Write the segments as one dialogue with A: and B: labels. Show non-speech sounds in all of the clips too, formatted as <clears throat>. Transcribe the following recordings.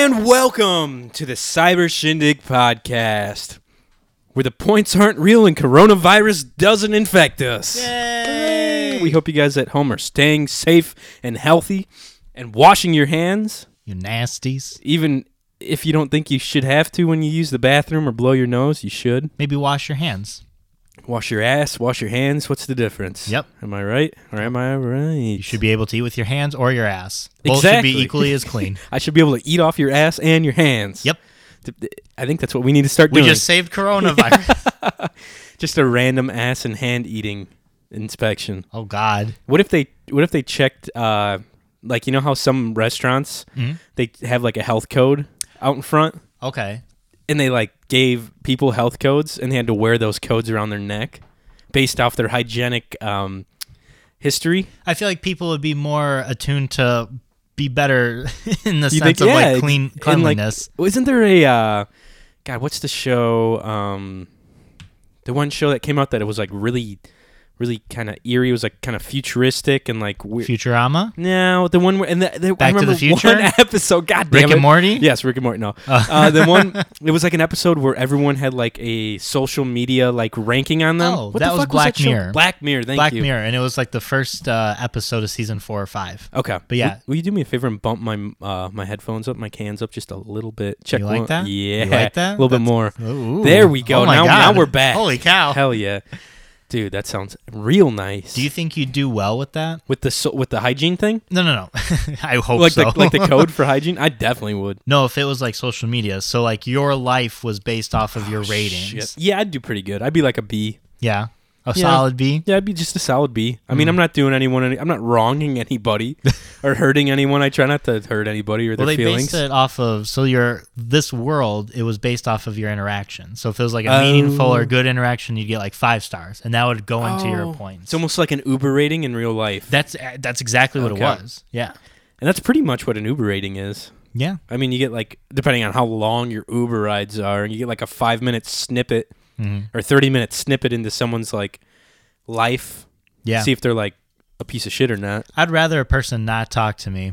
A: Welcome to the Cyber Shindig Podcast, where the points aren't real and coronavirus doesn't infect us. We hope you guys at home are staying safe and healthy and washing your hands,
B: You nasties.
A: even if you don't think you should have to when you use the bathroom or blow your nose, you should.
B: Maybe wash your hands.
A: Wash your ass, wash your hands. What's the difference?
B: Yep.
A: Am I right or am I right?
B: You should be able to eat with your hands or your ass. Both should
A: Exactly.
B: be equally as
A: <laughs>
B: clean.
A: I should be able to eat off your ass and your hands.
B: Yep.
A: I think that's what we need to start
B: We
A: doing.
B: just saved
A: <laughs>
B: coronavirus.
A: just a random ass and hand eating inspection.
B: oh God.
A: What if they what if they checked uh like you know how some restaurants
B: Mm-hmm.
A: they have like a health code out in front
B: Okay.
A: and they like gave people health codes and they had to wear those codes around their neck based off their hygienic um history.
B: I feel like people would be more attuned to be better <laughs> in the
A: You
B: sense of
A: yeah,
B: like clean
A: and,
B: cleanliness.
A: Like, isn't there a uh God, what's the show um the one show that came out that it was like really really kind of eerie, it was like kind of futuristic and like weird.
B: Futurama.
A: No, the one where and the, the, I
B: Back to the
A: remember
B: Future?
A: one <laughs> episode. God damn
B: Rick
A: it.
B: and Morty?
A: Yes, Rick and Morty. No, uh, the one <laughs> it was like an episode where everyone had like a social media like ranking on them.
B: Oh,
A: What
B: that
A: the
B: was
A: fuck
B: Black
A: that show?
B: Mirror.
A: Black Mirror. Thank
B: Black
A: you.
B: Mirror, and it was like the first uh, episode of season four or five.
A: Okay,
B: But yeah.
A: will, will you do me a favor and bump my uh, my headphones up, my cans up just a little bit? Check
B: like
A: one-
B: that? You
A: Yeah,
B: like that?
A: A little bit more.
B: Ooh.
A: There we go.
B: Oh my
A: now, now
B: God.
A: we're back.
B: Holy cow.
A: Hell yeah, dude, that sounds real nice.
B: Do you think you do well with that?
A: with the so, with the hygiene thing,
B: No, no, <laughs> no. I hope
A: like
B: so.
A: the
B: <laughs>
A: like the code for hygiene? I definitely would.
B: No, if it was like social media, so like your life was based off of your ratings.
A: Oh, Shit. Yeah, I'd do pretty good. I'd be like a B.
B: Yeah. A
A: Yeah.
B: solid B.
A: Yeah, I'd be just a solid B. I
B: Mm.
A: mean, I'm not doing anyone any. I'm not wronging
B: <laughs>
A: anybody or hurting anyone. I try not to hurt anybody or their
B: Well, they
A: feelings.
B: based it off of so your this world. It was based off of your interaction. So if it was like a
A: Oh.
B: meaningful or good interaction, you'd get like five stars, and that would go into
A: Oh.
B: your points.
A: It's almost like an Uber rating in real life,
B: that's uh, that's exactly what
A: Okay.
B: it was. Yeah,
A: and that's pretty much what an Uber rating is.
B: yeah,
A: I mean, you get like depending on how long your Uber rides are, and you get like a five minute snippet
B: Mm-hmm.
A: or thirty minute snippet into someone's like life.
B: yeah.
A: See if they're like a piece of shit or not.
B: I'd rather a person not talk to me.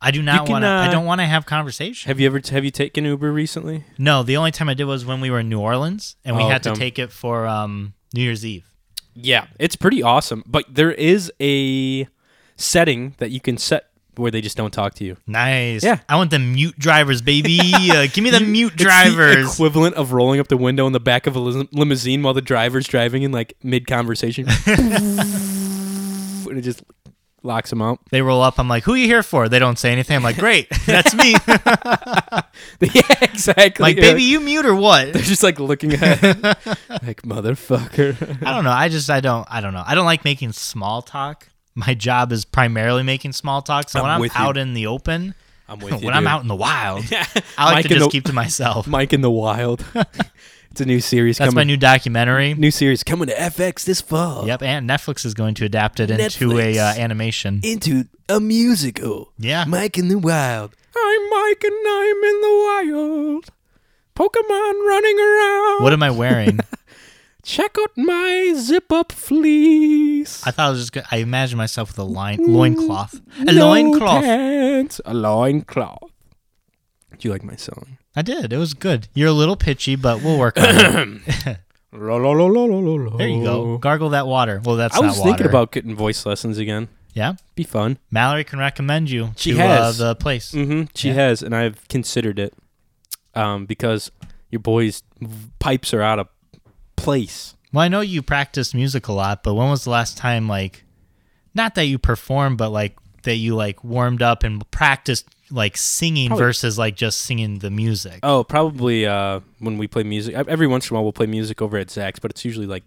B: I do not
A: can,
B: want to.
A: uh,
B: I don't want to have conversation.
A: Have you ever have you taken Uber recently?
B: No, the only time I did was when we were in New Orleans, and we
A: Oh,
B: had to
A: okay.
B: take it for um, New Year's Eve.
A: Yeah, it's pretty awesome. But there is a setting that you can set where they just don't talk to you.
B: Nice.
A: Yeah.
B: I want the mute
A: <laughs>
B: drivers, baby. uh, give me the mute
A: It's the
B: drivers.
A: equivalent of rolling up the window in the back of a lim- limousine while the driver's driving in like mid
B: <laughs>
A: conversation. <laughs> and it just locks them out. <laughs>
B: they roll up. I'm like, who you here for? They don't say anything. I'm like, great,
A: <laughs>
B: that's me.
A: yeah, exactly.
B: like,
A: You're
B: baby, you mute or
A: <laughs>
B: what?
A: They're just like looking at
B: <laughs>
A: like motherfucker.
B: I don't know. I just, I don't, I don't know. I don't like making small talk. My job is primarily making small talk. So
A: I'm
B: when I'm
A: with you.
B: out in the open,
A: I'm with <laughs>
B: when
A: you.
B: I'm
A: dude.
B: out in the
A: <laughs>
B: wild, I like
A: Mike
B: to
A: in
B: just
A: the-
B: keep to myself.
A: Mike in the
B: <laughs>
A: Wild. it's a new series
B: That's my
A: coming.
B: new documentary.
A: <laughs> new series coming to FX this fall.
B: Yep, and Netflix is going to adapt it into a uh,
A: Netflix. <laughs>
B: animation.
A: into a musical.
B: Yeah.
A: Mike in the Wild. I'm Mike and I'm in the wild. Pokemon running around.
B: What am I wearing?
A: Check out my zip up fleece.
B: I thought I was just. Gonna, I imagined myself with a loin loincloth. A loincloth.
A: Pants. A loincloth. Do you like my song?
B: I did. It was good. You're a little pitchy, but we'll work on it.
A: <coughs> La, la, la, la, la, la, la.
B: There you go. Gargle that water. Well, that's
A: Oh. I
B: not
A: was thinking
B: water.
A: about getting voice lessons again.
B: Yeah,
A: Be fun.
B: Mallory can recommend you
A: She
B: to
A: has.
B: Uh, the place.
A: Mm-hmm. She
B: Yeah.
A: has, and I've considered it um, because your boy's v- pipes are out of place.
B: Well, I know you practice music a lot, but when was the last time like, not that you performed, but like that you like warmed up and practiced like singing
A: Probably-
B: versus like just singing the music?
A: Oh, probably uh, when we play music. ev- Every once in a while, we'll play music over at Zach's, but it's usually like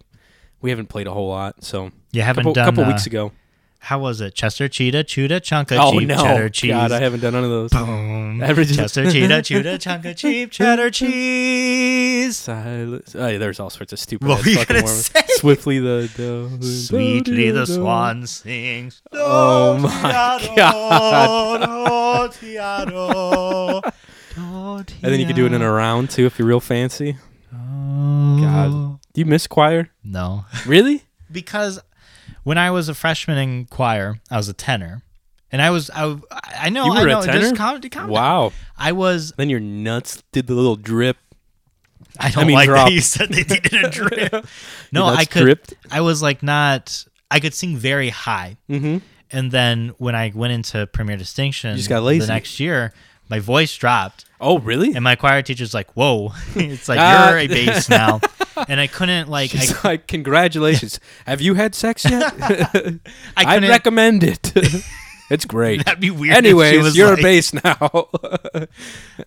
A: we haven't played a whole lot. So
B: you haven't
A: couple,
B: done.
A: couple
B: uh,
A: weeks ago.
B: How was it? Chester cheetah, Chuda chunka,
A: Oh
B: cheap
A: no,
B: cheddar cheese.
A: God, I haven't done none of those.
B: Boom.
A: Every-
B: Chester cheetah, Chuda
A: <laughs>
B: chunka, cheap cheddar cheese.
A: Silence. Oh, yeah, there's all sorts of stupid.
B: What
A: ass
B: were you
A: fucking
B: gonna
A: words.
B: say?
A: Swiftly the, the
B: Sweetly the swan sings.
A: Oh my
B: God. and
A: And then you could do it in a round too if you're real fancy.
B: Mm.
A: God. Do you miss choir?
B: No.
A: Really?
B: Because when I was a freshman in choir, I was a tenor. And I was I I know
A: You
B: I
A: were a
B: know
A: tenor?
B: just calm, calm down.
A: Wow.
B: I was
A: Then your nuts did the little drip.
B: I don't
A: mean,
B: like
A: drop.
B: that you said they
A: <laughs>
B: needed a drip. no,
A: Yeah, that's
B: I could.
A: dripped.
B: I was like not. I could sing very high, mm-hmm. and then when I went into Premier Distinction,
A: just got lazy.
B: the next year. My voice dropped,
A: Oh, really?
B: and my choir teacher's like, "Whoa!" <laughs> it's like
A: Ah.
B: you're a
A: <laughs>
B: bass now, and I couldn't like I,
A: She's like, congratulations. Have you had sex yet?
B: <laughs> I
A: I'd
B: couldn't.
A: recommend it. it's great.
B: <laughs> that'd be weird. if she
A: Anyways,
B: was
A: you're
B: like-
A: a bass now. <laughs>
B: but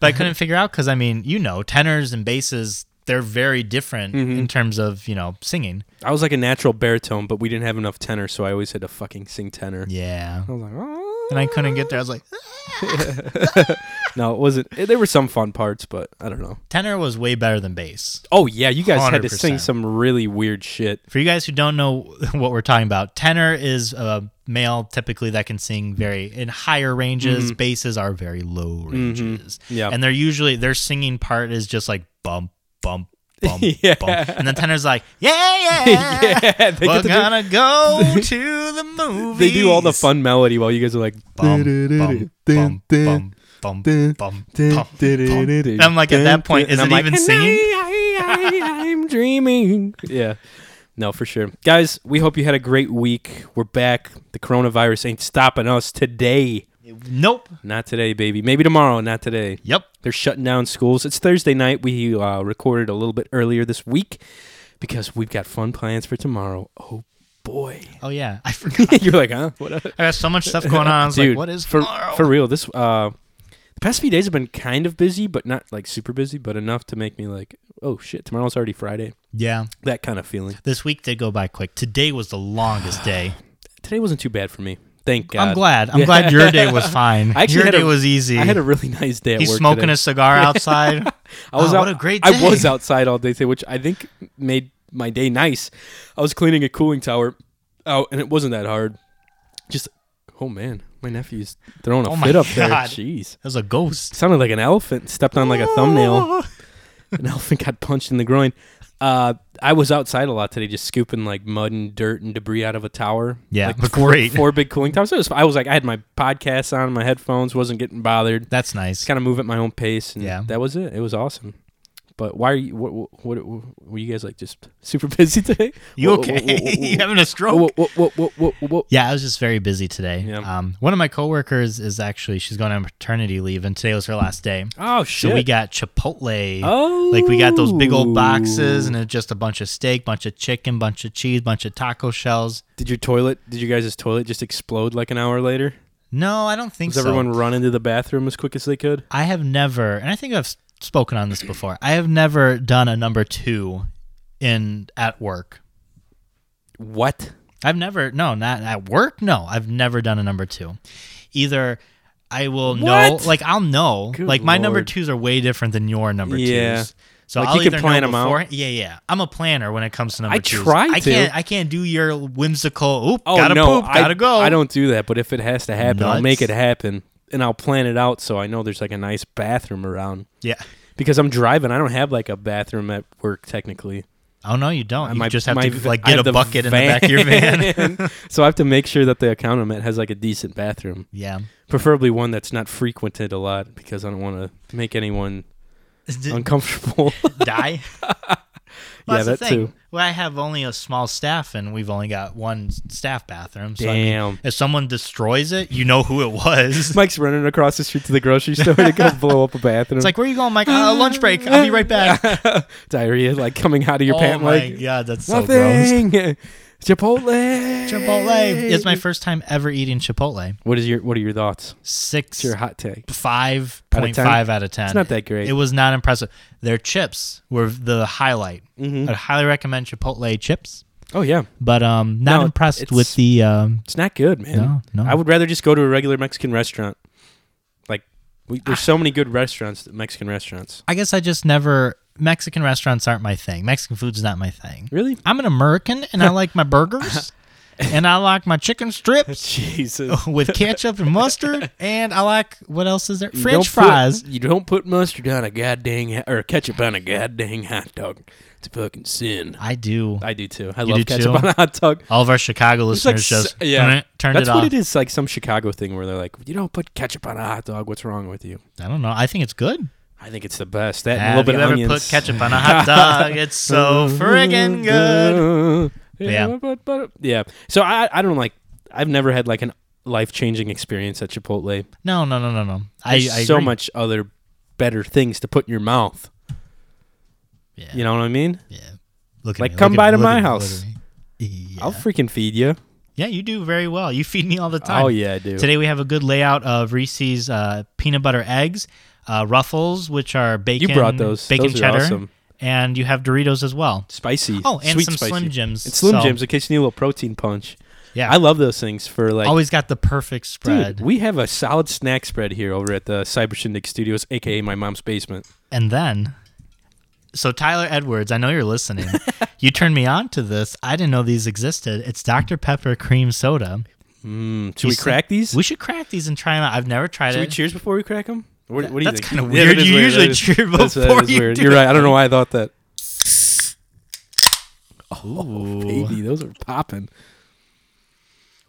B: I couldn't figure out because I mean, you know, tenors and basses they're very different
A: Mm-hmm.
B: in terms of you know singing.
A: I was like a natural baritone, but we didn't have enough tenor, so I always had to fucking sing tenor.
B: Yeah,
A: I was like, oh.
B: and I couldn't get there. I was like,
A: no, it wasn't. eh, There were some fun parts, but I don't know.
B: tenor was way better than bass.
A: Oh yeah, you guys had to
B: 100%.
A: sing some really weird
B: <laughs>
A: shit.
B: For you guys who don't know <laughs> what we're talking about, tenor is a male typically that can sing very in higher ranges. Basses are very low ranges.
A: Mm-hmm. Yep.
B: And they're usually their singing part is just like bump, bump,
A: <laughs>
B: bump,
A: Yeah.
B: bump. And then tenor's
A: <laughs>
B: like, yeah, yeah.
A: yeah, they, get
B: We're
A: to do- <laughs>
B: gonna go to the movies.
A: they do all the fun melody while you guys are like,
B: bum, bum, bum, bum,
A: <laughs>
B: bum, bum, bum, bum. And I'm like, at that point, is
A: And
B: it
A: I'm like,
B: even singing?
A: I, I, I, I'm
B: <laughs>
A: dreaming. Yeah. No, for sure. Guys, we hope you had a great week. We're back. The coronavirus ain't stopping us today.
B: Nope.
A: Not today, baby. Maybe tomorrow, not today.
B: Yep.
A: They're shutting down schools. It's Thursday night. We uh, recorded a little bit earlier this week because we've got fun plans for tomorrow. Oh boy! <laughs>
B: Oh yeah, I forgot.
A: You're like, huh? What?
B: I got so much stuff going on. I was
A: Dude,
B: like, what is
A: for
B: tomorrow?
A: for real? This uh, the past few days have been kind of busy, but not like super busy, but enough to make me like, oh shit, tomorrow's already Friday.
B: yeah.
A: That kind of feeling.
B: This week did go by quick. Today was the <sighs> longest day.
A: Today wasn't too bad for me. Thank God.
B: I'm glad. <laughs> I'm glad your day was fine.
A: I actually
B: your
A: had
B: day
A: a-
B: was easy.
A: I had a really <laughs> nice day. At
B: He's
A: work
B: smoking
A: today.
B: a <laughs> cigar outside.
A: I was
B: Oh,
A: out,
B: what a great
A: I was
B: day.
A: outside all day today, which I think made my day nice. I was cleaning a cooling tower out, and it wasn't that hard. Just, oh man, my nephew's throwing a
B: Oh my
A: fit up there.
B: God.
A: Jeez,
B: It was a ghost.
A: sounded like an elephant stepped on like a thumbnail. An <laughs> elephant got punched in the groin. Uh, I was outside a lot today, just scooping like mud and dirt and debris out of a tower.
B: <laughs> Yeah,
A: like
B: great.
A: four big cooling towers. It was, I was like, I had my podcast on, my headphones, wasn't getting bothered
B: That's nice.
A: kind of move at my own pace. And
B: Yeah.
A: that was it. It was awesome. But why are you? What, what, what, were you guys like? Just <laughs> super busy today?
B: You
A: Wha-
B: okay? <laughs> you
A: wha-
B: having a stroke?
A: wha- wha- wha- wha- wha- wha- wha-
B: Yeah, I was just very busy today.
A: Yeah.
B: Um, one of my coworkers is actually she's going on maternity leave, and today was her last day.
A: Oh
B: So
A: shit!
B: we got Chipotle.
A: oh,
B: Like we got those big old boxes and it's just a bunch of steak, bunch of chicken, bunch of cheese, bunch of taco shells.
A: Did your toilet? Did you guys' toilet just explode like an hour later?
B: No, I don't think
A: Does
B: so.
A: everyone run into the bathroom as quick as they could?
B: I have never, and I think I've s- spoken on this before. I have never done a number two in at work.
A: What?
B: I've never, no, not at work. No, I've never done a number two. Either I will know,
A: What?
B: like I'll know,
A: Good
B: like my number
A: lord.
B: twos are way different than your number
A: Yeah.
B: twos. So
A: Like,
B: I'll
A: you can
B: either
A: plan
B: know
A: 'em out.
B: beforehand- Yeah, yeah. I'm a planner when it comes to number twos.
A: try
B: I
A: to.
B: can't. I can't do your whimsical. Oop,
A: Oh
B: gotta
A: no!
B: poop.
A: I-
B: Gotta go.
A: I don't do that. But if it has to happen, I'll
B: Nuts.
A: make it happen, and I'll plan it out so I know there's like a nice bathroom around.
B: Yeah.
A: Because I'm driving, I don't have like a bathroom at work technically.
B: Oh no, you don't. You
A: my-
B: just have
A: my
B: to
A: v-
B: like
A: I
B: get
A: have
B: a
A: the
B: bucket in the back of your van.
A: <laughs> so I have to make sure that the account has like a decent bathroom,
B: yeah.
A: preferably one that's not frequented a lot because I don't want to make anyone uncomfortable. <laughs>
B: die. <laughs> Well, that's the
A: that
B: thing.
A: too.
B: Well, I have only a small staff, and we've only got one s- staff bathroom. So I mean,
A: Damn.
B: if someone destroys it, you know who
A: <laughs>
B: it was.
A: Mike's running across the street to the grocery store to
B: <laughs>
A: go blow up a bathroom.
B: It's like, where are you going, Mike? Uh, lunch break. I'll be right back.
A: diarrhea, like coming out of <laughs> your
B: oh
A: pant
B: my
A: leg.
B: god, that's so gross.
A: Nothing. Chipotle.
B: Chipotle. It's my first time ever eating Chipotle.
A: What is your What are your thoughts?
B: Six,
A: It's your hot take.
B: five
A: Out of
B: point
A: 10?
B: five out of ten.
A: It's not that great.
B: It was not impressive. Their chips were the highlight.
A: Mm.
B: I'd highly recommend Chipotle chips,
A: Mm-hmm. Oh yeah,
B: but um, not
A: No,
B: impressed
A: it's-
B: with the um,
A: it's not good, man.
B: no, no.
A: I would rather just go to a regular Mexican restaurant. Like, we, there's so many good restaurants, Mexican restaurants.
B: I guess I just never Mexican restaurants aren't my thing. Mexican food's not my thing.
A: Really? <laughs>
B: I'm an American and I like my burgers and I like my
A: <laughs>
B: chicken strips
A: Jesus.
B: with ketchup and
A: <laughs>
B: mustard, and I like what else is there?
A: You
B: French
A: don't put-
B: fries.
A: you don't put mustard on a goddamn ho- or ketchup on a goddamn hot dog. It's a fucking sin.
B: I do.
A: I do too. I
B: You
A: love
B: do
A: ketchup
B: too?
A: on a hot dog.
B: All of our Chicago
A: It's like,
B: listeners
A: s-
B: just
A: yeah,
B: turned
A: That's
B: it
A: what it
B: off.
A: is. Like some Chicago thing where they're like, you don't put ketchup on a hot dog. What's wrong with you?
B: I don't know. I think it's good.
A: I think it's the best. That and
B: Have
A: a little bit
B: you
A: of
B: ever
A: onions.
B: put
A: <laughs>
B: ketchup on a hot dog? It's so friggin' good.
A: Yeah,
B: Yeah.
A: but- but- yeah. So I, I don't like. I've never had like an life changing experience at Chipotle.
B: No, no, no, no, no. I, I
A: There's so
B: agree.
A: much other better things to put in your mouth.
B: Yeah.
A: You know what I mean?
B: Yeah. Look at
A: Like,
B: me,
A: come
B: look
A: by
B: at,
A: to
B: look
A: my
B: at-
A: house.
B: look at me. Yeah.
A: I'll freaking feed you.
B: yeah, you do very well. You feed me all the time.
A: Oh yeah, I do.
B: Today we have a good layout of Reese's uh, peanut butter eggs, uh, ruffles, which are bacon.
A: you brought those.
B: Bacon
A: those are
B: cheddar.
A: awesome.
B: And you have Doritos as well.
A: Spicy.
B: Oh, and
A: sweet
B: some
A: spicy.
B: Slim Jims.
A: And Slim
B: so-
A: Jims in case you need a little protein punch.
B: Yeah.
A: I love those things for like.
B: Always got the perfect spread.
A: Dude, we have a solid snack spread here over at the Cyber Shindig Studios, aka my mom's basement.
B: And then, so Tyler Edwards, I know you're listening.
A: <laughs>
B: you turned me on to this. I didn't know these existed. It's Dr. Pepper cream soda.
A: Mm, should
B: You
A: we
B: see-
A: crack these?
B: We should crack these and try them out. I've never tried
A: Should we
B: it.
A: cheers before we crack them? What, what do you
B: That's
A: think?
B: kinda
A: Yeah,
B: weird.
A: that is
B: You usually
A: That is-
B: cheer
A: that's- that
B: before
A: is
B: you
A: weird.
B: do
A: You're right. I don't know why I thought that.
B: Ooh.
A: Baby, those are <laughs> popping.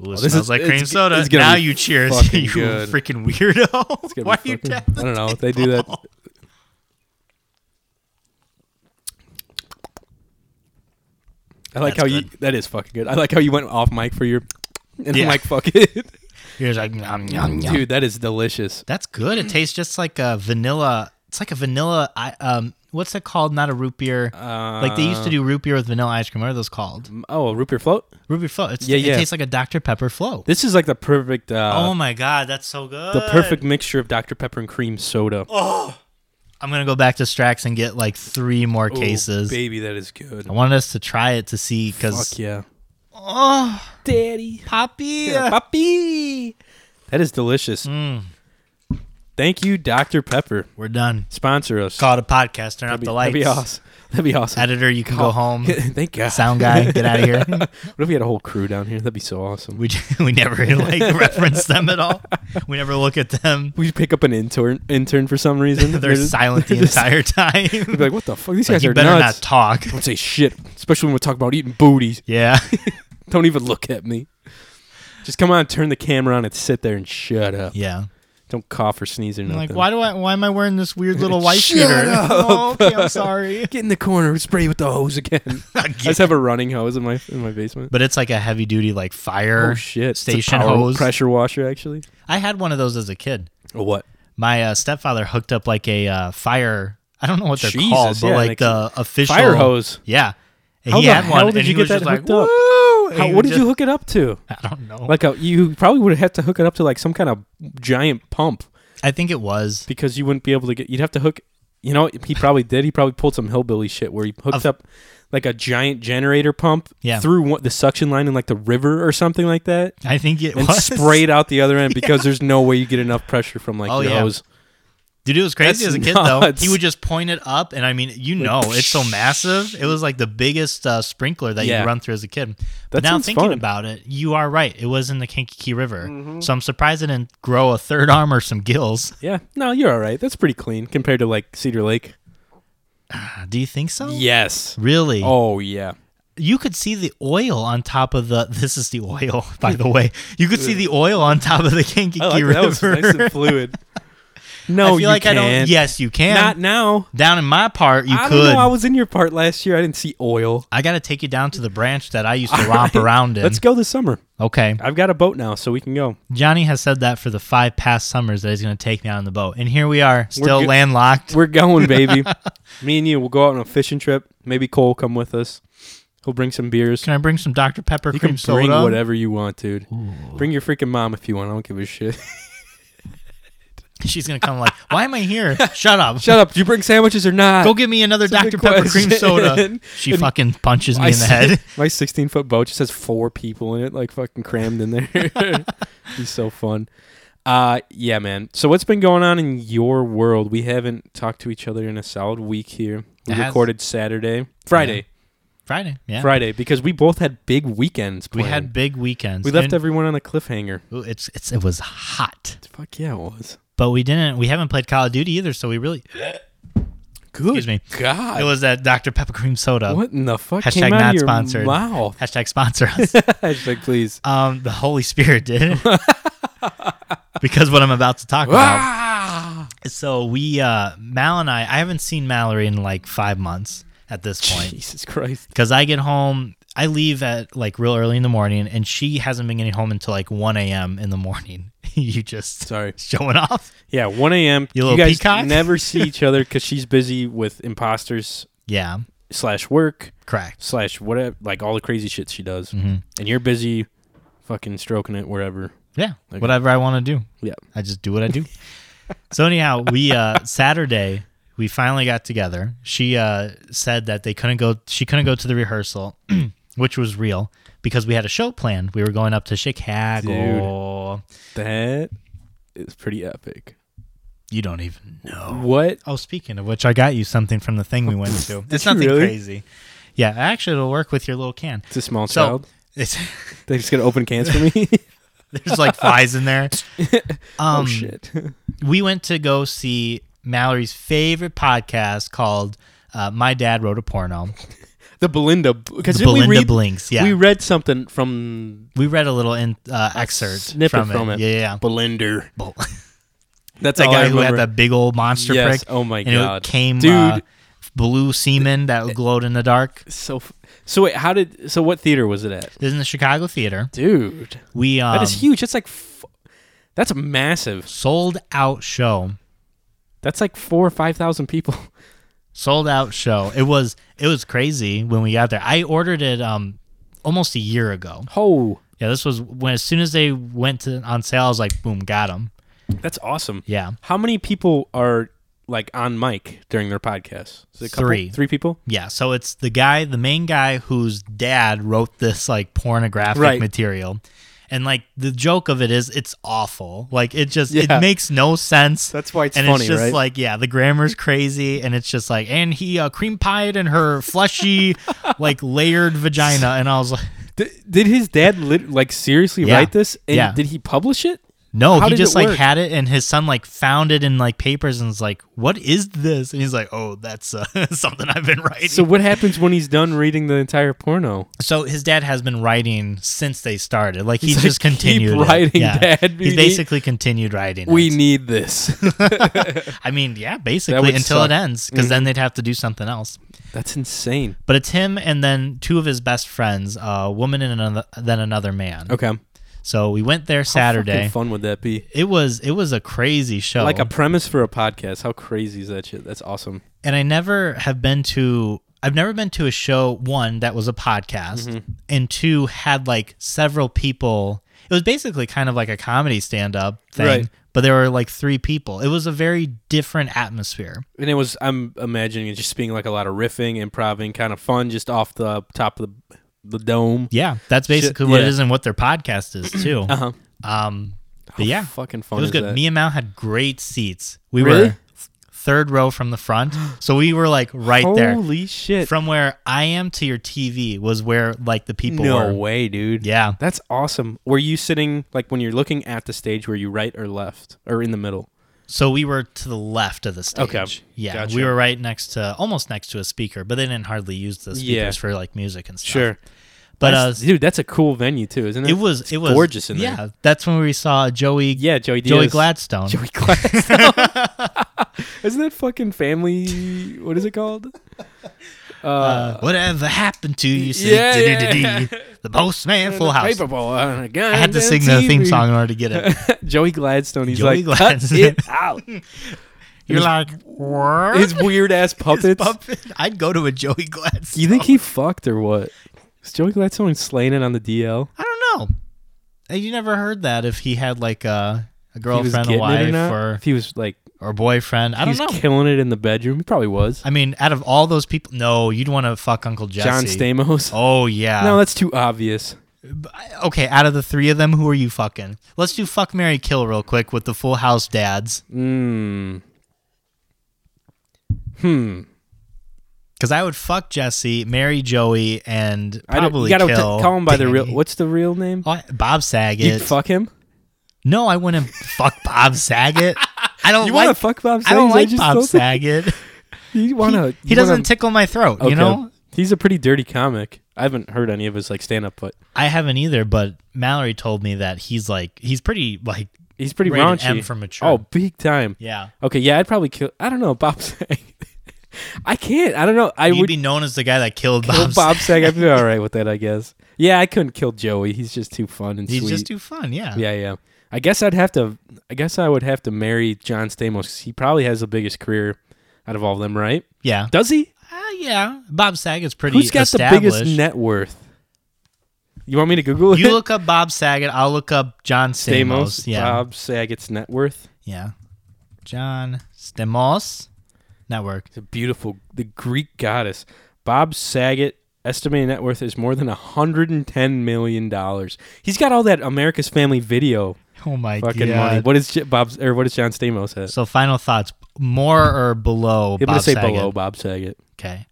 B: Ooh, it
A: Oh, this
B: smells
A: is-
B: like
A: it's-
B: cream soda.
A: it's gonna
B: Now
A: be
B: you cheers, <laughs>
A: fucking
B: you
A: good.
B: freaking weirdo.
A: Gotta
B: Why are
A: be
B: you
A: fucking-
B: tapping?
A: I don't know. They do that. I like
B: That's
A: how you. That is fucking good. I like how you went off mic for your. And <laughs>
B: Yeah.
A: I'm like, fuck it,
B: Here's like nom, nom, nom.
A: dude. That is delicious.
B: That's good. It tastes just like a vanilla. It's like a vanilla. I um, what's it called? Not a root beer.
A: Uh,
B: like they used to do root beer with vanilla ice cream. What are those called?
A: Mm, Oh, root beer float.
B: Root beer float. It's,
A: Yeah,
B: It
A: yeah.
B: tastes like a Dr Pepper float.
A: This is like the perfect. Uh,
B: oh my god, that's so good.
A: the perfect mixture of Dr Pepper and cream soda. Oh,
B: I'm gonna go back to Strax and get like three more cases.
A: Oh, baby, that is good.
B: I wanted us to try it to see because
A: Fuck yeah,
B: oh,
A: daddy,
B: Poppy.
A: puppy. That is delicious.
B: Mm.
A: Thank you, Dr Pepper.
B: We're done.
A: Sponsor us.
B: Call it a podcast. Turn
A: That'd
B: up
A: be,
B: the
A: that'd
B: lights.
A: be awesome. That'd be awesome.
B: Editor, you can
A: <laughs>
B: go home.
A: Thank God.
B: Sound guy, get out
A: <laughs>
B: of here.
A: What if we had a whole crew down here? That'd be so awesome. We
B: We j- <laughs> we never
A: <laughs>
B: like reference them at all. We never look at them.
A: we pick up an intern intern for some reason.
B: <laughs> They're
A: just-
B: silent
A: <laughs>
B: the
A: they're just-
B: entire time.
A: We'd be like, what the fuck? These guys
B: you
A: are
B: better
A: nuts.
B: not talk.
A: Don't say shit, especially when we talk about eating booties.
B: Yeah.
A: <laughs> Don't even look at me. Just come on, turn the camera on, and sit there and shut up.
B: Yeah.
A: Don't cough or sneeze or
B: I'm
A: nothing.
B: like, why do I? Why am I wearing this weird <laughs> little white
A: Shut <laughs>
B: shirt?
A: up.
B: Oh, okay, I'm sorry.
A: <laughs> Get in the corner, spray with the hose
B: <laughs>
A: again. I just have a running hose in my in my basement.
B: But it's like a heavy duty like fire
A: oh shit! It's a
B: station
A: power
B: hose.
A: pressure washer actually.
B: I had one of those as a kid.
A: Or what?
B: My uh, stepfather hooked up like a uh, fire. I don't know what they're
A: Jesus,
B: called, but
A: yeah,
B: like
A: like
B: the official
A: Fire hose.
B: Yeah. And
A: How
B: he
A: the
B: had
A: hell
B: one,
A: did
B: and
A: you
B: he
A: get
B: was
A: that
B: just like,
A: hooked up?
B: "Woo!" And
A: How,
B: he
A: what
B: was
A: did you hook it up to?
B: just- I don't know.
A: Like a, you probably would have had to hook it up to like some kind of giant pump
B: I think it was.
A: because you wouldn't be able to get. You'd have to hook. You know, he probably did. He probably pulled some hillbilly shit where he hooked
B: Of-
A: up like a giant generator pump
B: Yeah.
A: through one, the suction line in like the river or something like that,
B: I think it
A: and
B: was
A: sprayed out the other
B: <laughs>
A: end because there's no way you get enough pressure from like
B: Oh,
A: your
B: yeah.
A: hose.
B: Dude, it was crazy
A: That's
B: as a kid
A: nuts.
B: though. He would just point it up, and I mean, you know, it's so massive. It was like the biggest uh, sprinkler that
A: Yeah.
B: you run through as a kid.
A: That
B: But now
A: sounds
B: thinking
A: fun. Mm-hmm.
B: about it, you are right. It was in the Kankakee River, so I'm surprised it didn't grow a third arm or some gills. <sighs>
A: Yeah, no, you're all right. That's pretty clean compared to like Cedar Lake.
B: Ah, Do you think so?
A: Yes.
B: Really?
A: Oh yeah.
B: You could see the oil on top of the. This is the oil, <laughs> by the way. You could see the oil on top of the Kankakee
A: I like that.
B: River. <laughs>
A: That <laughs> was nice and fluid. No,
B: I feel
A: you
B: like
A: can't.
B: I don't. Yes, you can.
A: Not now.
B: Down in my part, you
A: I
B: could.
A: don't know. I was in your part last year. I didn't see oil.
B: I got to take you down to the branch that I
A: <laughs>
B: used to romp around in.
A: Let's go this summer.
B: Okay.
A: I've got a boat now, so we can go.
B: Johnny has said that for the five past summers that he's going to take me out on the boat. And here we are, still
A: good. <laughs>
B: landlocked.
A: We're going, baby. Me and you will go out on a fishing trip. Maybe Cole will come with us. He'll bring some beers.
B: Can I bring some Dr. Pepper
A: You can
B: cream
A: bring
B: soda?
A: whatever you want, dude. Bring your freaking mom if you want. I don't give a shit.
B: <laughs>
A: <laughs>
B: She's going to come like, why am
A: <laughs>
B: I here? Shut up.
A: Shut up. Do you bring sandwiches or not?
B: Go get me another
A: That's a
B: Dr.
A: good
B: Pepper
A: <laughs>
B: cream soda.
A: question.
B: She
A: And
B: fucking punches me
A: my
B: in the head.
A: <laughs>
B: <laughs>
A: My 16 foot boat just has four people in it, like fucking crammed in there. <laughs> He's so fun. Uh, yeah, man. So what's been going on in your world? We haven't talked to each other in a solid week here. We
B: It has-
A: recorded Saturday, Friday.
B: Friday. Yeah.
A: Friday because we both had big weekends.
B: We
A: Planned.
B: had big weekends.
A: we left
B: And-
A: everyone on a cliffhanger.
B: Ooh, it's it's it was hot.
A: Fuck yeah, it was
B: But we didn't we haven't played Call of Duty either, so we really
A: good.
B: Excuse me.
A: God,
B: it was that Dr. Pepper Cream soda.
A: what in the fuck
B: Hashtag
A: came out
B: not
A: of your
B: sponsored.
A: mouth? <laughs>
B: Hashtag sponsor us. <laughs>
A: Hashtag please.
B: um the Holy Spirit did. <laughs> because what I'm about to talk about.
A: Ah!
B: So we uh Mal and I I haven't seen Mallory in like five months at this point.
A: Jesus Christ.
B: because I get home, I leave at like real early in the morning, and she hasn't been getting home until like 1 a.m. in the morning. <laughs> you just <laughs>
A: Sorry.
B: showing off.
A: Yeah, 1 a.m.
B: You
A: You,
B: little
A: guys
B: peacock.
A: never see each
B: <laughs>
A: other because she's busy with imposters
B: Yeah,
A: slash work
B: correct.
A: slash whatever, like all the crazy shit she does.
B: hmm
A: And you're busy fucking stroking it wherever.
B: Yeah,
A: Okay.
B: whatever I want to do.
A: Yeah.
B: I just do what I do. <laughs> so anyhow, we uh Saturday we finally got together. She uh said that they couldn't go she couldn't go to the rehearsal, <clears throat> which was real because we had a show planned. We were going up to Chicago.
A: That is pretty epic.
B: You don't even know.
A: What?
B: Oh, speaking of which, I got you something from the thing we went
A: <laughs>
B: to.
A: Did
B: it's
A: you
B: nothing
A: really?
B: crazy. Yeah, actually, it'll work with your little can. <laughs>
A: It's a small
B: So-
A: child.
B: It's,
A: <laughs> They just gonna open cans for me. <laughs>
B: there's like flies in there. Um,
A: oh shit! <laughs>
B: We went to go see Mallory's favorite podcast called uh, "My Dad Wrote a Porno."
A: The Belinda, because
B: The
A: didn't
B: Belinda
A: we read,
B: Blinks. Yeah,
A: we
B: we,
A: read something from
B: read a little in, uh, excerpt
A: snippet
B: from,
A: from
B: it.
A: it.
B: Yeah, yeah.
A: Belinda. <laughs>
B: Well,
A: That's
B: that
A: all I
B: guy who had
A: remember.
B: that big old monster
A: Yes,
B: prick.
A: oh my
B: and
A: God.
B: it came
A: Dude.
B: uh, blue semen that glowed in the dark.
A: So, f- so wait, how did? So, what theater was it at?
B: This is in the Chicago theater.
A: Dude,
B: We um,
A: that is huge. That's like, f- that's massive.
B: sold out show.
A: That's like four or five thousand people. <laughs>
B: sold out show. It was it was crazy when we got there. I ordered it um almost a year ago.
A: Oh,
B: Yeah, this was when as soon as they went to on sale, I was like, boom, got them.
A: that's awesome.
B: Yeah,
A: How many people are like on mic during their podcast? Is it a couple?
B: Three.
A: three people.
B: yeah. So it's the guy, the main guy whose dad wrote this like pornographic
A: Right.
B: material. And like the joke of it is, it's awful. Like it just
A: Yeah.
B: it makes no sense.
A: That's why it's
B: and
A: funny,
B: it's just
A: right?
B: like yeah, the grammar's crazy, and it's just like and he uh, cream pied in her
A: <laughs>
B: fleshy, like layered vagina, and I was like,
A: Did, did his dad lit, like seriously
B: Yeah.
A: write this? And
B: Yeah.
A: Did he publish it?
B: No,
A: How did
B: he just
A: it
B: like
A: work?
B: had it, and his son like found it in like papers, and was like, "What is this?" And he's like, "Oh, that's uh, <laughs> something I've been writing."
A: So
B: So,
A: what happens when he's done reading the entire porno?
B: his dad has been writing since they started. Like he
A: He's like,
B: just continued
A: "Keep
B: it."
A: writing,
B: Yeah.
A: Dad. We
B: He
A: need-
B: basically continued writing.
A: We
B: it.
A: need this. <laughs>
B: I mean, yeah,
A: That
B: basically
A: would
B: until
A: suck. Mm-hmm.
B: it ends, because then they'd have to do something else.
A: That's insane.
B: But it's him, and then two of his best friends, a woman and another, then another man.
A: Okay. How
B: So we went there Saturday.
A: Oh.
B: Oh.
A: fucking fun would that be?
B: It was it was a crazy show.
A: Like a premise for a podcast. How crazy is that shit? That's awesome.
B: and I never have been to I've never been to a show one that was a podcast and two had like several people. It was basically kind of like a comedy stand up thing,
A: Right.
B: but there were like three people. It was a very different atmosphere.
A: And it was I'm imagining it just being like a lot of riffing, improving, kind of fun, just off the top of the the dome.
B: Yeah, that's
A: Shit,
B: basically what
A: yeah.
B: it is and what their podcast is too.
A: Uh-huh.
B: Um
A: How
B: but yeah,
A: Fucking
B: it
A: fun.
B: was
A: is
B: good.
A: that?
B: Me and Mal had great seats. We
A: Really?
B: were third row from the front. So we were like right there.
A: Holy shit.
B: From where I am to your TV was where like the people
A: no
B: were.
A: way, dude.
B: Yeah.
A: That's awesome. Were you sitting like when you're looking at the stage were you right or left or in the middle?
B: So we were to the left of the stage.
A: Okay.
B: Yeah.
A: Gotcha.
B: We were right next to almost next to a speaker, but they didn't hardly use the speakers
A: Yeah.
B: for like music and stuff.
A: Sure.
B: But uh,
A: That's- dude, that's a cool venue too, isn't it?
B: it was it was
A: gorgeous in there.
B: Yeah. That's when we saw Joey
A: Yeah, Joey Diaz.
B: Joey
A: <laughs>
B: Gladstone.
A: Joey
B: <laughs>
A: Gladstone. Isn't that fucking family? What is it called? Uh,
B: Uh, whatever happened to you? Since
A: Yeah, yeah, yeah. <laughs>
B: The postman full house.
A: I
B: I had to sing the theme song in order to get it.
A: <laughs> Joey Gladstone. He's
B: Joey
A: like, cut
B: Gladstone."
A: it
B: <laughs>
A: out.
B: You're
A: His-
B: like, what?
A: His
B: <laughs>
A: weird ass
B: His
A: puppets.
B: puppet. I'd go to a Joey Gladstone.
A: you think he fucked or what? Is Joey Gladstone slaying it on the DL?
B: I don't know. Uh, You never heard that if he had like a, a
A: He was
B: girlfriend,
A: getting
B: a
A: it or
B: wife,
A: not?
B: or
A: if he was like,
B: or boyfriend. I
A: he
B: don't
A: was
B: know.
A: killing it in the bedroom. He probably was.
B: I mean, out of all those people, no, you'd want to fuck Uncle Jesse.
A: John Stamos.
B: Oh yeah.
A: No, that's too obvious.
B: okay, out of the three of them, who are you fucking? Let's do fuck Mary Kill real quick with the Full House dads.
A: Hmm. Hmm.
B: Because I would fuck Jesse, marry Joey, and
A: I don't, you
B: probably
A: gotta t-
B: kill.
A: call him by the real.
B: Danny.
A: What's the real name?
B: Oh, Bob
A: You
B: Saget.
A: fuck him.
B: no, I wouldn't fuck Bob Saget. I
A: <laughs>
B: don't
A: You
B: like.
A: want to fuck Bob?
B: I don't
A: Saget?
B: like
A: just
B: Bob
A: told you.
B: <laughs> Saget.
A: You want to?
B: He doesn't tickle my throat. You know,
A: he's a pretty dirty comic. I haven't heard any of his like stand up, but
B: I haven't either. But Mallory told me that he's like he's pretty like
A: he's pretty
B: rated
A: raunchy.
B: M for mature.
A: Oh, big time.
B: yeah.
A: Okay, yeah, I'd probably kill. I don't know Bob <laughs> Saget. I can't. I don't know. I
B: He'd
A: would
B: be known as the guy that killed
A: kill
B: Bob.
A: Bob
B: Saget.
A: Saget. I'd be all right with that, I guess. Yeah, I couldn't kill Joey. He's just too fun and
B: He's
A: sweet.
B: just too fun. Yeah.
A: yeah, yeah. I guess I'd have to. I guess I would have to marry John Stamos. 'cause he probably has the biggest career out of all of them, right?
B: Yeah.
A: Does he?
B: Uh, yeah. Bob Saget's pretty
A: Who's got the
B: established.
A: biggest net worth? You want me to Google it?
B: you look up Bob Saget. I'll look up John Stamos.
A: <laughs> Stamos,
B: yeah.
A: Bob Saget's net worth.
B: Yeah. John Stamos. Network.
A: It's a beautiful, the Greek goddess. Bob Saget estimated net worth is more than hundred and ten million dollars. He's got all that America's Family Video
B: Oh my
A: fucking
B: god.
A: money. What is J- Bob's or what is John Stamos at?
B: So final thoughts. More or below
A: I'm gonna
B: Bob
A: say
B: Saget.
A: below Bob Saget.
B: Okay.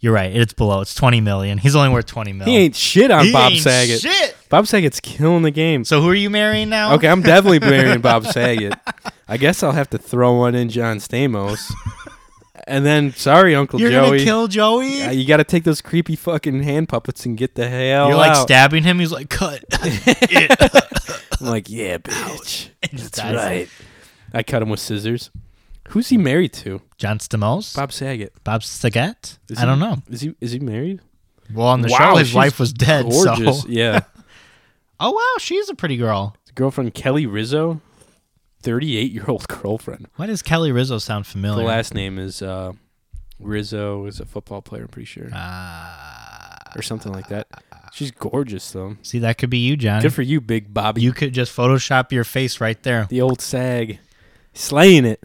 B: You're right. It's below. It's 20 million. He's only worth 20 million.
A: He ain't shit on
B: He
A: Bob
B: ain't
A: Saget.
B: Shit.
A: Bob Saget's killing the game.
B: So who are you marrying now?
A: Okay, I'm definitely marrying Bob Saget. I guess I'll have to throw one in John Stamos. and then, sorry, Uncle
B: You're
A: Joey.
B: gonna kill Joey?
A: Uh, you got to take those creepy fucking hand puppets and get the hell
B: You're like
A: out.
B: stabbing him. He's like, cut. <laughs>
A: I'm like, yeah, bitch.
B: That's
A: I cut him with scissors. Who's he married to?
B: John Stamos? Bob,
A: Bob Saget.
B: Saget?
A: Is
B: I don't
A: he-
B: know.
A: Is he is he married?
B: Well, on the
A: Wow,
B: show, his
A: she's
B: wife was dead.
A: Gorgeous.
B: So.
A: Yeah.
B: Oh, wow. She's a pretty girl.
A: His girlfriend Kelly Rizzo, 38 year old <laughs> girlfriend.
B: Why does Kelly Rizzo sound
A: The
B: familiar?
A: last name is uh, Rizzo. Is a football player, I'm pretty sure,
B: Ah.
A: or something like that. She's gorgeous though.
B: see, that could be you, John.
A: Good for you, Big Bobby.
B: you could just Photoshop your face right there.
A: the old sag, slaying it.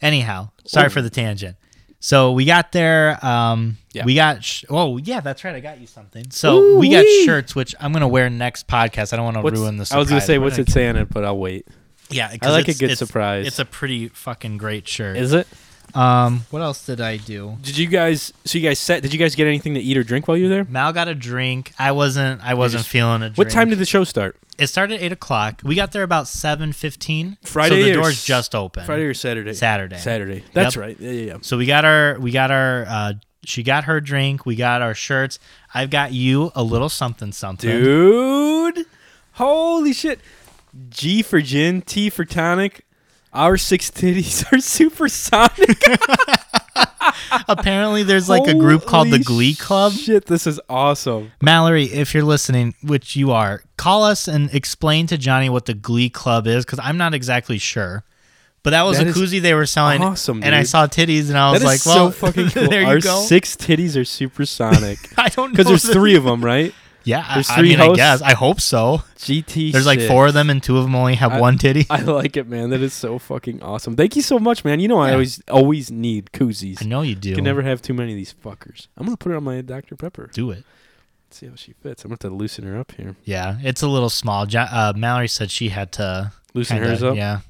B: Anyhow, sorry
A: Oh.
B: for the tangent. So we got there. Um,
A: Yeah.
B: We got. Sh- oh yeah, that's right. I got you something. So we got
A: Ooh-wee.
B: shirts, which I'm gonna wear next podcast. I don't want to
A: What's-
B: ruin the.
A: I was gonna
B: surprise.
A: say,
B: We're
A: what's
B: gonna-
A: it saying it, but I'll wait.
B: Yeah,
A: I
B: 'cause
A: like a
B: it's-
A: good
B: it's-
A: surprise.
B: It's a pretty fucking great shirt.
A: Is it?
B: um, what else did I do?
A: Did you guys? So you guys set? Did you guys get anything to eat or drink while you were there?
B: Mal got a drink. I wasn't. I wasn't
A: just-
B: feeling a drink.
A: What time did the show start?
B: it started? At eight o'clock. We got there about seven fifteen.
A: Friday
B: So the
A: or
B: doors
A: s-
B: just open.
A: Friday or Saturday?
B: Uh, Saturday.
A: Saturday. That's
B: Yep.
A: right. Yeah, yeah, yeah.
B: So we got our we got our uh she got her drink, we got our shirts. I've got you a little something something.
A: Dude, holy shit! G for gin, T for tonic. Our six titties <laughs> are supersonic.
B: <laughs> Apparently there's like a group called the
A: Holy
B: Glee Club.
A: Shit, this is awesome.
B: Mallory, if you're listening, which you are, call us and explain to Johnny what the Glee Club is cuz I'm not exactly sure. But that was
A: That
B: a
A: is
B: koozie they were selling
A: awesome,
B: and I
A: dude.
B: saw titties and I
A: That
B: was
A: is
B: like,
A: so
B: well, <laughs>
A: fucking cool.
B: there you
A: Our
B: go.
A: six titties are
B: <laughs>
A: supersonic.
B: I don't know.
A: Because there's
B: the-
A: three of them, right?
B: Yeah, I-
A: there's
B: I,
A: three
B: mean,
A: hosts.
B: I guess I hope so.
A: GT.
B: There's like
A: shit.
B: four of them and two of them only have
A: I-
B: one titty.
A: I like it, man. That is so fucking awesome. Thank you so much, man. You know I
B: Yeah.
A: always always need koozies.
B: I know you do.
A: You can never have too many of these fuckers. I'm gonna put her on my Dr. Pepper.
B: do it.
A: Let's see how she fits. I'm gonna have to loosen her up here.
B: Yeah, it's a little small. Jo- uh, Mallory said she had to
A: Loosen
B: kinda-
A: hers up.
B: Yeah,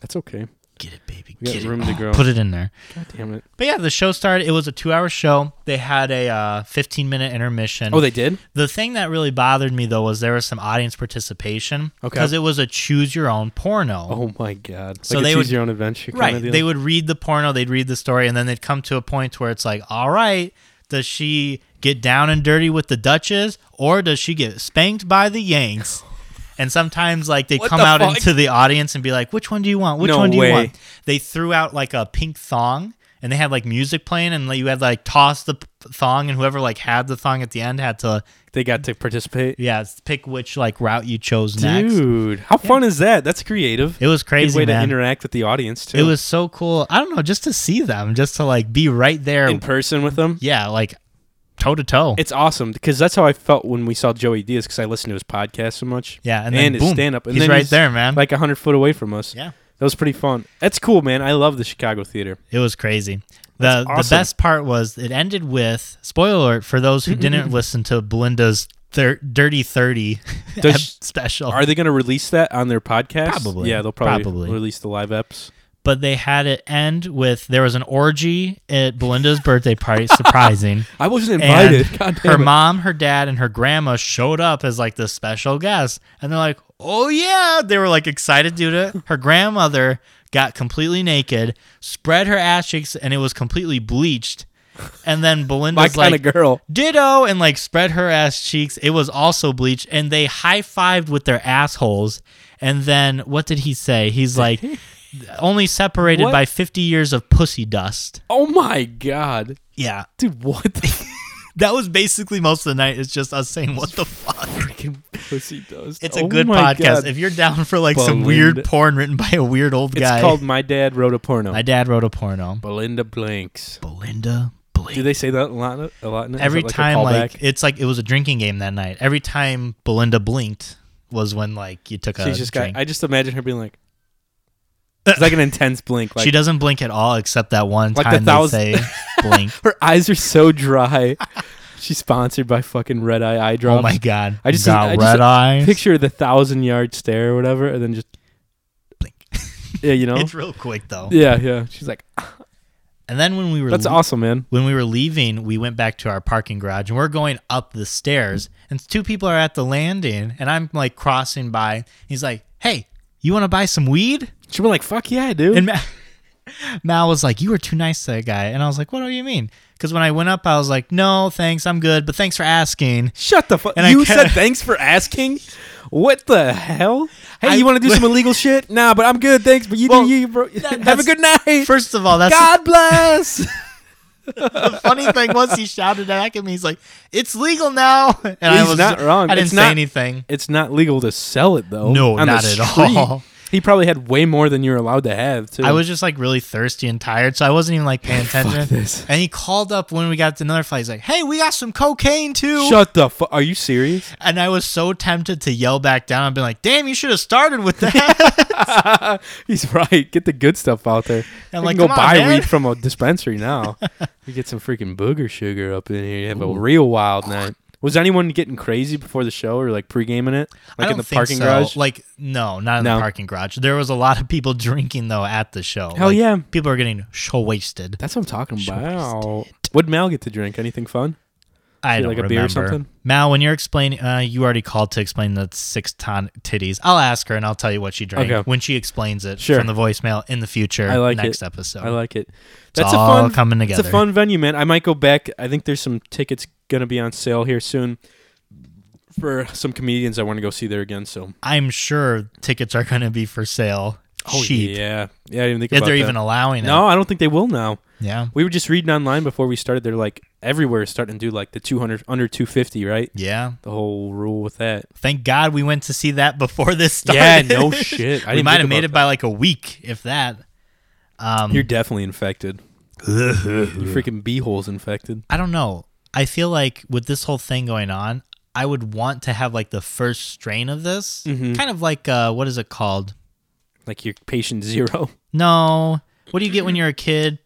A: That's okay.
B: get it, baby.
A: We got
B: Get it.
A: room to
B: Oh,
A: grow.
B: Put it in there.
A: God damn it.
B: But yeah, the show started. It was a two-hour show. They had a uh, 15-minute intermission.
A: Oh, they did.
B: the thing that really bothered me though was there was some audience participation
A: Okay.
B: because it was a choose-your-own porno.
A: Oh my god.
B: So
A: like
B: they
A: a choose
B: would-
A: your own adventure. Kind
B: right.
A: Of deal.
B: They would read the porno. They'd read the story, and then they'd come to a point where it's like, all right, does she get down and dirty with the Duchess, or does she get spanked by
A: <laughs>
B: the Yanks? And sometimes, like they
A: What
B: come
A: the
B: out
A: fuck?
B: into the audience and be like, "Which one do you want? Which
A: No
B: one do
A: way.
B: you want?" They threw out like a pink thong, and they had like music playing, and you had like toss the p- thong, and whoever like had the thong at the end had to,
A: They got to participate.
B: yeah, s- pick which like route you chose next.
A: Dude, how fun is that? That's creative.
B: It was crazy,
A: Good way to
B: man.
A: interact with the audience too.
B: It was so cool. I don't know, just to see them, just to like be right there.
A: in person with them.
B: yeah, like toe to toe.
A: It's awesome because that's how I felt when we saw Joey Diaz because I listened to his podcast so much.
B: yeah, and then
A: and his
B: boom,
A: stand-up, and
B: he's
A: then
B: right
A: he's
B: there, man.
A: Like a hundred foot away from us.
B: yeah,
A: That was pretty fun. That's cool, man. I love the Chicago theater.
B: it was crazy. The
A: That's awesome.
B: the best part was it ended with spoiler alert for those
A: <laughs>
B: who didn't listen to Belinda's thir- Dirty Thirty <laughs>
A: Does-
B: special.
A: Are they going to release that on their podcast?
B: Probably.
A: Yeah, they'll probably,
B: Probably.
A: release the live eps.
B: but they had it end with there was an orgy at Belinda's birthday
A: <laughs>
B: party. Surprising.
A: I wasn't
B: And
A: invited. <laughs> God damn
B: her
A: it.
B: mom, her dad, and her grandma showed up as like the special guests, and they're like, "Oh yeah!" They were like excited due to her grandmother got completely naked, spread her ass cheeks, and it was completely bleached. And then
A: my
B: Belinda's
A: kind
B: like,
A: of girl.
B: "Ditto," and like spread her ass cheeks. It was also bleached, and they high fived with their assholes. And then what did he say? He's
A: <laughs>
B: like, "Only separated
A: What?
B: by fifty years of pussy dust."
A: Oh my god,
B: Yeah,
A: dude! What the
B: that was basically most of the night. It's just us saying, "What the fuck."
A: freaking <laughs> pussy does?
B: It's a
A: Oh
B: good
A: my
B: podcast.
A: God.
B: If you're down for like some
A: Belinda.
B: weird porn written by a weird old
A: It's
B: guy,
A: called My Dad Wrote a Porno.
B: My Dad Wrote a Porno.
A: Belinda Blinks.
B: Belinda
A: Do
B: Blake.
A: they say that a lot? A lot in it? Is
B: Every
A: that like a
B: time, like
A: callback?
B: it's like it was a drinking game that night. Every time Belinda blinked was when like you took a
A: she's just got.
B: drink.
A: I just imagine her being
B: <laughs>
A: like, it's like an intense blink. Like
B: she doesn't blink at all except that one
A: Like the
B: time
A: thousand- <laughs>
B: they say blink.
A: her eyes are so
B: <laughs>
A: dry. She's sponsored by fucking Red Eye Eye Drops.
B: Oh my god!
A: I just-
B: got
A: I just-
B: red eyes.
A: Picture the thousand yard stare or whatever, and then just
B: Blink. <laughs>
A: yeah, you know,
B: It's real quick though.
A: yeah, yeah. She's like,
B: And then when we were
A: that's
B: le-
A: awesome, man.
B: when we were leaving, we went back to our parking garage and we're going up the stairs. And two people are at the landing, and I'm like crossing by. He's like, Hey, you want to buy some weed?
A: She went like, fuck yeah, dude.
B: And Ma- <laughs> Mal was like, You were too nice to that guy. And I was like, What do you mean? Because when I went up, I was like, No, thanks, I'm good, but thanks for asking.
A: Shut the fuck.
B: And I
A: You
B: kinda-
A: <laughs> said thanks for asking. What the hell? Hey,
B: I-
A: you want to do some illegal shit? <laughs> Nah, but I'm good, thanks. But you
B: Well,
A: do you, bro. <laughs> Have a
B: that's-
A: good night.
B: First of all, that's
A: God <laughs> bless.
B: the funny thing was he shouted back at me. He's like, It's legal now. <laughs> And I
A: He's
B: was
A: not wrong.
B: I didn't
A: It's
B: say
A: not-
B: anything.
A: it's not legal to sell it though.
B: No,
A: on the
B: not at
A: street.
B: all.
A: He probably had way more than you're allowed to have too.
B: I was just like really thirsty and tired, so I wasn't even like paying
A: <laughs>
B: attention.
A: this.
B: And he called up when we got to another flight. He's like, "Hey, we got some cocaine too."
A: Shut the fuck. Are you serious?
B: and I was so tempted to yell back down. I've been like, "Damn, you should have started with
A: <laughs>
B: that."
A: He's right. Get the good stuff out there.
B: <laughs> I'm
A: You
B: like,
A: can go
B: "Come on,
A: buy
B: man."
A: weed from a dispensary
B: <laughs>
A: now. you get some freaking booger sugar up in here. You have a real wild night. Was anyone getting crazy before the show or like pre-gaming it,
B: I
A: like
B: don't
A: in the
B: think
A: parking
B: so.
A: garage?
B: Like, no, not in
A: No.
B: the parking garage. There was a lot of people <laughs> drinking though at the show.
A: Hell
B: Like,
A: yeah.
B: people are getting show wasted.
A: That's what I'm talking about. Would Mal get to drink anything fun?
B: I
A: Get,
B: don't
A: like, a
B: remember.
A: beer or something?
B: Mal, when you're explaining, uh, you already called to explain the six ton titties. I'll ask her and I'll tell you what she drank
A: Okay.
B: when she explains it
A: Sure.
B: from the voicemail in the future.
A: I like
B: next
A: it.
B: episode.
A: I like it.
B: Oh. It's
A: That's
B: all
A: a fun
B: coming
A: It's
B: together.
A: a fun venue, man. I might go back. I think there's some tickets gonna be on sale here soon for some comedians I want to go see there again. So
B: I'm sure tickets are going to be for sale cheap
A: Oh, yeah, yeah. I didn't think
B: if
A: about
B: they're
A: that.
B: even allowing it.
A: no, I don't think they will now.
B: Yeah.
A: We were just reading online before we started. They're like everywhere is starting to do like the 200 under 250, right?
B: Yeah.
A: The whole rule with that.
B: Thank God we went to see that <laughs> before this started.
A: <laughs> Yeah, no
B: <laughs>
A: shit. I
B: we
A: didn't
B: might
A: think
B: have made
A: about
B: it by like a week, if that. Um,
A: You're definitely infected. <laughs> Your freaking beehole's infected.
B: I don't know. I feel like with this whole thing going on, I would want to have like the first strain of this,
A: Mm-hmm.
B: kind of like uh, what is it called?
A: Like your patient zero.
B: No, what do you get when you're a kid?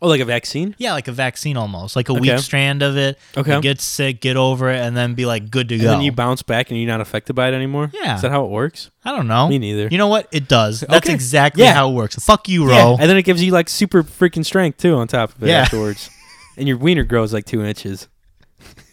A: Oh, like a vaccine?
B: Yeah, like a vaccine almost, like a weak
A: Okay.
B: strand of it.
A: Okay.
B: You get sick, get over it, and then be like good to
A: And
B: go.
A: then you bounce back and you're not affected by it anymore?
B: Yeah.
A: Is that how it works?
B: I don't know.
A: Me neither.
B: You know what? It does. That's
A: Okay.
B: exactly
A: Yeah.
B: how it works. Fuck you, Ro.
A: And then it gives you like super freaking strength too on top of it
B: Yeah. <laughs>
A: afterwards. And your wiener grows like two inches. <laughs>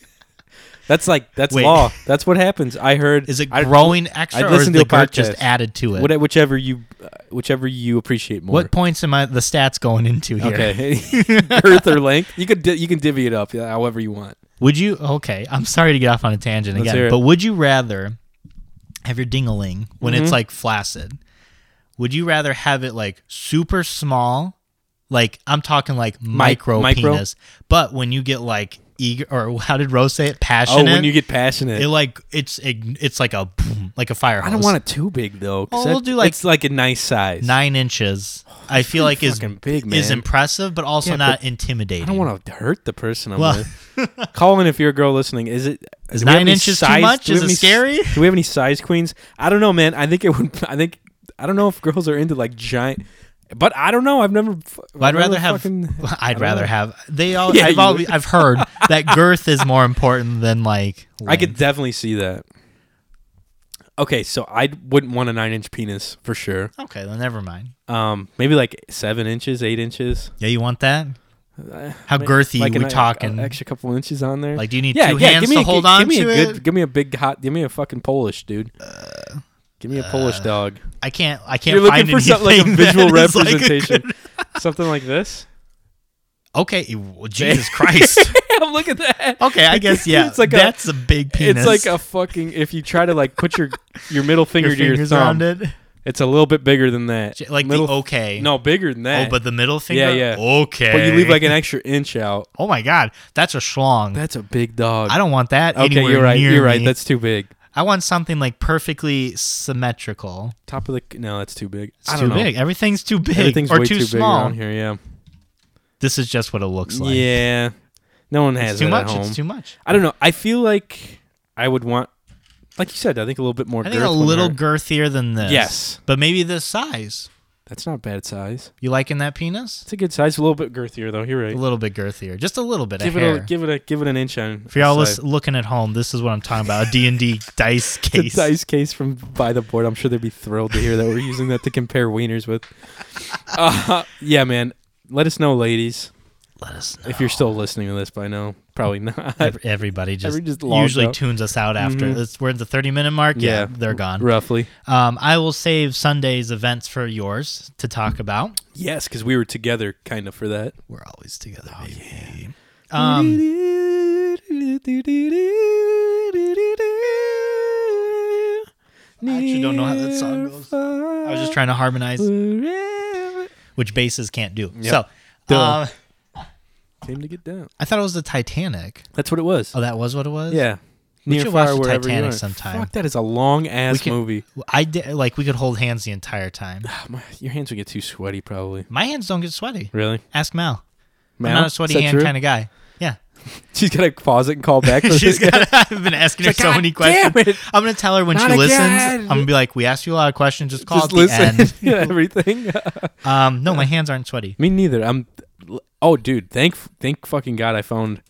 A: that's like, that's
B: Wait.
A: law. That's what happens. I heard.
B: Is it
A: I-
B: growing extra, or is
A: listened to
B: the
A: a
B: girth just
A: podcast.
B: added to it? What,
A: What, whichever you, uh, whichever you appreciate more.
B: points am I? The stats going into
A: <laughs>
B: here?
A: Okay, <laughs> girth or length. You could di- you can divvy it up yeah, however you want.
B: Would you? Okay, I'm sorry to get off on a tangent
A: Let's hear
B: again,
A: it.
B: but would you rather have your dingaling when
A: Mm-hmm.
B: it's like flaccid? Would you rather have it like super small, like I'm talking like micro,
A: micro?
B: penis, but when you get like eager or <laughs> how did Rose say it?
A: Oh,
B: Passionate.
A: when you get passionate.
B: it like it's ign- it's like a boom, like a fire hose.
A: I don't want it too big though. 'cause
B: Oh, we'll
A: that-
B: do, like,
A: it's like a nice size.
B: nine inches. I feel like is
A: fucking big,
B: is
A: man.
B: impressive, but also
A: Yeah,
B: not
A: but
B: intimidating.
A: I don't want to hurt the person I'm
B: Well-
A: with.
B: <laughs>
A: Colin, if you're a girl listening, is it
B: Is
A: do we have
B: nine
A: any
B: inches too
A: size-
B: much?
A: do we
B: Is
A: have
B: it
A: any s-
B: scary?
A: Do we have any size queens? I don't know, man. I think it would. I think I don't know if girls are into like giant. But I don't know. I've never. fu-
B: Well, I'd
A: I've never
B: rather have.
A: fucking- I
B: <laughs> I'd
A: don't
B: rather
A: know.
B: have. They all.
A: Yeah,
B: I've
A: you
B: always, I've
A: <laughs>
B: heard that girth is more important than like.
A: I could
B: length.
A: definitely see that. Okay, so I wouldn't want a nine inch penis for sure.
B: Okay, then never mind.
A: Um, maybe like seven inches, eight inches.
B: Yeah, you want that?
A: Uh,
B: How
A: may-
B: girthy
A: like
B: we
A: an- a-
B: talking?
A: a extra couple inches on there.
B: Like, do you need
A: yeah,
B: two
A: yeah,
B: hands
A: give me
B: to
A: a,
B: hold
A: gi-
B: on
A: give me
B: to
A: a good,
B: it?
A: Give me a big hot. Give me a fucking Polish dude. give me a Polish dog.
B: I can't. I uh, can't
A: You're looking
B: find
A: for something like a
B: anything <laughs> that
A: visual
B: is like a good-
A: representation, <laughs> something like this.
B: <laughs> okay. e, Well,
A: <laughs>
B: Jesus Christ.
A: Look at that.
B: Okay, I guess yeah.
A: It's like a-
B: that's a, big
A: It's
B: penis.
A: like a fucking. If you try to like put your your middle finger
B: <laughs> your
A: to your
B: fingers around
A: thumb,
B: it,
A: it's a little bit bigger than that.
B: J- like
A: middle
B: the okay.
A: No, bigger than
B: Oh,
A: that.
B: but the middle finger.
A: yeah.
B: Okay.
A: but you leave like an extra inch out.
B: Oh my God, that's a schlong.
A: That's a big dog.
B: I don't want that
A: okay,
B: anywhere
A: you're right.
B: near
A: You're right.
B: me.
A: That's too big.
B: I want something like perfectly symmetrical.
A: Top of the no, that's too big.
B: It's
A: I
B: too
A: don't know.
B: big. Everything's too big
A: Everything's
B: or
A: way
B: too,
A: too big
B: small.
A: around here. Yeah.
B: This is just what it looks like.
A: yeah. No one has
B: It's too
A: that
B: much.
A: at home.
B: It's too much.
A: I don't know. I feel like I would want, like you said, I think a little bit more.
B: I think
A: girth
B: a
A: would
B: little
A: hurt.
B: girthier than this.
A: Yes.
B: But maybe this size.
A: That's not bad size.
B: You liking that penis?
A: It's a good size. A little bit girthier though. You're right.
B: A little bit girthier. Just a little bit
A: give
B: of
A: it
B: hair.
A: a give it a give it an inch on.
B: For y'all
A: the
B: lis-
A: side.
B: looking at home, this is what I'm talking about.
A: <laughs>
B: A D&D dice
A: the
B: case.
A: dice case from by the board. I'm sure they'd be thrilled to hear that we're using that to compare wieners <laughs> with. Uh, yeah, man. Let us know, ladies,
B: Let us
A: <laughs>
B: know.
A: if you're still listening to this by now. Probably not.
B: Ev-
A: <laughs>
B: Everybody just,
A: Everybody just logged
B: usually
A: out.
B: tunes us out after.
A: Mhm.
B: It's, we're at the 30 minute mark. Yeah,
A: Yeah.
B: they're gone.
A: Roughly.
B: Um, I will save Sunday's events for yours to talk about.
A: Yes, because we were together kind of for that.
B: We're always together, baby. Oh, Um,
A: I
B: actually don't know how that song goes. I was just trying to harmonize,
A: trying.
B: which basses can't do.
A: Yep.
B: So,
A: Duh.
B: uh,
A: Came to get down.
B: I thought it was the Titanic.
A: That's what it was.
B: Oh, that was what it was.
A: yeah.
B: We
A: Near
B: should watch
A: fire,
B: the
A: wherever you
B: Titanic
A: are.
B: sometime.
A: Fuck, that is a long
B: We
A: ass
B: could-
A: movie.
B: I did. Like we could hold hands the
A: <sighs>
B: entire time.
A: Ah, my- your hands would get too sweaty, probably.
B: My hands don't get sweaty.
A: Really?
B: Ask Mal.
A: Man,
B: I'm not a sweaty hand kind of guy.
A: <laughs>
B: Yeah,
A: She's gonna pause it and call back. for
B: <laughs> she's
A: this guy.
B: got. I've been asking her
A: <laughs> She's like,
B: so
A: "God
B: many
A: damn
B: questions.
A: it.
B: I'm gonna tell her when she
A: Not
B: listens.
A: again.
B: I'm gonna be like, we asked you a lot of questions. Just <laughs> call
A: Just
B: at
A: <laughs>
B: the
A: listen.
B: end.
A: yeah,
B: <laughs>
A: everything.
B: Um, no, my hands aren't sweaty.
A: Me neither. I'm. Oh, dude. Thank, thank fucking God, I found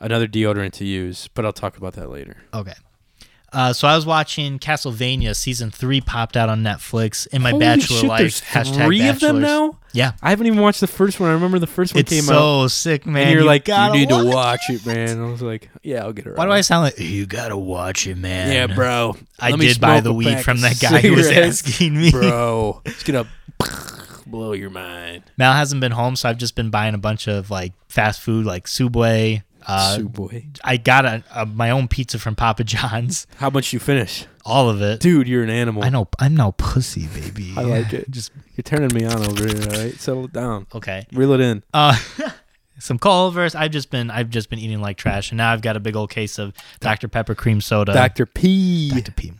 A: another deodorant to use. But I'll talk about that later.
B: Okay. Uh, so I was watching Castlevania season three popped out on Netflix in my
A: Holy
B: bachelor
A: shit,
B: life.
A: there's
B: hashtag
A: three of them
B: bachelors.
A: now.
B: Yeah,
A: I haven't even watched the first one. I remember the first one
B: it's
A: came out,
B: so sick, man.
A: and you're like, you
B: gotta
A: need to
B: watch
A: watch it, man. I was like, yeah, I'll get it.
B: Why do I sound like you gotta watch it, man?
A: Yeah, bro.
B: I
A: Let me
B: did buy
A: smoke
B: the
A: a
B: weed
A: pack
B: from
A: of <laughs>
B: that guy who was
A: cigarettes,
B: asking
A: <laughs>
B: me.
A: bro. It's gonna <laughs> blow your mind.
B: <laughs> Mal hasn't been home, so I've just been buying a bunch of like fast food, like Subway. Uh,
A: Sue boy,
B: I got a, a, my own pizza from Papa John's.
A: how much you finish,
B: All of it.
A: dude? You're an animal.
B: I know. I'm no pussy, baby.
A: I like it.
B: <laughs> Just
A: You're turning me on over here. All right, settle down.
B: okay.
A: Reel it in.
B: Uh, <laughs> some Culver's. I've just been I've just been eating like trash, and now I've got a big old case of Dr Pepper cream soda.
A: Dr. Uh, P.
B: Dr. P.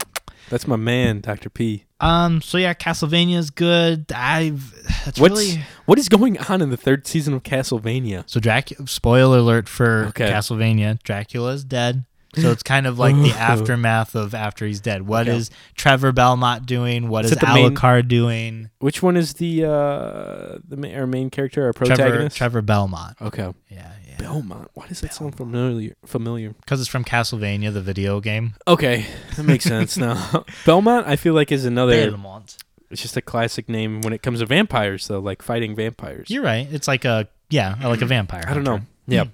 A: That's my man, Dr. P.
B: Um. So yeah, Castlevania's good. I've. That's
A: What's
B: really
A: what is going on in the third season of Castlevania?
B: so Dracula. Spoiler alert for
A: Okay.
B: Castlevania. Dracula is dead. So it's kind of like
A: <laughs>
B: the aftermath of after he's dead. What is
A: Okay.
B: Trevor Belmont doing? What
A: Is
B: is,
A: it the main-
B: Alucard doing?
A: Which one is the uh the ma- our main character, our
B: Trevor
A: protagonist?
B: Trevor Belmont.
A: Okay,
B: Yeah, yeah.
A: Belmont. Why does that sound familiar? Familiar.
B: Because it's from Castlevania, the video game.
A: Okay, that makes sense now. <laughs> Belmont, I feel like is another.
B: Belmont.
A: It's just a classic name when it comes to vampires, though, like fighting vampires.
B: You're right. It's like a yeah, like a vampire.
A: I don't know.
B: hunter.
A: Yeah,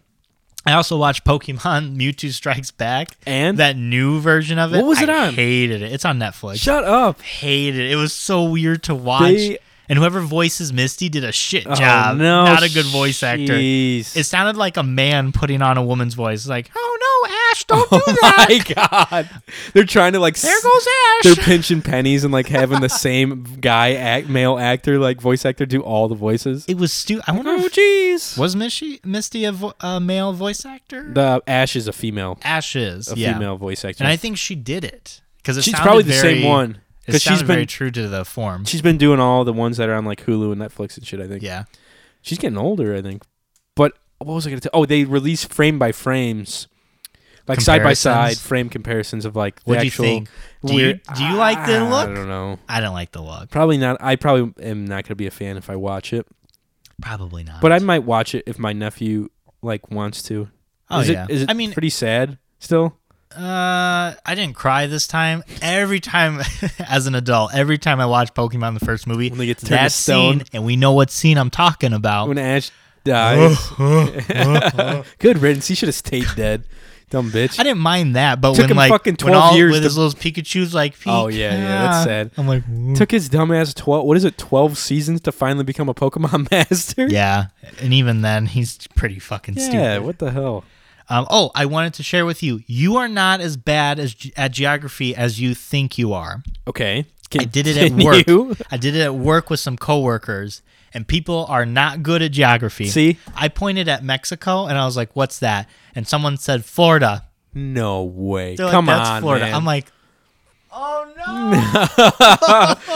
B: I also watched Pokemon <laughs> Mewtwo Strikes Back.
A: and
B: That new version of it.
A: What was it
B: I
A: on?
B: Hated it. It's on
A: <laughs>
B: Netflix.
A: shut up.
B: hated it. It was so weird to watch.
A: They-
B: and whoever voices Misty did a shit
A: Oh,
B: job.
A: no,
B: Not a good voice actor.
A: jeez.
B: It sounded like a man putting on a woman's voice. It's Like, oh no, Ash, don't
A: <laughs>
B: do
A: <laughs> Oh
B: that.
A: my god! They're trying to like
B: There
A: s-
B: goes
A: they're
B: Ash.
A: pinching pennies and like having the same guy act male actor like voice actor do all the voices
B: It was stupid. I wonder
A: oh
B: if
A: jeez
B: was Misty Misty a, vo- a male voice actor?
A: the ash is a female
B: Ashes,
A: a
B: yeah.
A: female voice actor
B: And I think she did it because
A: she's probably the same one
B: Because
A: because she's been
B: very true to the form.
A: she's been doing all the ones that are on like hulu and netflix and shit i think
B: yeah,
A: she's getting older i think but what was i gonna tell oh they release frame by frames like side by side
B: Comparisons?
A: frame comparisons of like the
B: What do you
A: actual
B: think? Do you-
A: weird-
B: do you like the
A: Ah, i
B: look?
A: don't know
B: I don't like the look.
A: probably not i probably am not gonna be a fan if i watch it
B: Probably not.
A: But I might watch it if my nephew like wants to.
B: oh
A: is
B: yeah.
A: it is it
B: I mean,
A: pretty sad still?
B: uh, I didn't cry this time. Every time, <laughs> as an adult, every time I watch Pokemon the first movie,
A: When they get turned to
B: that
A: stone.
B: scene, and we know what scene I'm talking about. <gasps>
A: When <laughs> Ash
B: <laughs>
A: dies. <laughs> Good riddance. He should have stayed dead. Dumb bitch.
B: I didn't mind that, but
A: Took
B: when
A: him
B: like
A: fucking
B: when
A: 12
B: all,
A: years
B: with
A: to-
B: his little Pikachu's like,
A: Oh, yeah, yeah, that's
B: "Pika."
A: sad.
B: I'm like,
A: Took his dumbass twelve. What is it? Twelve seasons to finally become a Pokemon <laughs> master.
B: yeah, and even then, he's pretty fucking
A: Yeah.
B: stupid.
A: What the hell?
B: Um, oh, I wanted to share with you, you are not as bad as ge- at geography as you think you are.
A: Okay.
B: I did it at work.
A: Continue. <laughs>
B: I did it at work with some coworkers, and people are not good at geography.
A: See?
B: I pointed at Mexico, and I was like, "What's that?" And someone said Florida.
A: No way.
B: They're
A: Come
B: like, "That's
A: on,
B: Florida."
A: man.
B: I'm like, "Oh
A: <laughs>
B: no!"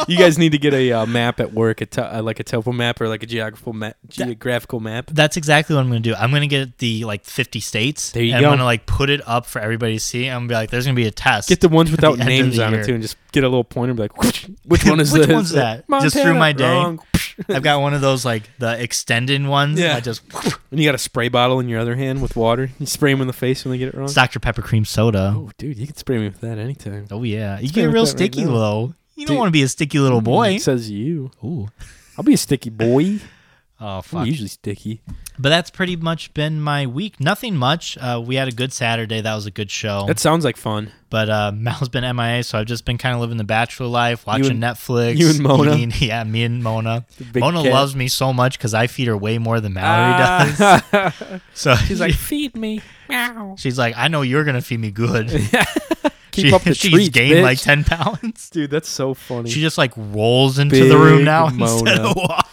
A: you
B: <laughs>
A: guys need to get a uh, map at work, a to- uh, like a topo map or like a geographical ma- geographical map.
B: That's exactly what I'm going to do. I'm going to get the like 50 states.
A: There you
B: and
A: go.
B: I'm going to like put it up for everybody to see. I'm going to be like, "There's going to be a test."
A: Get the ones without
B: the end of
A: names
B: the
A: on
B: year.
A: it too, and just get a little pointer. And be like,
B: <laughs>
A: which, which one is
B: Which
A: this? <laughs>
B: one's that? Just through
A: Montana.
B: my day.
A: Wrong.
B: <laughs>
A: <laughs>
B: I've got one of those like the extended ones.
A: Yeah.
B: I just
A: And you got a spray bottle in your other hand with water. You spray them in the face when they get it wrong.
B: it's Dr Pepper cream soda.
A: Oh, dude, you can spray me with that anytime.
B: Oh yeah, you
A: play
B: get
A: with
B: real
A: that right
B: sticky
A: now.
B: though. You don't
A: Dude. Mm-hmm.
B: want to be a sticky little Oh, boy.
A: Mm, It says you.
B: Ooh.
A: I'll be a sticky boy.
B: Oh
A: I'm
B: fuck. Oh.
A: usually sticky.
B: But that's pretty much been my week. Nothing much. Uh, we had a good Saturday. That was a good show.
A: That sounds like fun.
B: but uh, <laughs> Mal's been MIA, so I've just been kind of living the bachelor life, watching
A: and-
B: Netflix.
A: you and Mona?
B: eating- <laughs> yeah, me and Mona.
A: big
B: Mona
A: cat.
B: loves me so much because I feed her way more than Mallory does.
A: <laughs>
B: <laughs>
A: Ah.
B: So
A: She's like, feed me. Meow.
B: <laughs> she's like, I know you're gonna feed me good.
A: <laughs> Keep
B: she,
A: up the
B: <laughs> she's
A: treats,
B: gained
A: bitch.
B: like ten
A: <laughs>
B: pounds.
A: Dude, that's so funny.
B: She just like rolls into the room
A: Big
B: now <laughs> instead
A: Mona.
B: of walks.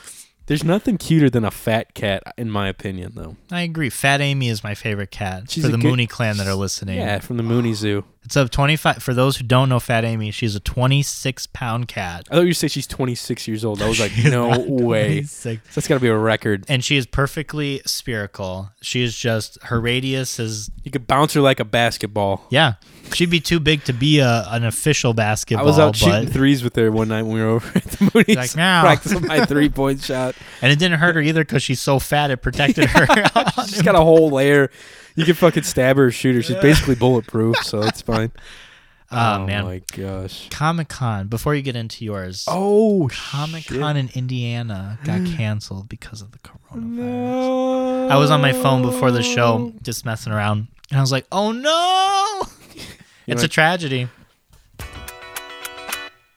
A: There's nothing cuter than a fat cat, in my opinion, though.
B: I agree. Fat Amy is my favorite cat
A: She's
B: for
A: a
B: the
A: good-
B: Mooney clan that are listening.
A: Yeah, from the Mooney Zoo.
B: It's a 25. For those who don't know Fat Amy, she's a 26 pound cat.
A: I thought you said she's 26 years old. I
B: <laughs>
A: was like, no way.
B: 26.
A: That's got to be a record.
B: And she is perfectly spherical. She is just, her radius is,
A: You could bounce her like a basketball.
B: yeah. She'd be too big to be a, an official
A: I
B: basketball.
A: was out
B: but,
A: shooting threes with her one night when we were <laughs> over at the Mooney
B: Like,
A: Zoo,
B: meow.
A: practicing
B: <laughs>
A: my three point shot.
B: And it didn't hurt her either because she's so fat, it
A: <laughs>
B: protected <laughs> her.
A: She's got a whole layer. You can fucking stab her or shoot her. She's basically bulletproof, so it's fine.
B: <laughs> oh, man.
A: my gosh.
B: Comic Con, before you get into yours,
A: Oh,
B: Comic
A: shit.
B: Con in Indiana
A: <gasps>
B: got canceled because of the coronavirus.
A: No.
B: I was on my phone before the show, just messing around, and I was like, "Oh no, it's a
A: like-
B: tragedy."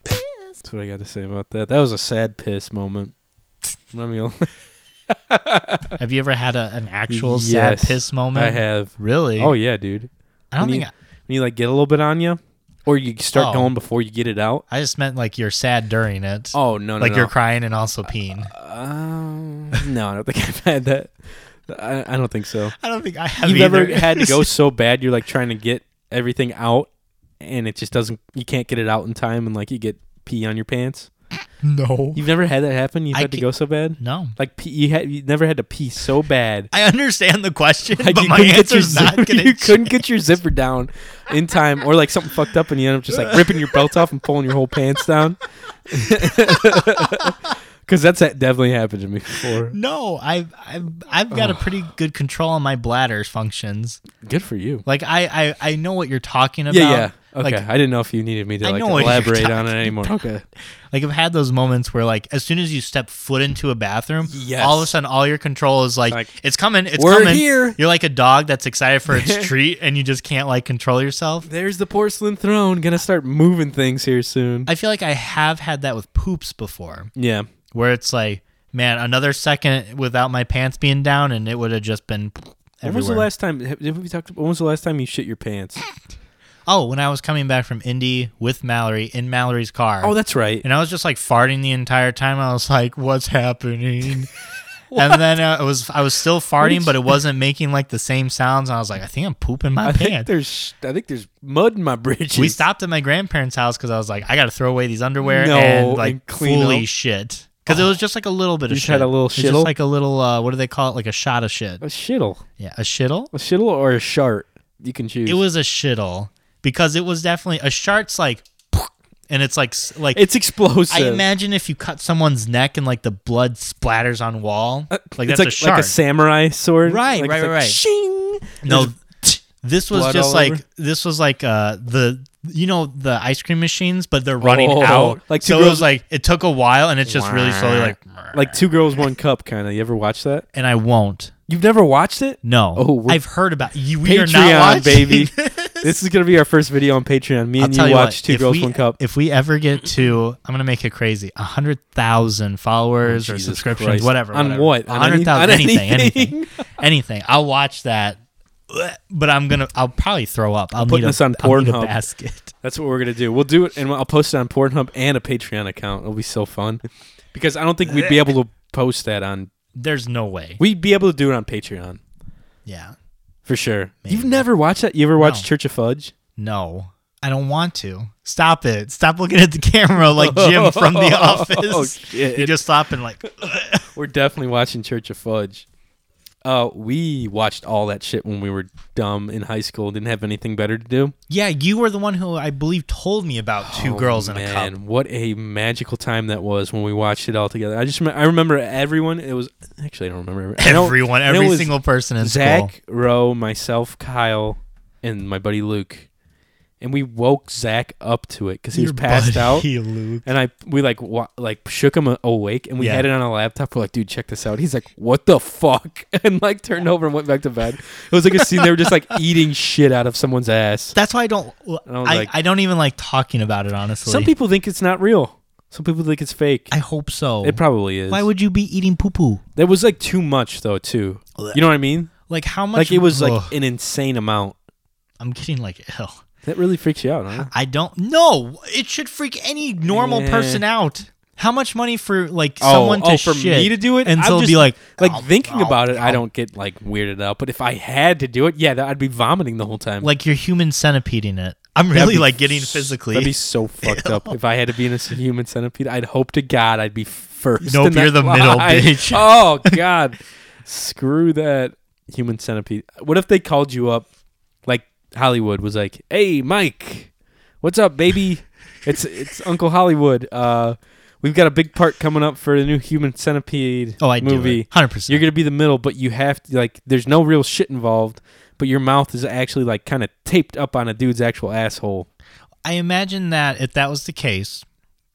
A: That's what I got to say about that. That was a sad piss moment. Let
B: <laughs>
A: me.
B: Have you ever had a, an actual
A: Yes,
B: sad piss moment?
A: I have.
B: Really?
A: Oh yeah, dude.
B: I don't
A: when
B: think
A: you, when you like get a little bit on you, or you start
B: Oh.
A: going before you get it out.
B: I, I just meant like you're sad during it,
A: Oh no, no,
B: like
A: no.
B: you're crying and also peeing.
A: Um, no, I don't think <laughs> I've had that. I, I don't think so.
B: I don't think I have.
A: You've
B: either.
A: ever had to
B: <laughs>
A: go so bad you're like trying to get everything out, and it just doesn't. You can't get it out in time, and like you get pee on your pants.
B: no,
A: You've never had that happen. You've
B: I
A: had to
B: ca-
A: go so bad.
B: no.
A: Like pee, you had, you never had to pee so bad <laughs>
B: I understand the question,
A: Like,
B: but
A: you
B: my
A: couldn't get your
B: answer's not
A: zipper-
B: going to.
A: <laughs> You couldn't get your zipper down in time, or like something fucked up, and you end up just like ripping your belt off and pulling your whole pants down. <laughs> Because that's that definitely happened to me before.
B: No, I've I've I've got a pretty good control on my bladder's functions.
A: Good for you.
B: Like I I, I know what you're talking about.
A: Yeah, yeah. Okay,
B: Like
A: I didn't know if you needed me to
B: I
A: like
B: know what you're
A: elaborate on it
B: talking
A: anymore. Okay.
B: Like I've had those moments where like as soon as you step foot into a bathroom,
A: Yes.
B: all of a sudden all your control is like,
A: Like,
B: it's coming, it's
A: "We're
B: coming.
A: here."
B: You're like a dog that's excited
A: <laughs>
B: for its treat and you just can't like control yourself.
A: There's the porcelain throne. Gonna start moving things here soon.
B: I feel like I have had that with poops before
A: yeah.
B: where it's like, man, another second without my pants being down and it would have just been
A: When was the
B: everywhere.
A: last time? Did we talked? When was the last time you shit your pants?
B: oh, when I was coming back from Indy with Mallory in Mallory's car.
A: Oh, that's right.
B: and I was just like farting the entire time. I was like, "What's
A: <laughs>
B: happening?" And then uh, I was I was still farting, but it wasn't making like the same sounds. And I was like, "I think I'm pooping my
A: I think
B: pants."
A: there's. I think there's mud in my <laughs> bridges.
B: We stopped at my grandparents' house because I was like, "I got to throw away these underwear
A: No,
B: and like
A: and clean
B: fully
A: up.
B: shit." Because it was just like a little bit
A: You
B: of
A: just
B: shit.
A: had a little
B: It was just
A: shittle?
B: like a little uh, what do they call it? Like a shot of shit.
A: a shittle.
B: Yeah, a shittle.
A: A shittle or a shart? You can choose.
B: It was a shittle because it was definitely a shart's like, <laughs> and it's like s- like
A: <laughs> It's explosive.
B: I imagine if you cut someone's neck and like the blood splatters on wall, like
A: Uh, it's
B: that's
A: like
B: a shark.
A: like a samurai sword.
B: Right,
A: Like,
B: right,
A: it's
B: right,
A: like,
B: right.
A: Shing.
B: no, This was
A: Blood
B: just
A: all
B: like
A: over?
B: this was like uh the you know the ice cream machines, but they're running
A: Oh,
B: out.
A: like
B: Like
A: two
B: so, it
A: girls-
B: was like it took a while, and it's just really slowly like
A: Like two girls, one cup, kind of. You ever watch that?
B: And I won't.
A: You've never watched it?
B: No,
A: Oh, we're-
B: I've heard about you. We are
A: Patreon,
B: not watching <laughs>
A: baby. This is gonna be our first video on Patreon. Me
B: I'll
A: and
B: tell
A: you
B: you what,
A: watch two
B: if
A: girls,
B: we-
A: one cup.
B: If we ever get to, I'm gonna make it crazy, a hundred thousand followers
A: Oh,
B: or
A: Jesus
B: subscriptions,
A: Christ.
B: whatever.
A: On
B: whatever.
A: what?
B: A
A: On
B: hundred
A: any- on
B: thousand, anything,
A: anything?
B: anything, anything. I'll watch that, but I'm gonna. I'll probably throw up. I'll
A: putting
B: need a,
A: this on
B: I'll need a
A: Pornhub.
B: basket. <laughs>
A: That's what we're gonna do. We'll do it, and I'll post it on Pornhub and a Patreon account. It'll be so fun because I don't think
B: <laughs>
A: we'd be able to post that on.
B: There's no way.
A: We'd be able to do it on Patreon
B: yeah.
A: for sure. You've
B: Maybe.
A: never watched that? You ever watched
B: No.
A: Church of Fudge?
B: No, I don't want to. Stop it. Stop looking at the camera like Jim
A: <laughs>
B: from The <laughs>
A: Oh,
B: Office.
A: shit.
B: You just stop and like.
A: We're definitely watching Church of Fudge. Uh, we watched all that shit when we were dumb in high school. Didn't have anything better to do.
B: Yeah, you were the one who I believe told me about two
A: Oh,
B: girls in a
A: man,
B: cup.
A: What a magical time that was when we watched it all together. I just rem- I remember everyone. It was actually I don't remember I know-
B: Everyone,
A: I know it
B: every
A: was
B: single person in school.
A: Zach, Roe, myself, Kyle, and my buddy Luke, and we woke Zach up to it because he was passed
B: <laughs>
A: out. And I we like wa- like shook him a- awake, and we
B: Yeah.
A: had it on a laptop. We're like, dude, check this out. He's like, what the fuck, <laughs> and like turned over and went back to bed. It was like a scene they were just
B: <laughs>
A: like eating shit out of someone's ass.
B: That's why I don't. I,
A: And I was like-
B: I don't even like talking about it. Honestly,
A: Some people think it's not real. Some people think it's fake.
B: I hope so.
A: It probably is.
B: why would you be eating poo poo?
A: that was like too much though too?
B: Blech.
A: You know what I mean?
B: Like how much?
A: Like it was like
B: Ugh,
A: an insane amount.
B: I'm getting like ill.
A: That really freaks you out, huh?
B: I don't. No, it should freak any normal
A: Yeah.
B: person out. How much money for like someone to
A: oh, for
B: shit
A: me to do it,
B: and
A: I'm
B: so
A: just-
B: be like
A: Like
B: "Oh,
A: thinking
B: oh,
A: about it, I
B: oh."
A: don't get like weirded out. But if I had to do it, yeah, that, I'd be vomiting the whole time.
B: like you're human centipeding it. I'm
A: That'd
B: really
A: be
B: like getting
A: s-
B: physically.
A: That'd be
B: <laughs>
A: so fucked up. If I had to be in a human centipede, I'd hope to God I'd be first.
B: Nope,
A: in that
B: you're the middle,
A: line.
B: bitch.
A: <laughs> Oh God, screw that human centipede. What if they called you up, like Hollywood was like, "Hey, Mike, what's up,
B: <laughs>
A: baby? It's it's Uncle Hollywood. Uh, we've got a big part coming up for the new Human Centipede
B: oh, I
A: movie.
B: do. Hundred percent.
A: You're gonna be the middle, but you have to like. There's no real shit involved, but your mouth is actually like kind of taped up on a dude's actual asshole.
B: I imagine that if that was the case,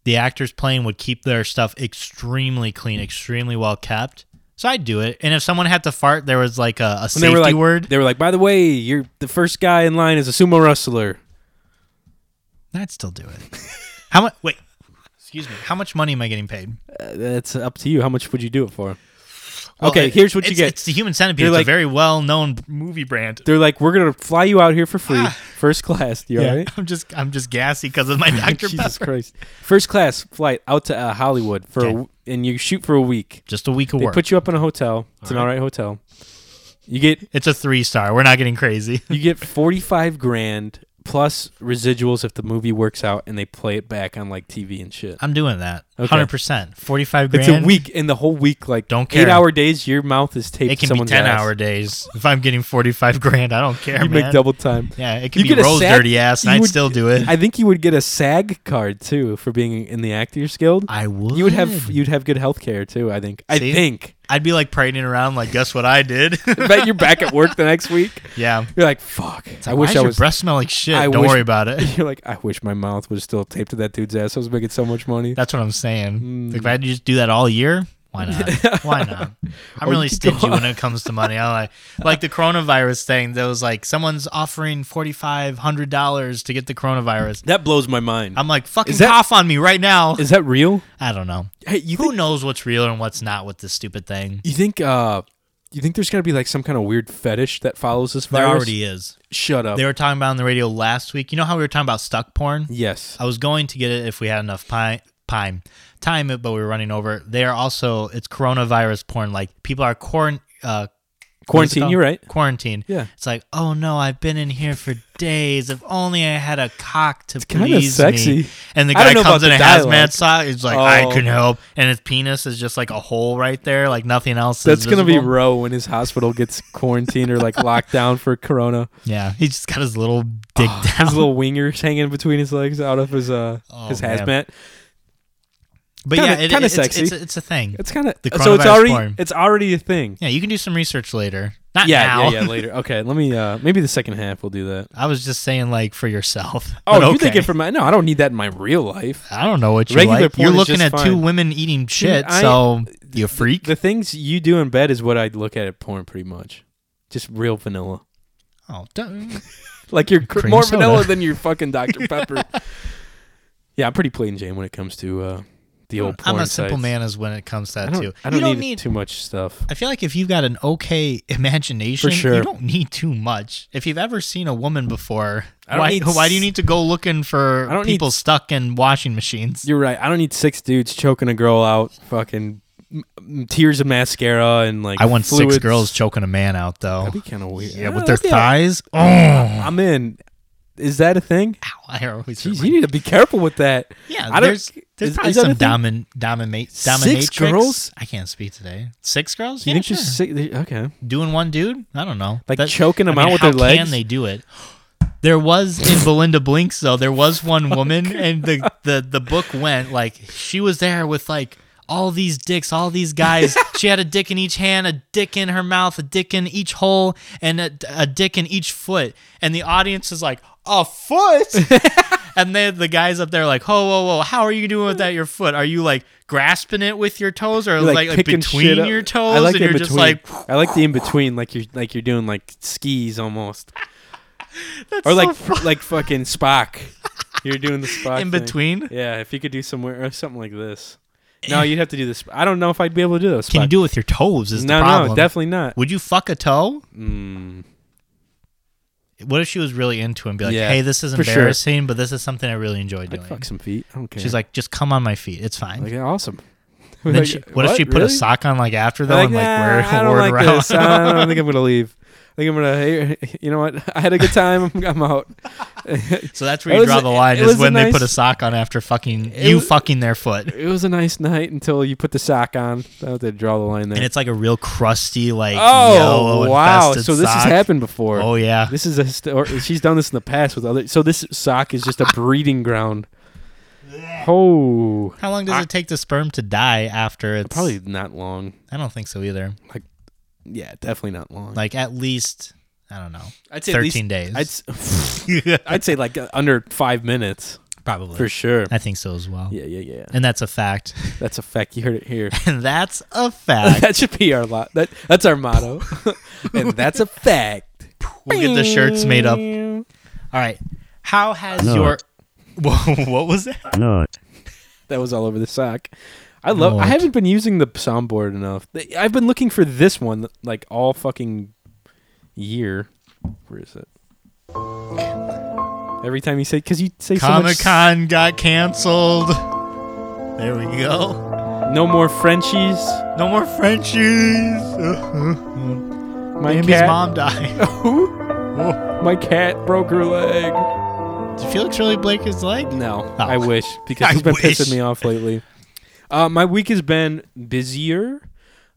B: the actors playing would keep their stuff extremely clean, extremely well kept. So I'd do it. And if someone had to fart, there was like a, a
A: And
B: safety
A: they were like,
B: word.
A: They were like, by the way, you're the first guy in line is a sumo wrestler.
B: I'd still do it. How much? Wait, excuse me. How much money am I getting paid?
A: Uh, that's up to you. How much would you do it for?
B: Well,
A: okay,
B: it-
A: here's what you
B: it's-
A: get.
B: It's the Human Centipede.
A: You're
B: it's
A: like-
B: a very well-known movie brand.
A: They're like, we're gonna fly you out here for free,
B: Ah.
A: first class. You all
B: <laughs>
A: right?
B: I'm just I'm just gassy because
A: <laughs>
B: of my Dr
A: Jesus
B: Pepper.
A: Christ, first class flight out to uh, Hollywood for, a
B: Okay.
A: w and you shoot for a week.
B: Just a week of
A: They
B: work.
A: put you up in a hotel. It's an
B: All
A: all
B: right.
A: right hotel. You get
B: it's a three star. We're not getting crazy.
A: you get 45 grand plus residuals if the movie works out and they play it back on like TV and shit.
B: I'm doing that.
A: Okay.
B: Hundred percent. Forty-five grand.
A: It's a week and the whole week like
B: Don't
A: 8
B: care.
A: hour days your mouth is taped
B: It can be
A: someone's
B: ten
A: ass.
B: hour days. If I'm getting forty-five grand, I don't care,
A: You
B: man.
A: make double time.
B: yeah, it can
A: You
B: be
A: get a
B: Rose's
A: sack-
B: dirty ass, and
A: you
B: I'd
A: would-
B: still do it.
A: I think you would get a SAG card too for being in the Actors Guild.
B: I would.
A: You would have you'd have good health care too, I think. I
B: See?
A: think.
B: I'd be like parading around, like, guess what I did? <laughs>
A: Bet you're back at work the next week.
B: yeah.
A: You're like, "Fuck. I
B: Why
A: wish
B: does
A: I
B: your
A: was
B: breath smell like shit.
A: I
B: don't
A: wish-
B: worry about it.
A: <laughs>
B: <laughs>
A: You're like, "I wish my mouth was still taped to that dude's ass. I was making so much money."
B: That's what I'm saying.
A: Mm.
B: Like, if I had to just do that all year,
A: <laughs>
B: why not? Why not? I'm
A: Or
B: really
A: you could go
B: stingy when it comes to money. I like like the coronavirus thing. That was like someone's offering forty five hundred dollars to get the coronavirus.
A: That blows my mind.
B: I'm like, fucking
A: Is that-
B: cough on me right now.
A: Is that real?
B: I don't know.
A: Hey, you
B: Who knows what's real and what's not with this stupid thing?
A: You think uh you think there's gonna be like some kind of weird fetish that follows this
B: There
A: virus?
B: already is.
A: Shut up.
B: They were talking about on the radio last week. You know how we were talking about stuck porn?
A: yes.
B: I was going to get it if we had enough pine, pine time, but we were running over. They are also it's coronavirus porn. Like people are quarant uh, what is it
A: Quarantine,
B: called?
A: you're right.
B: Quarantine.
A: Yeah.
B: It's like, oh no, I've been in here for days. If only I had a cock to
A: kinda
B: please
A: sexy.
B: me. And the
A: I don't
B: guy
A: know
B: comes
A: about
B: in
A: the
B: a
A: dialogue.
B: hazmat sock. He's like,
A: Oh.
B: I can help. And his penis is just like a hole right there, like nothing else.
A: That's
B: is
A: gonna be
B: visible.
A: Roe when his hospital
B: <laughs>
A: gets quarantined or like locked down for corona.
B: yeah. He's just got his <sighs> little dick down.
A: His little
B: <laughs>
A: wingers hanging between his legs out of his uh
B: Oh,
A: his
B: man.
A: hazmat.
B: but
A: kinda-
B: yeah, it,
A: kinda
B: it's,
A: sexy.
B: It's, it's, a thing.
A: It's kind of
B: The
A: so it's
B: coronavirus
A: already
B: porn.
A: it's already a thing.
B: yeah, you can do some research later. Not
A: yeah,
B: now.
A: yeah, yeah. Later. Okay, let me. uh Maybe the second half we'll do that.
B: <laughs> I was just saying, like for yourself.
A: Oh,
B: But
A: you
B: okay.
A: think it for my? No, I don't need that in my real life.
B: I don't know what you
A: Regular
B: like.
A: porn
B: You're
A: is
B: looking
A: just
B: at two
A: fine.
B: women eating shit,
A: I-
B: so you freak.
A: The things you do in bed is what I look at at porn pretty much. Just real vanilla.
B: oh, don't-
A: Like you're cr-
B: Cream
A: more
B: soda.
A: vanilla than your fucking
B: <laughs>
A: Dr Pepper. yeah, I'm pretty plain Jane when it comes to uh the old porn
B: I'm a simple
A: sites.
B: man as when it comes to
A: I
B: that
A: don't,
B: too.
A: I don't,
B: you don't
A: need,
B: need.
A: too much stuff.
B: I feel like if you've got an okay imagination,
A: For sure.
B: you don't need too much. If you've ever seen a woman before,
A: I don't
B: why
A: need
B: why
A: s-
B: do you need to go looking for
A: I don't need
B: people
A: s-
B: stuck in washing machines?
A: You're right. I don't need six dudes choking a girl out, fucking m- m- tears of mascara and like.
B: I want
A: fluids.
B: six girls choking a man out though.
A: That'd be kind of weird.
B: Yeah,
A: I
B: with
A: don't
B: their
A: know, <laughs>
B: thighs. Oh,
A: yeah. I'm in. Is that a thing?
B: Ow, I always hurt
A: Jeez,
B: my-
A: you need to be careful with that.
B: Yeah,
A: I don't-
B: there's there's
A: is-
B: probably
A: is that a
B: some
A: thing?
B: domin dominate
A: Six
B: dominatrix.
A: girls?
B: I can't speak today. Six girls?
A: Do you
B: yeah,
A: think
B: sure.
A: she's sick? Okay.
B: doing one dude? I don't know.
A: Like choking them out with
B: how
A: their legs?
B: Can they do it? There was in Belinda Blinks though. There
A: <laughs>
B: was one woman, and the, the the book went like she was there with like all these dicks, all
A: <laughs>
B: these guys. she had a dick in each hand, a dick in her mouth, a dick in each hole, and a, a dick in each foot. And the audience is like, a
A: <laughs>
B: foot. And then the guys up there are like, whoa, whoa, whoa, how are you doing with that? Your foot? Are you like grasping it with your toes, or
A: You're,
B: like, like,
A: picking shit
B: between
A: up.
B: your toes?
A: I like
B: and
A: the
B: you're
A: in
B: just
A: between.
B: like,
A: I like the in between, like you're like you're doing like skis almost,
B: <laughs> That's
A: or
B: so
A: like
B: fu-
A: like fucking Spock. You're doing the Spock
B: in
A: thing.
B: between. Eh.
A: Yeah, if you could do somewhere or something like this. No, you'd have to do this. I don't know if I'd be able to do those.
B: Can you
A: Spock.
B: do it with your toes? Is
A: No,
B: the problem?
A: no, definitely not.
B: Would you fuck a toe?
A: Mm.
B: What if she was really into it and be like,
A: Yeah,
B: "Hey, this is
A: for sure.
B: embarrassing, but this is something I really enjoy doing."
A: I'd fuck some feet. I don't care.
B: She's like, "Just come on my feet. It's fine."
A: like yeah, awesome.
B: <laughs> And then she, what, if she put a
A: really?
B: sock on like after though
A: Like,
B: and like
A: nah,
B: wear
A: I
B: it
A: don't
B: wore it
A: like
B: around?
A: this. I don't think I'm gonna leave. I think I'm gonna. Hey, you know what? <laughs> I had a good time. I'm out.
B: <laughs> so
A: It
B: that's where you
A: was
B: draw
A: a-
B: the line
A: it
B: is
A: was a
B: when they put a
A: nice-
B: sock on after fucking
A: It
B: you
A: was-
B: fucking their foot.
A: It was a nice night until you put the sock on. I have to draw the line there.
B: And it's like a real crusty, like
A: oh
B: yellow
A: wow!
B: infested
A: So this has
B: sock.
A: happened before.
B: Oh yeah,
A: This is a histor- she's done this in the past with other. So this sock is just a breeding ground. Oh,
B: how long does it take the sperm to die after it's?
A: probably not long.
B: I don't think so either.
A: Yeah, definitely not long.
B: Like at least I don't know,
A: I'd say
B: thirteen
A: At
B: days.
A: least, I'd, s- <laughs> I'd say like uh, under five minutes
B: Probably.
A: for sure.
B: I think so as well.
A: Yeah, yeah, yeah.
B: And that's a fact. <laughs>
A: That's a fact. You heard it here.
B: and that's a
A: <laughs>
B: fact.
A: that should be our lot. That that's our
B: <laughs>
A: motto, and that's a fact.
B: We'll get the shirts made up. All right. How has <laughs>
C: No.
B: your Whoa, what was that?
C: No.
A: That was all over the sock. I love. I
B: Lord.
A: haven't been using the soundboard enough. Th- I've been looking for this one like all fucking year. Where is it? Every time you say, because you say
B: Comic
A: so
B: Con got canceled. There we go.
A: much. No more Frenchies.
B: No more Frenchies. <laughs> Bambi's
A: My cat. <laughs>
B: mom died.
A: My cat broke her leg.
B: Did Felix really break his leg?
A: No,
B: Oh.
A: I wish because
B: <laughs> I
A: he's been
B: wish.
A: pissing me off lately. Uh, my week has been busier.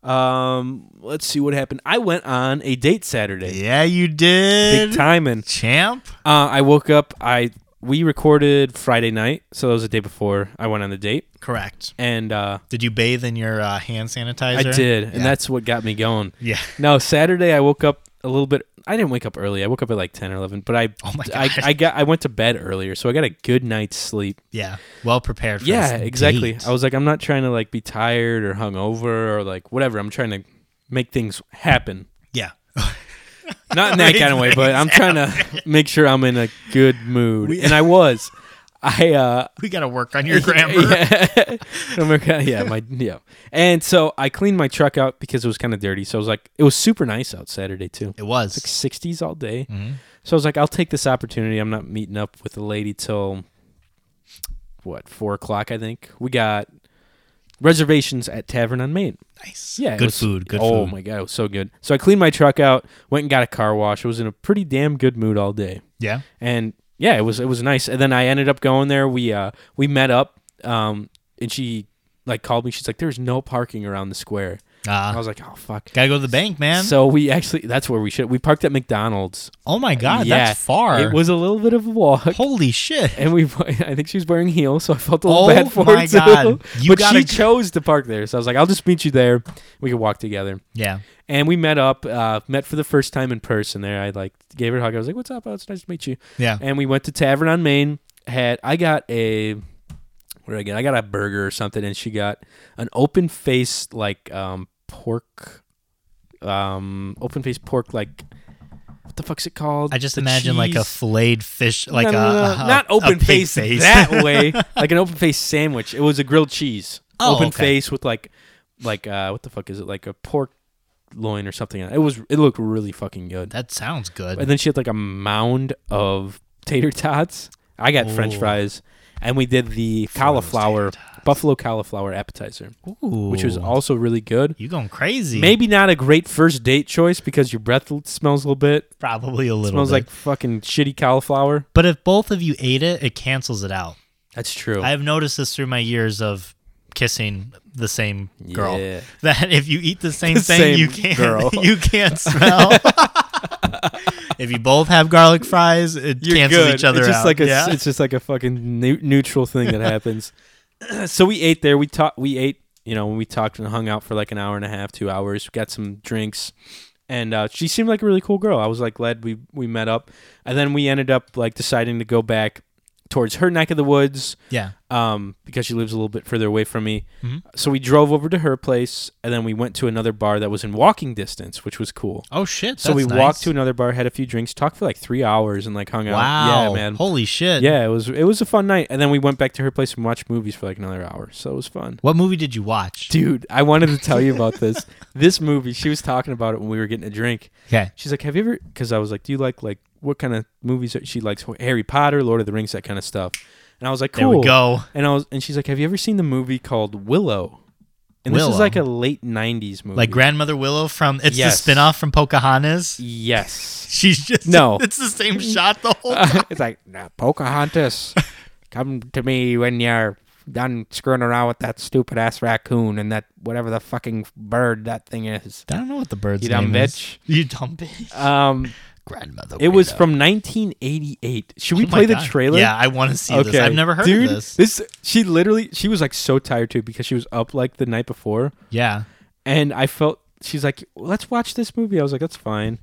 A: Um, let's see what happened. I went on a date Saturday,
B: Yeah, you
A: big
B: did.
A: time, and
B: Champ.
A: uh, I woke up. I we recorded Friday night, so that was the day before I went on the date,
B: Correct.
A: and uh,
B: Did you bathe in your uh, hand sanitizer?
A: I did,
B: Yeah.
A: and that's what got me going.
B: Yeah.
A: No, Saturday I woke up a little bit. I didn't wake up early. I woke up at like ten or eleven, but I
B: Oh my god.
A: I, I got I went to bed earlier, so I got a good night's sleep.
B: yeah. Well prepared for
A: yeah
B: this
A: exactly
B: date.
A: i was like i'm not trying to like be tired or hungover or like whatever i'm trying to make things happen
B: yeah. <laughs>
A: not in that
B: Make
A: kind of way but i'm trying
B: <laughs>
A: to make sure i'm in a good mood and i was i uh
B: We got to
A: <laughs>
B: work on your grammar.
A: yeah, <laughs> Oh my God, yeah my yeah and so i cleaned my truck out because it was kind of dirty so i was like it was super nice out saturday too
B: It was.
A: 60s all day
B: Mhm.
A: so i was like i'll take this opportunity i'm not meeting up with the lady till what four o'clock i think we got reservations at tavern on main
B: Nice.
A: Yeah, it
B: Good
A: was-
B: food. Good
A: oh
B: food.
A: my god, it was so good. So I cleaned my truck out, went and got a car wash. I was in a pretty damn good mood all day,
B: Yeah.
A: and yeah, it was it was nice. And then I ended up going there. We uh we met up, um, and she like called me. She's like, "There's no parking around the square." I
B: Uh,
A: was like, oh fuck.
B: gotta go to the bank, man.
A: So we actually that's where we should we parked at McDonald's.
B: oh my god,
A: Yeah,
B: that's far.
A: It was a little bit of a walk. <laughs>
B: Holy shit.
A: And we, <laughs> I think she was wearing heels, so I felt a little
B: Oh
A: bad for
B: my
A: her too.
B: God.
A: <laughs>
B: You
A: but
B: gotta-
A: she chose to park there, so I was like, "I'll just meet you there. We could walk together."
B: Yeah.
A: And we met up, uh, met for the first time in person there. I like gave her a hug. I was like, "What's up? Oh, it's nice to meet you."
B: Yeah.
A: And we went to Tavern on Main. Had I got a what did I get? I got a burger or something, and she got an open faced like um pork, um open faced pork like what the fuck's it called?
B: I just
A: The
B: imagine like a
A: cheese-
B: filleted fish, like
A: no,
B: a,
A: no, no,
B: a-
A: not
B: a
A: open
B: pig
A: face
B: face. <laughs>
A: that way, like an open face sandwich. It was a grilled cheese,
B: Oh,
A: open
B: okay.
A: face with like, like uh, what the fuck is it? Like a pork loin or something. It was. It looked really fucking good.
B: that sounds good.
A: And then she had like a mound of tater tots. I got French
B: Ooh.
A: fries, and we did the cauliflower, buffalo cauliflower appetizer,
B: Ooh. Hmm.
A: which was also really good.
B: you going crazy?
A: Maybe not a great first date choice because your breath l- smells a little bit.
B: probably a little.
A: smells
B: bit.
A: like fucking shitty cauliflower.
B: But if both of you ate it, it cancels it out.
A: That's true.
B: I've noticed this through my years of kissing the same girl.
A: Yeah.
B: <laughs> That if you eat the same
A: The
B: thing,
A: same
B: you can't
A: girl.
B: <laughs> you can't smell. <laughs> if you both have garlic fries, it cancels each other
A: it's just
B: out.
A: Like a,
B: yeah?
A: It's just like a fucking neu- neutral thing that
B: <laughs>
A: happens. so we ate there. We talked. We ate. You know, when we talked and hung out for like an hour and a half, two hours. We got some drinks, and uh, she seemed like a really cool girl. I was like glad we we met up, and then we ended up like deciding to go back towards her neck of the woods
B: yeah.
A: um, because she lives a little bit further away from me.
B: Mhm.
A: So we drove over to her place, and then we went to another bar that was in walking distance, which was cool.
B: Oh shit.
A: So we
B: that's
A: walked to
B: nice.
A: another bar, had a few drinks, talked for like three hours, and like hung
B: Wow.
A: out. Yeah, man.
B: Holy shit.
A: Yeah, it was it was a fun night, and then we went back to her place and watched movies for like another hour. So it was fun.
B: What movie did you watch?
A: Dude, I wanted to tell you about
B: <laughs>
A: this. this movie, she was talking about it when we were getting a drink.
B: Okay.
A: She's like, "Have you ever?" Because I was like, "Do you like like what kind of movies?" Are, she likes Harry Potter, Lord of the Rings, that kind of stuff. And I was like,
B: There
A: "Cool."
B: we go.
A: And I was, and she's like, "Have you ever seen the movie called Willow?" And this
B: Willow?
A: is like a late '90s movie.
B: Like Grandmother Willow from it's
A: Yes.
B: the spinoff from Pocahontas.
A: yes,
B: She's just
A: No.
B: <laughs>
A: Uh,
B: It's the same shot the whole time. <laughs>
A: it's like nah, Pocahontas, come to me when you're done screwing around with that stupid ass raccoon and that whatever the fucking bird that thing is.
B: I don't know what the bird's
A: You dumb
B: name is.
A: bitch.
B: You dumb bitch.
A: Um,
B: Grandmother.
A: it was
B: Willow.
A: from 1988. Should we
B: Oh my
A: play the
B: God.
A: trailer?
B: Yeah, I want to see this. I've never heard
A: Dude,
B: of this.
A: She literally, she was like so tired too because she was up like the night before,
B: Yeah.
A: and I felt she's like, let's watch this movie. I was like, that's fine.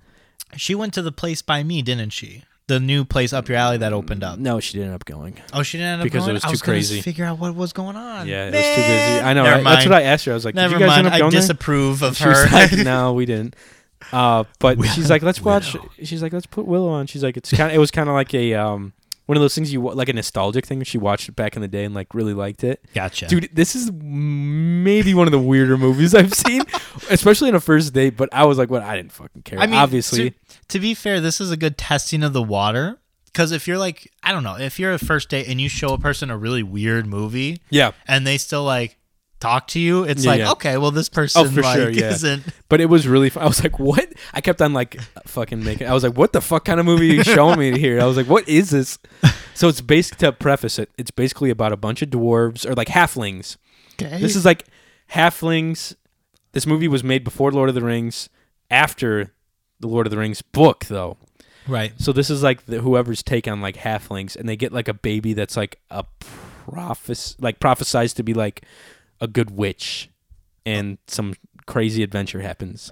B: She went to the place by me, didn't she? The new place up your alley that opened up.
A: No, she didn't end up going.
B: Oh, she didn't end up
A: Because it
B: going?
A: was
B: I
A: too
B: was gonna
A: crazy.
B: Figure out what was going on.
A: Yeah, it was too busy. I know.
B: Never
A: right?
B: mind.
A: That's what I asked her. I was like,
B: Never
A: did you guys
B: mind.
A: end up
B: I
A: going there?
B: disapprove
A: <laughs>
B: of
A: She was
B: her. <laughs>
A: like, no, we didn't. Uh, but she's like, let's watch.
B: Willow.
A: She's like, let's put Willow on. She's like, it's kind. It was kind of like a um, one of those things you wa- like a nostalgic thing. She watched it back in the day and like really liked it.
B: gotcha.
A: Dude, this is maybe one of the weirder movies I've seen, <laughs> especially on a first date. But I was like, what? I didn't fucking care.
B: I mean,
A: obviously,
B: To, to be fair, this is a good testing of the water. Because if you're like, I don't know, if you're a first date and you show a person a really weird movie
A: yeah.
B: and they still like talk to you, it's
A: Yeah,
B: like,
A: yeah. Oh,
B: okay, well, this person
A: for
B: like
A: sure, yeah.
B: <laughs> isn't.
A: But it was really fun. I was like, what? I kept on like fucking making. I was like, what the fuck kind of movie are you showing me here? I was like, what is
B: <laughs>
A: this? So it's basic to preface it. It's basically about a bunch of dwarves or like halflings. This is like halflings. This movie was made before Lord of the Rings, after the Lord of the Rings book, though.
B: right.
A: So this is like the, whoever's take on like halflings, and they get like a baby that's like a prophes like prophesized to be like a good witch, and some crazy adventure happens.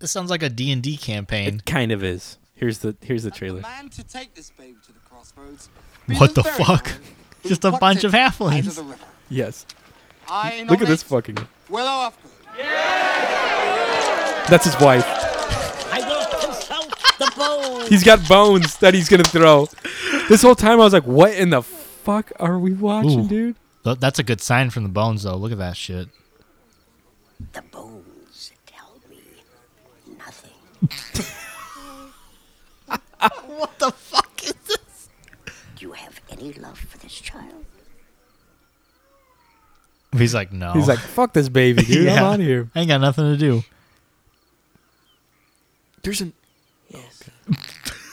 B: This sounds like a D&D campaign.
A: It kind of is. Here's the here's the
C: The
A: trailer.
C: man to take this baby to the crossroads.
B: What the fuck? Just a bunch of halflings.
A: Yes.
C: I
A: Look at this
C: fuck.
A: fucking.
C: Willow Upgood.
A: That's his wife.
D: I will consult the bowl.
A: He's got bones that he's gonna throw. This whole time I was like, what in the fuck are we watching,
B: Ooh.
A: dude?
B: Th- That's a good sign from the bones, though. Look at that shit.
D: The bones tell me nothing. <laughs>
B: What the fuck is this?
D: Do you have any love for this child?
B: He's like, no.
A: He's like, fuck this baby, dude. I'm
B: Oh. <laughs> Yeah.
A: out of here.
B: I ain't got nothing to do.
A: There's an. Yes.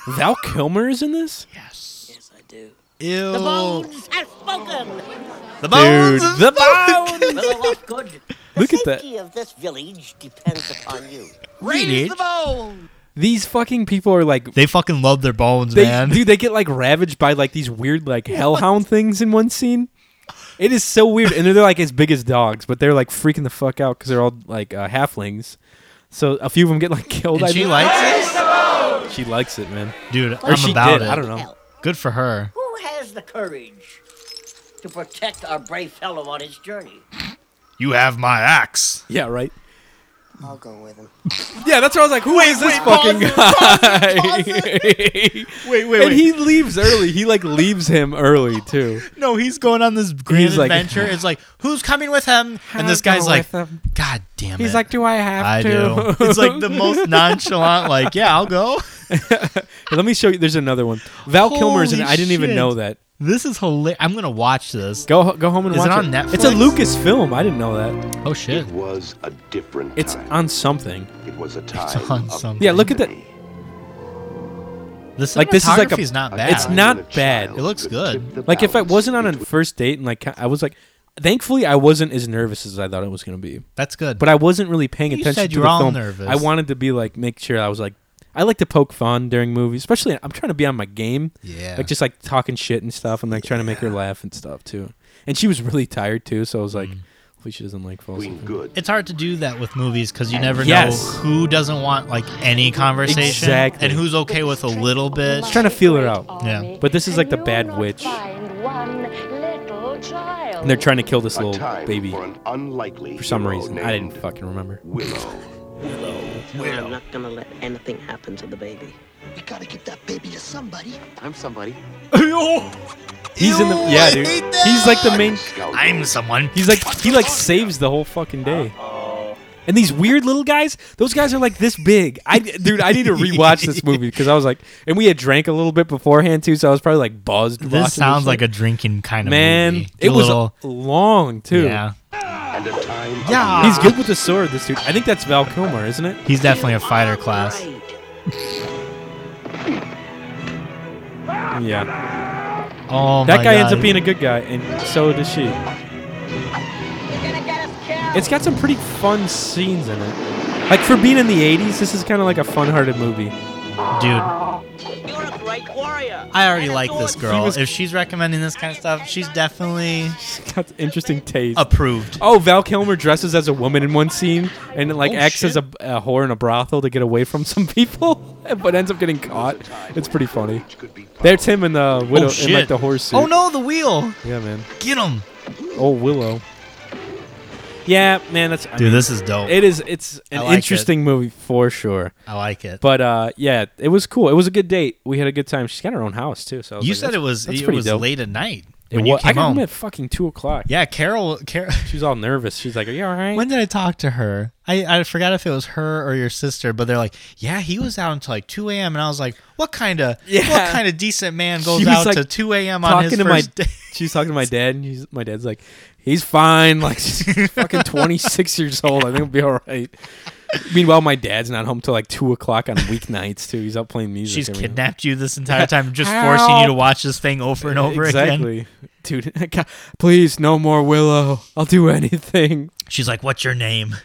A: Val Kilmer is in this.
B: Yes.
D: Yes, I do.
B: Ew.
D: The bones have spoken.
B: The bones.
A: the bones.
D: <laughs> Willow of good. The
A: Look at that.
D: safety of this village depends upon you.
C: Raise the bone.
A: These fucking people are like
B: They fucking love their bones,
A: they,
B: man.
A: dude, they get like ravaged by like these weird like hellhound things in one scene. It is so weird, and they're like as big as dogs, but they're like freaking the fuck out because they're all like uh, halflings. So a few of them get like killed.
B: and
A: I
B: she
A: think.
B: likes
A: she likes it, man.
B: it, dude.
A: Or
B: I'm
A: she
B: about
A: did.
B: it.
A: I don't know.
D: Help.
B: Good for her.
D: Who has the courage to protect our brave fellow on his journey?
B: You have my axe.
A: Yeah, right.
D: I'll go with him.
A: Yeah, that's why I was like, who is this fucking <laughs> guy?
B: Wait, wait,
A: and he leaves early. He like leaves him early too.
B: no, he's going on this grand
A: He's like- <laughs>
B: adventure. it's like, who's coming with him? And this
A: I'll go
B: guy's like,
A: with him.
B: God damn it.
A: He's like, do I have
B: I
A: to?
B: do. it's like
A: <laughs>
B: the most nonchalant. Like, yeah, I'll go. <laughs>
A: Let me show you. There's another one. Val Kilmer's in. it.
B: Holy
A: I didn't even
B: shit.
A: know that.
B: This is hilarious. I'm gonna watch this.
A: Go go home and
B: Is
A: watch
B: it on Netflix?
A: It's a Lucas film. I didn't know that.
B: Oh shit.
E: It was a different
A: It's
E: time.
A: on something.
E: it was a time.
B: on
E: of
B: something.
A: Yeah, look at that.
E: many.
B: This
A: Like, this is like a-
B: cinematography's not
E: A
B: bad.
A: It's
E: time
A: not
E: when a
A: bad.
E: child
B: It looks
E: could
B: good.
E: tip the
A: Like if I
E: balance
A: wasn't on a
E: between-
A: first date and like I was like, thankfully I wasn't as nervous as I thought it was gonna be.
B: That's good.
A: But I wasn't really paying
B: You
A: attention
B: said
A: to
B: you
A: the
B: were all
A: film.
B: nervous.
A: I wanted to be like make sure I was like I like to poke fun during movies, especially I'm trying to be on my game.
B: Yeah.
A: Like just like talking shit and stuff and like trying to make her laugh and stuff too. And she was really tired too, so I was
B: Mm.
A: like, hopefully she doesn't like fall
E: between
A: asleep.
E: good
B: it's hard to do that with movies because you never
A: Yes.
B: know who doesn't want like any conversation
A: Exactly.
B: and who's okay with a little bit.
A: Just trying to feel her out.
B: Yeah.
A: But this is like the bad witch. And they're trying to kill this
E: a
A: little
E: time
A: baby
E: for an unlikely
A: for some
E: hero
A: reason. I didn't
E: named
A: fucking remember.
E: Willow.
D: I'm not gonna let anything happen to the baby.
C: We gotta get that baby to somebody.
E: I'm somebody.
A: He's in the yeah, dude. He's like the main.
B: I'm someone.
A: He's like he like saves the whole fucking day. And these weird little guys, those guys are like this big. I dude, I need to rewatch this movie because I was like, and we had drank a little bit beforand too, so I was probably like buzzed. watching
B: This sounds like
A: shit.
B: a drinking kind of
A: man.
B: movie.
A: It
B: a
A: was
B: little,
A: long too.
B: yeah.
E: and a time. of
B: Yeah.
A: He's good with the sword, this dude. I think that's Val Kilmer, isn't it?
B: He's definitely a fighter class.
D: Right.
A: Yeah.
B: Oh
A: That
B: my
A: guy
B: God.
A: ends up being a good guy, and so does she. It's got some pretty fun scenes in it. Like for being in the 80s, this is kind of like a fun-hearted movie.
B: dude.
D: You're a great warrior.
B: I already like this girl.
A: was-
B: if she's recommending this kind of stuff, she's definitely
A: <laughs> She's got interesting taste.
B: approved.
A: Oh, Val Kilmer dresses as a woman in one scene and like
B: Oh,
A: acts
B: shit.
A: as a, a whore in a brothel to get away from <laughs> some people, but ends up getting caught. It's pretty funny.
E: which could be
A: There's him and the widow
B: oh
A: in
B: shit!
A: like the horse suit.
B: Oh no, the wheel.
A: Yeah, man.
B: Get him,
A: Oh Willow. Yeah, man. That's I
B: dude.
A: mean,
B: This is dope.
A: It is. It's an
B: I like it.
A: interesting movie for sure.
B: I like it.
A: But uh, yeah, it was cool. It was a good date. We had a good time. She's got her own house too. So I
B: you
A: like,
B: said
A: that's-
B: it was
A: that's
B: it
A: pretty
B: was
A: dope.
B: late at night
A: It
B: when
A: wa-
B: you came
A: I got
B: home.
A: home at fucking two o'clock.
B: Yeah, Carol. Carol.
A: She was all nervous. She's like, "Are you all right?"
B: <laughs> When did I talk to her? I, I forgot if it was her or your sister, but they're like, yeah, he was out until like 2 a.m. And I was like, what kind of
A: Yeah.
B: what kind of decent man goes
A: was,
B: out
A: like,
B: to 2 a.m. on his first
A: my
B: day?
A: she's talking to my dad and he's, my dad's like he's fine like
B: <laughs>
A: she's fucking 26 years old i think it'll be all right meanwhile my dad's not home till like 2 o'clock on weeknights too he's out playing music
B: <laughs> She's
A: every night.
B: kidnapped you this entire time, just forcing you to
A: Help.
B: watch this thing over and over again.
A: exactly dude <laughs> I ca- please no more willow i'll do anything
B: She's like, what's your name?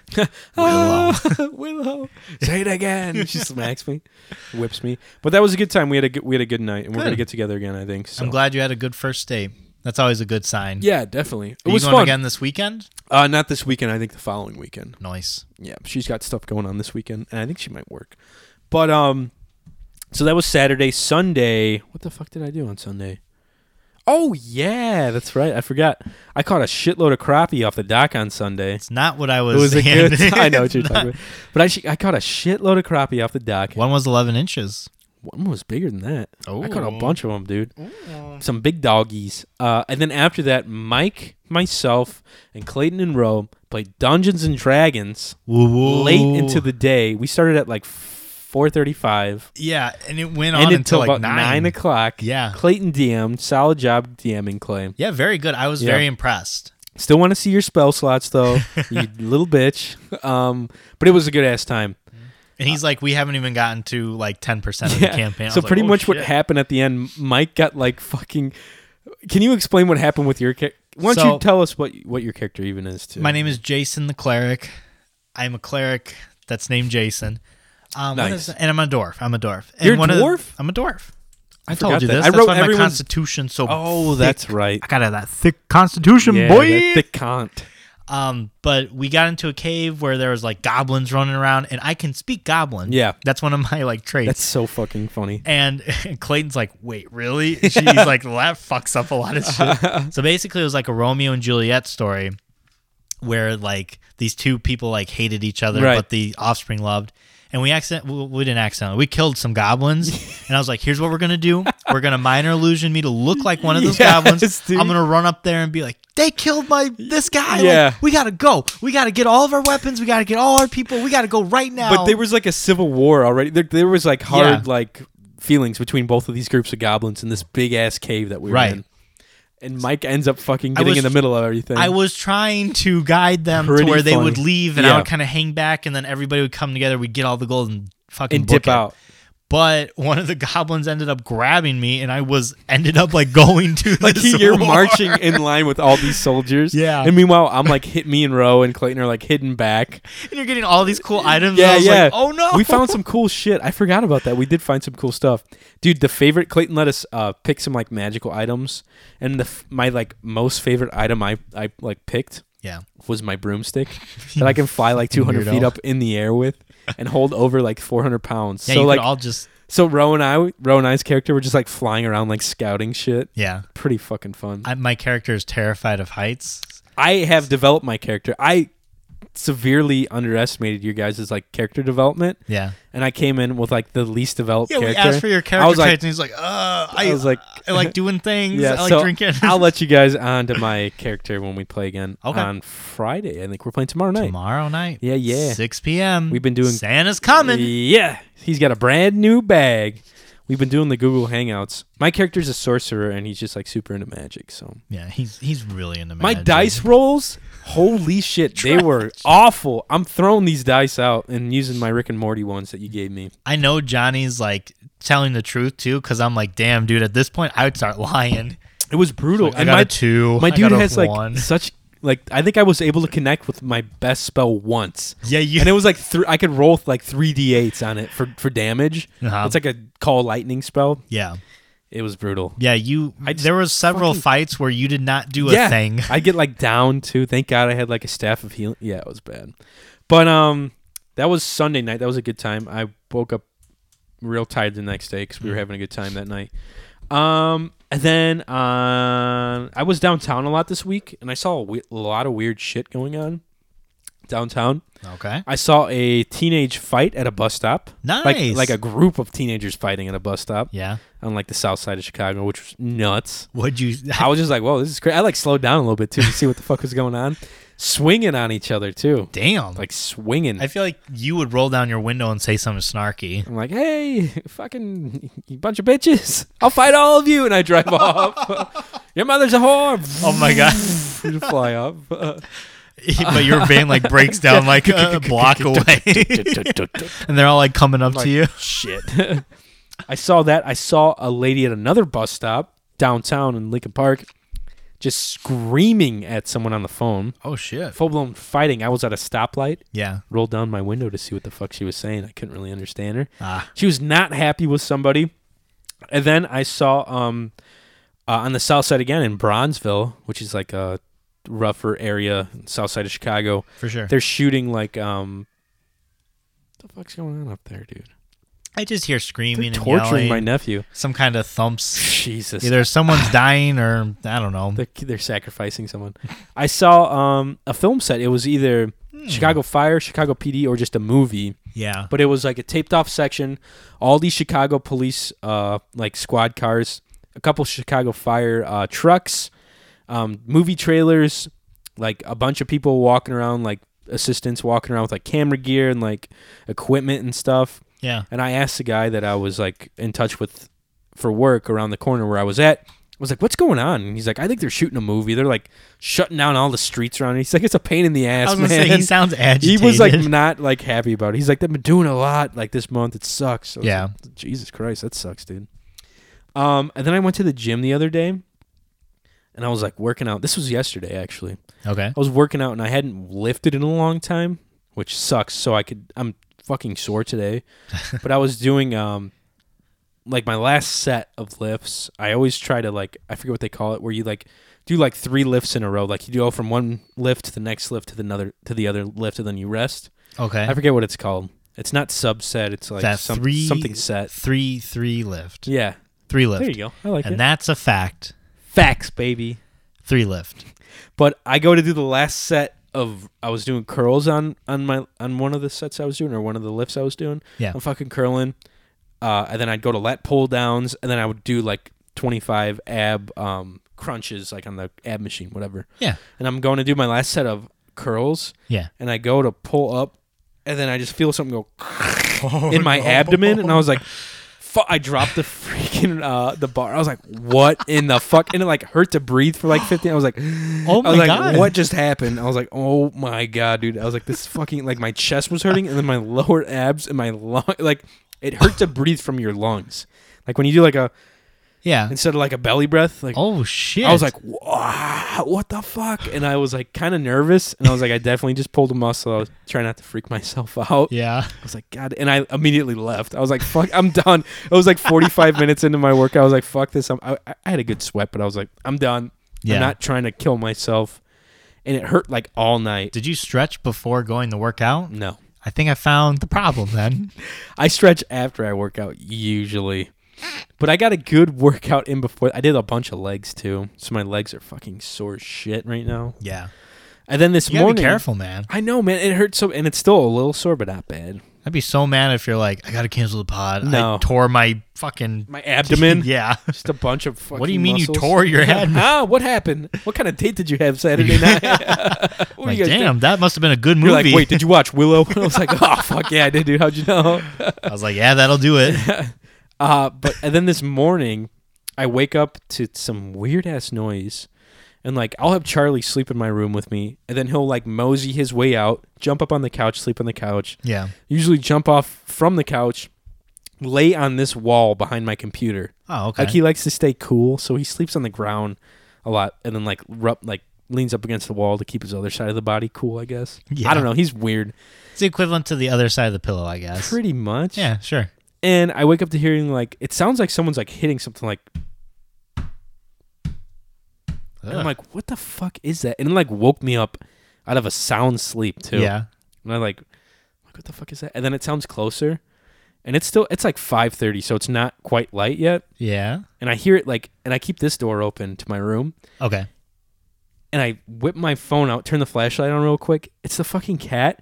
A: Ah, <laughs> willow say it again she smacks me whips me but that was a good time we had a good, we had a good night and we're
B: Good.
A: gonna get together again i think so
B: I'm glad you had a good first date. That's always a good sign.
A: yeah definitely it
B: Are you
A: was
B: going
A: fun
B: again this weekend?
A: uh not this weekend i think the following weekend
B: Nice.
A: yeah, she's got stuff going on this weekend, and I think she might work. But um, so that was Saturday. Sunday, what the fuck did I do on Sunday? Oh yeah, that's right. I forgot. I caught a shitload of crappie off the dock on Sunday.
B: It's not what I
A: It
B: was.
A: was a
B: <laughs> saying.
A: good. <laughs> I know what
B: It's
A: you're
B: not-
A: talking about. But I, sh- I caught a shitload of crappie off the dock.
B: One was 11 inches.
A: One was bigger than that. I caught a
B: Ooh.
A: bunch of them, dude. Some big doggies. Uh, and then after that, Mike, myself, and Clayton and Roe played Dungeons and Dragons
B: Whoa.
A: late into the day. We started at like four thirty-five.
B: Yeah, and it went on
A: Ended
B: until
A: until
B: like
A: about
B: nine.
A: nine o'clock.
B: Yeah.
A: Clayton DM'd. Solid job DMing, Clay.
B: Yeah, very good. I was
A: Yeah.
B: very impressed.
A: Still want to see your spell slots
B: <laughs>
A: though, you little bitch. Um, but it was a good ass time.
B: And he's like, we haven't even gotten to like 10% of the campaign. I
A: Uh, So
B: was like,
A: pretty
B: "Oh,
A: much what
B: shit."
A: happened at the end, Mike got like fucking. Can you explain what happened with your ca- Why don't
B: So-
A: you tell us what what your character even is too?
B: My name is Jason the cleric. I'm a cleric that's named Jason. Um, one
A: Nice.
B: is- and I'm a dwarf. I'm a dwarf. And
A: You're a
B: one of the-
A: dwarf?
B: I'm a dwarf. I,
A: forgot
B: told you
A: that.
B: this.
A: I
B: that's
A: wrote
B: why my
A: everyone's-
B: constitution's so.
A: Oh,
B: thick.
A: that's right.
B: I got to have that thick constitution,
A: yeah,
B: boy.
A: that thick Kant.
B: Um, but we got into a cave where there was like goblins running around, and I can speak goblin.
A: Yeah.
B: that's one of my like traits.
A: That's so fucking funny.
B: And <laughs> Clayton's like, wait, really? She's like, well, that fucks up a lot of shit.
A: <laughs>
B: so basically, it was like a Romeo and Juliet story where like these two people like hated each other,
A: Right.
B: but the offspring loved. And we accident we- we didn't accidentally we killed some
A: <laughs>
B: goblins, and I was like, "Here's what we're gonna do: we're gonna minor illusion me to look like one of those
A: Yes,
B: goblins.
A: dude.
B: I'm gonna run up there and be like, they killed my this guy. Like,
A: Yeah.
B: we gotta go. We gotta get all of our weapons. We gotta get all our people. We gotta go right now.
A: But there was like a civil war already. There, there was like hard
B: Oh. Yeah.
A: like feelings between both of these groups of goblins in this big ass cave that we were
B: Right.
A: in. And Mike ends up fucking
B: I
A: getting
B: was-
A: in the middle of everything.
B: I was trying to guide them to
A: Pretty
B: where they
A: funny.
B: would leave, and I
A: Yeah.
B: would kind of hang back, and then everybody would come together. We'd get all the gold and fucking
A: and dip
B: book it.
A: out.
B: But one of the <laughs> goblins ended up grabbing me, and I was ended up like
A: <laughs>
B: going to like this
A: <laughs>
B: <laughs>
A: You're
B: war.
A: marching in line with all these soldiers.
B: Yeah.
A: And meanwhile, I'm like hit me and Roe and Clayton are like hidden back.
B: and you're getting all these cool items. <laughs> and I
A: Yeah,
B: was
A: yeah.
B: Like, oh no,
A: We found some cool shit. I forgot about that. We did find some cool stuff, dude. The favorite Clayton let us uh, pick some like magical items, and the f- my like most favorite item I I like picked
B: Yeah,
A: was my broomstick that I can fly like 200
B: Weirdo.
A: feet up in the air with and hold over like 400 pounds.
B: yeah.
A: so
B: you
A: like,
B: could all just
A: so Roe and I, Roe and I's character were just like flying around like scouting shit.
B: yeah.
A: Pretty fucking fun. I,
B: I, my character is terrified of heights.
A: have developed my character. I severely underestimated your guys' like character development.
B: Yeah.
A: And I came in with like the least developed
B: Yeah,
A: character.
B: we asked for your
A: I
B: character
A: was like,
B: traits, and he's like, "Uh, I,
A: I was like- <laughs>
B: I like doing things.
A: yeah,
B: I like
A: so
B: drinking."
A: I'll let you
B: <laughs>
A: guys on to my character when we play again
B: Okay.
A: on Friday. I think we're playing
B: <laughs>
A: tomorrow night.
B: tomorrow night.
A: Yeah, yeah.
B: 6 p.m.
A: We've been doing-
B: Santa's coming.
A: Yeah, he's got a brand new bag. We've been doing the Google Hangouts. My character's a sorcerer, and he's just like super into magic. So
B: Yeah, he's he's really in the
A: my dice rolls, holy shit, they were awful. I'm throwing these dice out and using my Rick and Morty ones that you gave me.
B: I know Johnny's like telling the truth too, because I'm like, damn, dude. At this point, I would start lying.
A: It was brutal.
B: Like, I
A: and
B: got
A: my
B: a two,
A: My
B: I
A: dude
B: got a
A: has like
B: one.
A: such like I think I was able to connect with my best spell once.
B: <laughs> Yeah, you-
A: and it was like three. I could roll like three d8s on it for for damage.
B: Uh-huh.
A: It's like a call lightning spell.
B: Yeah,
A: It was brutal.
B: yeah. You.
A: I just
B: there was several
A: fucking-
B: fights where you did not do a thing.
A: I get like down too. Thank God I had like a staff of healing. Yeah, it was bad. But um, that was Sunday night. That was a good time. I woke up real tired the next day because we
B: Mm.
A: were having a good time that night. Um, and then uh, I was downtown a lot this week, and I saw a we- lot of weird shit going on downtown.
B: <laughs> Okay.
A: I saw a teenage fight at a bus stop.
B: Nice.
A: Like, like a group of teenagers fighting at a bus stop.
B: Yeah.
A: On like the south side of Chicago, which was nuts.
B: What'd you?
A: I was just like, "Whoa, this is crazy." I like slowed down a little bit too to see what the fuck was going on, swinging on each other too,
B: <laughs> damn.
A: like swinging.
B: I feel like you would roll down your window and say something snarky.
A: I'm like, "Hey, <laughs> fucking you bunch of bitches! I'll fight all of you!" And I drive off. <laughs> Your mother's a whore.
B: Oh
A: <laughs>
B: my god! <laughs>
A: You fly up.
B: but your van like breaks
A: <laughs>
B: down like a block away, <laughs> and they're all like coming up to you.
A: Shit. <laughs> I saw that. I saw a lady at another bus stop downtown in Lincoln Park, just screaming at someone on the phone.
B: Oh shit!
A: Full blown fighting. I was at a stoplight.
B: Yeah.
A: rolled down my window to see what the fuck she was saying. I couldn't really understand her.
B: Ah.
A: She was not happy with somebody. And then I saw um, uh, on the south side again in Bronzeville, which is like a rougher area, south side of Chicago.
B: For sure.
A: They're shooting like um, what the fuck's going on up there, dude?
B: I just hear
A: They're
B: screaming and
A: torturing
B: yelling,
A: my nephew.
B: <laughs> some kind
A: <laughs>
B: of thumps.
A: Jesus,
B: Either someone's dying or I don't know.
A: they're, they're sacrificing
B: <laughs>
A: someone. I saw um a film set. It was either
B: Hmm.
A: Chicago Fire, Chicago PD, or just a movie.
B: Yeah.
A: but it was like a taped off section all these chicago police uh like squad cars a couple chicago fire uh trucks um movie trailers like a bunch of people walking around like assistants walking around with like camera gear and like equipment and stuff
B: Yeah.
A: and i asked the guy that i was like in touch with for work around the corner where i was at I was like, "What's going on?" And he's like, "I think they're shooting a movie. They're like shutting down all the streets around." here." He's like, "It's a pain in the ass."
B: I was gonna
A: man. <laughs>
B: say he sounds agitated.
A: He was like not like happy about it. He's like, they've been doing a lot like this month. It sucks. I was
B: Yeah.
A: like, Jesus Christ, that sucks, dude. Um, and then I went to the gym the other day, and I was like working out. This was yesterday actually.
B: Okay.
A: I was working out and I hadn't lifted in a long time, which sucks. So I could I'm fucking sore
B: <laughs>
A: today. but I was doing um like my last set of lifts. I always try to like I forget what they call it where you like do like three lifts in a row. Like you go from one lift to the next lift to the another to the other lift and then you rest.
B: Okay.
A: I forget what it's called. It's not subset, it's like
B: Eh. that
A: some,
B: three
A: something set.
B: Three three lift.
A: Yeah.
B: Three lift.
A: There you go. I like
B: and
A: it.
B: that's a fact.
A: Facts, baby.
B: Three lift.
A: but I go to do the last set of I was doing curls on on my on one of the sets I was doing or one of the lifts I was doing.
B: Yeah.
A: I'm fucking curling. Uh, and then I'd go to lat pull downs, and then I would do like 25 ab um, crunches, like on the ab machine, whatever.
B: Yeah.
A: And I'm going to do my last set of curls,
B: Yeah.
A: and I go to pull up, and then I just feel something
B: <laughs>
A: go <laughs> in
B: Oh,
A: my abdomen, and I was like, fu- I dropped the <laughs> freaking uh, the bar. I was like, what in the fuck? And it like hurt to breathe for like 15. I was like,
B: Oh
A: <laughs> I was like,
B: my god.
A: what just happened? I was like, oh my god, dude. I was like, this fucking like my chest was hurting, and then my <laughs> lower abs and my lung, <laughs> like it hurt to breathe from your lungs, like when you do like a
B: Yeah.
A: instead of like a belly breath, like
B: Oh shit.
A: I was like, wow, what the fuck? And I was like, kind of nervous, and I was like, I definitely just pulled a muscle. I was trying not to freak myself <laughs> out.
B: Yeah.
A: I was like, God, and I immediately left. I was like, fuck, I'm done. I was like
B: <laughs>
A: 45 minutes into my workout. I was like, fuck this. I'm, I, I had a good sweat, but I was like, I'm done.
B: Yeah.
A: I'm not trying to kill myself. And it hurt like all night.
B: Did you stretch before going to work out?
A: no.
B: I think I found the problem
A: <laughs>
B: then.
A: I stretch after I work out usually. But I got a good workout in before. I did a bunch of legs too. So my legs are fucking sore as shit right now.
B: yeah.
A: And then this
B: You gotta
A: morning.
B: be careful, man.
A: I know, man. It hurts so, and it's still a little sore, but not bad.
B: I'd be so mad if you're like, I gotta cancel the pod. I
A: No.
B: tore my fucking
A: My <laughs> abdomen.
B: <laughs> yeah.
A: Just a bunch of fucking
B: do you mean you
A: muscles.
B: tore your
A: <laughs>
B: head?
A: Huh? What happened? What kind of date did you have
B: <laughs>
A: Saturday night? <laughs> What were
B: Like,
A: you guys
B: damn,
A: doing?
B: that must have been a good
A: You're
B: movie.
A: like, wait, did you watch Willow? I was like, oh fuck yeah, I did, dude. How'd you know?
B: <laughs> I was like, yeah, that'll
A: <laughs>
B: do it.
A: Uh, but and then this morning, I wake up to some weird ass noise, and like I'll have Charlie sleep in my room with me, and then he'll like mosey his way out, jump up on the couch, sleep on the couch,
B: yeah.
A: usually jump off from the couch, lay on this wall behind my computer.
B: Oh, okay.
A: Like he likes to stay cool, so he sleeps on the ground a lot, and then like rub like leans up against the wall to keep his other side of the body cool. I guess.
B: Yeah.
A: I don't know. He's weird.
B: it's the equivalent to the other side of the pillow, I guess.
A: Pretty much.
B: yeah, sure.
A: And I wake up to hearing like it sounds like someone's like hitting something like. and
B: Ugh.
A: I'm like, what the fuck is that? And it like woke me up out of a sound sleep too.
B: Yeah.
A: And I like, like what the fuck is that? And then it sounds closer, and it's still it's like 5:30, so it's not quite light yet.
B: Yeah.
A: And I hear it like, and I keep this door open to my room,
B: Okay.
A: and I whip my phone out, turn the flashlight on real quick. It's the fucking cat,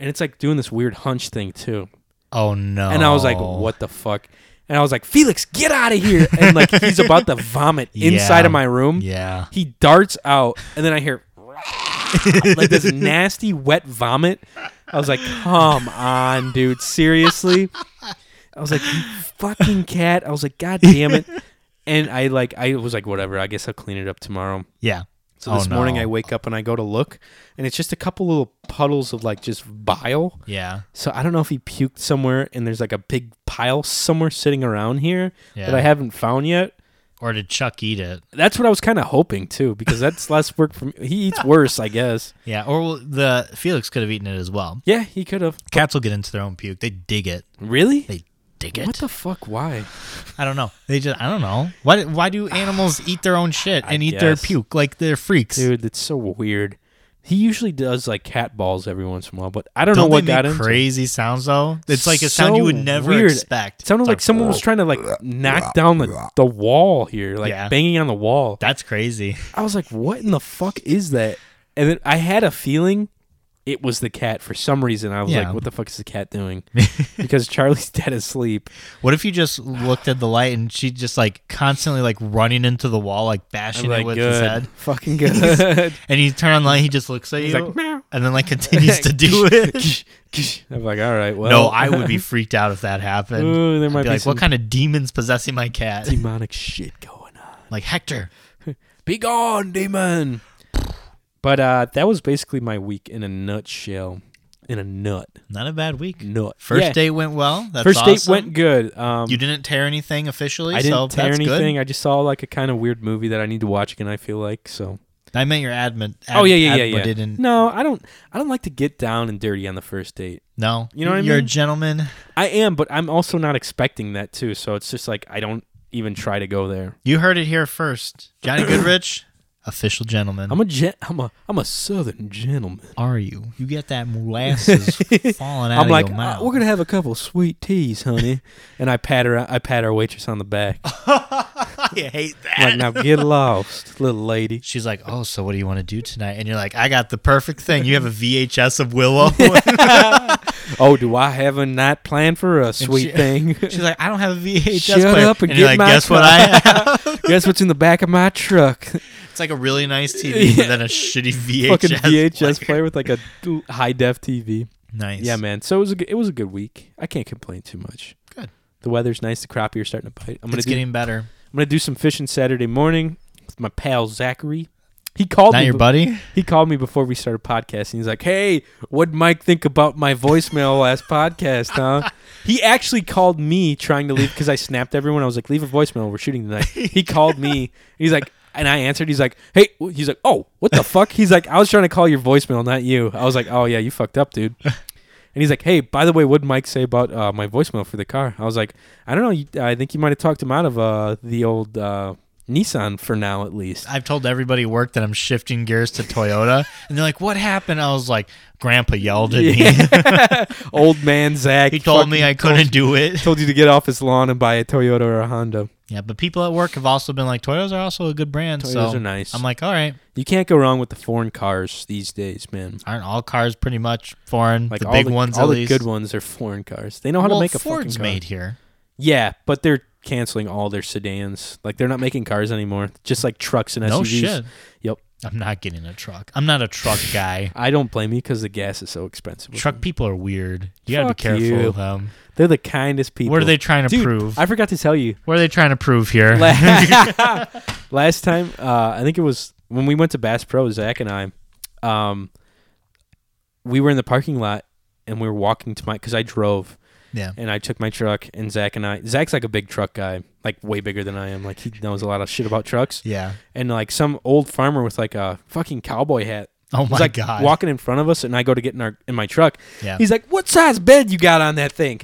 A: and it's like doing this weird hunch thing too.
B: Oh no.
A: And I was like,
B: Oh.
A: "What the fuck?" And I was like, "Felix, get out of
B: <laughs>
A: here!" And like he's about to vomit inside
B: Yeah.
A: of my room.
B: Yeah.
A: He darts out, and then I
B: <laughs>
A: hear like this nasty wet vomit. I was like, "Come on, dude, seriously." I was like, "You "Fucking cat!" I was like, "God damn
B: <laughs>
A: it!" And I like, I was like, "Whatever. I guess I'll clean it up tomorrow."
B: Yeah.
A: So this
B: Oh, no.
A: morning I wake up and I go to look, and it's just a couple little puddles of like just bile.
B: Yeah.
A: So I don't know if he puked somewhere, and there's like a big pile somewhere sitting around here
B: Yeah.
A: that I haven't found yet.
B: Or did Chuck eat it?
A: That's what I was kind of hoping too, because that's <laughs> less work for me. He eats worse, I guess.
B: Yeah. Or well, the Felix could have eaten it as well.
A: Yeah, he could have.
B: Cats will get into their own puke. They dig it.
A: Really?
B: They dig it.
A: What the fuck? Why?
B: I don't know. They just I don't know. Why why do animals eat their own shit and eat their
A: guess.
B: puke like they're freaks?
A: Dude, that's so weird. He usually does like cat balls every once in a while, but I don't,
B: Don't
A: know what
B: they
A: got
B: make
A: him.
B: crazy sounds though? It's like a sound you would never expect.
A: It sounded
B: It's
A: like, someone was trying to like knock down the, the wall here, like
B: Yeah.
A: banging on the wall.
B: That's crazy. <laughs>
A: I was like, what in the fuck is that? And then I had a feeling it was the cat for some reason. I was
B: Yeah.
A: like, what the fuck is the cat
B: <laughs>
A: doing? because Charlie's dead asleep.
B: What if you just looked at the light and she just like constantly like running into the wall, like
A: I'm
B: bashing it
A: like,
B: with
A: good.
B: his head?
A: Fucking good. <laughs>
B: And you turn on the light, he just looks at <laughs> you
A: like, "Meow."
B: and then like continues
A: <laughs>
B: to do it.
A: I'm like, all right, well. <laughs>
B: no, I would be freaked out if that happened.
A: Ooh, there
B: I'd
A: might
B: be
A: be
B: like,
A: some-
B: what kind of demons possessing my cat?
A: demonic shit going on.
B: like Hector.
A: Be gone, demon. But uh, that was basically my week in a nutshell. and a nut.
B: Not a bad week.
A: Nut.
B: First
A: Yeah.
B: date went well. That's
A: First date
B: awesome.
A: went good. Um,
B: You didn't tear anything officially.
A: I didn't
B: so
A: tear
B: that's
A: anything.
B: Good.
A: I just saw like a kind of weird movie that I need to watch again. I feel like so.
B: I meant your admin.
A: oh yeah, yeah, yeah, yeah.
B: Didn't,
A: No, I don't. I don't like to get down and dirty on the first date.
B: no.
A: You know what I
B: You're a
A: mean?
B: gentleman.
A: I am, but I'm also not expecting that too. So it's just like I don't even try to go there.
B: You heard it here first. Johnny Goodrich, <coughs> official gentleman.
A: I'm a gen- I'm a I'm a southern gentleman.
B: are you? You get
A: <laughs>
B: that molasses falling out
A: I'm
B: of
A: like,
B: your
A: "Uh,
B: mouth.
A: we're gonna have a couple sweet teas, <laughs> honey, and I pat her. I pat our waitress on the back.
B: <laughs>
A: <laughs>
B: I hate that.
A: like, now get lost, little lady.
B: She's like, "Oh, so what do you want to do tonight?" And you're like, "I got the perfect thing. You have a VHS
A: <laughs>
B: of Willow." <laughs>
A: Oh, <laughs> do I have a night planned for us, sweet
B: she-
A: <laughs> thing?
B: <laughs> She's like, "I don't have a VHS
A: Shut
B: player."
A: up and
B: you're
A: get
B: like,
A: my
B: "Guess what I
A: <laughs>
B: have?"
A: Guess what's in the back of my <laughs> truck?
B: It's like a really nice TV, but then a shitty VHS.
A: Fucking VHS
B: player.
A: player with like a high def TV.
B: Nice.
A: Yeah, man. So it was a good, it was a good week. I can't complain too much.
B: Good.
A: The weather's nice. The crappie are starting to bite. I'm gonna
B: It's
A: do,
B: getting better.
A: I'm gonna do some fishing Saturday morning with my pal Zachary. He called
B: Not
A: me.
B: your
A: bu-
B: buddy.
A: He called me before we started podcasting. He's like, "Hey, what'd Mike think about my voicemail last podcast,
B: <laughs>
A: huh?" He actually called me trying to leave because I snapped everyone. I was like, "Leave a voicemail. We're shooting tonight." He called me. He's like, and I answered. He's like, "Hey," he's like, "Oh, what the fuck?" He's like, "I was trying to call your voicemail, not you." I was like, "Oh yeah, you fucked up, dude." And he's like, "Hey, by the way, what'd Mike say about uh, my voicemail for the car?" I was like, "I don't know. You, I think you might have talked him out of uh, the old uh, Nissan for now, at
B: <laughs>
A: least."
B: I've told everybody at work that I'm shifting gears to Toyota, and they're like, "What happened?" I was like, "Grandpa
A: <laughs>
B: yelled at me.
A: old man Zach.
B: he told me
A: fucking
B: I couldn't do it."
A: told you to get off his lawn and buy a Toyota or a Honda.
B: Yeah, but people at work have also been like, Toyotas are also a good brand.
A: Toyotas
B: so
A: are nice.
B: I'm like, all right,
A: You can't go wrong with the foreign cars these days, man.
B: aren't all cars pretty much foreign?
A: Like
B: the
A: all
B: big
A: the,
B: ones,
A: all
B: at
A: the
B: least.
A: good ones are foreign cars. They know how
B: well,
A: to make a
B: Ford's
A: fucking car.
B: made here.
A: Yeah, but they're canceling all their sedans. Like they're not making cars anymore. Just like trucks and SUVs.
B: No shit.
A: Yep.
B: I'm not getting a truck. I'm not a truck <laughs> guy.
A: I don't blame you because the gas is so expensive. with
B: truck
A: them.
B: people are weird. You gotta
A: Fuck
B: be careful
A: you.
B: with them.
A: They're the kindest people.
B: What are they trying to
A: Dude,
B: prove?
A: I forgot to tell you.
B: what are they trying to prove here?
A: La- <laughs> last time, uh, I think it was when we went to Bass Pro, Zach and I, um, we were in the parking lot and we were walking to my, because I drove
B: yeah.
A: and I took my truck and Zach and I, Zach's like a big truck guy, like way bigger than I am. Like he knows a lot of shit about trucks.
B: Yeah.
A: And like some old farmer with like a fucking cowboy hat.
B: Oh
A: was,
B: my
A: like
B: God.
A: Walking in front of us, and I go to get in our in my truck.
B: Yeah.
A: He's like, "What size bed you got on that thing?"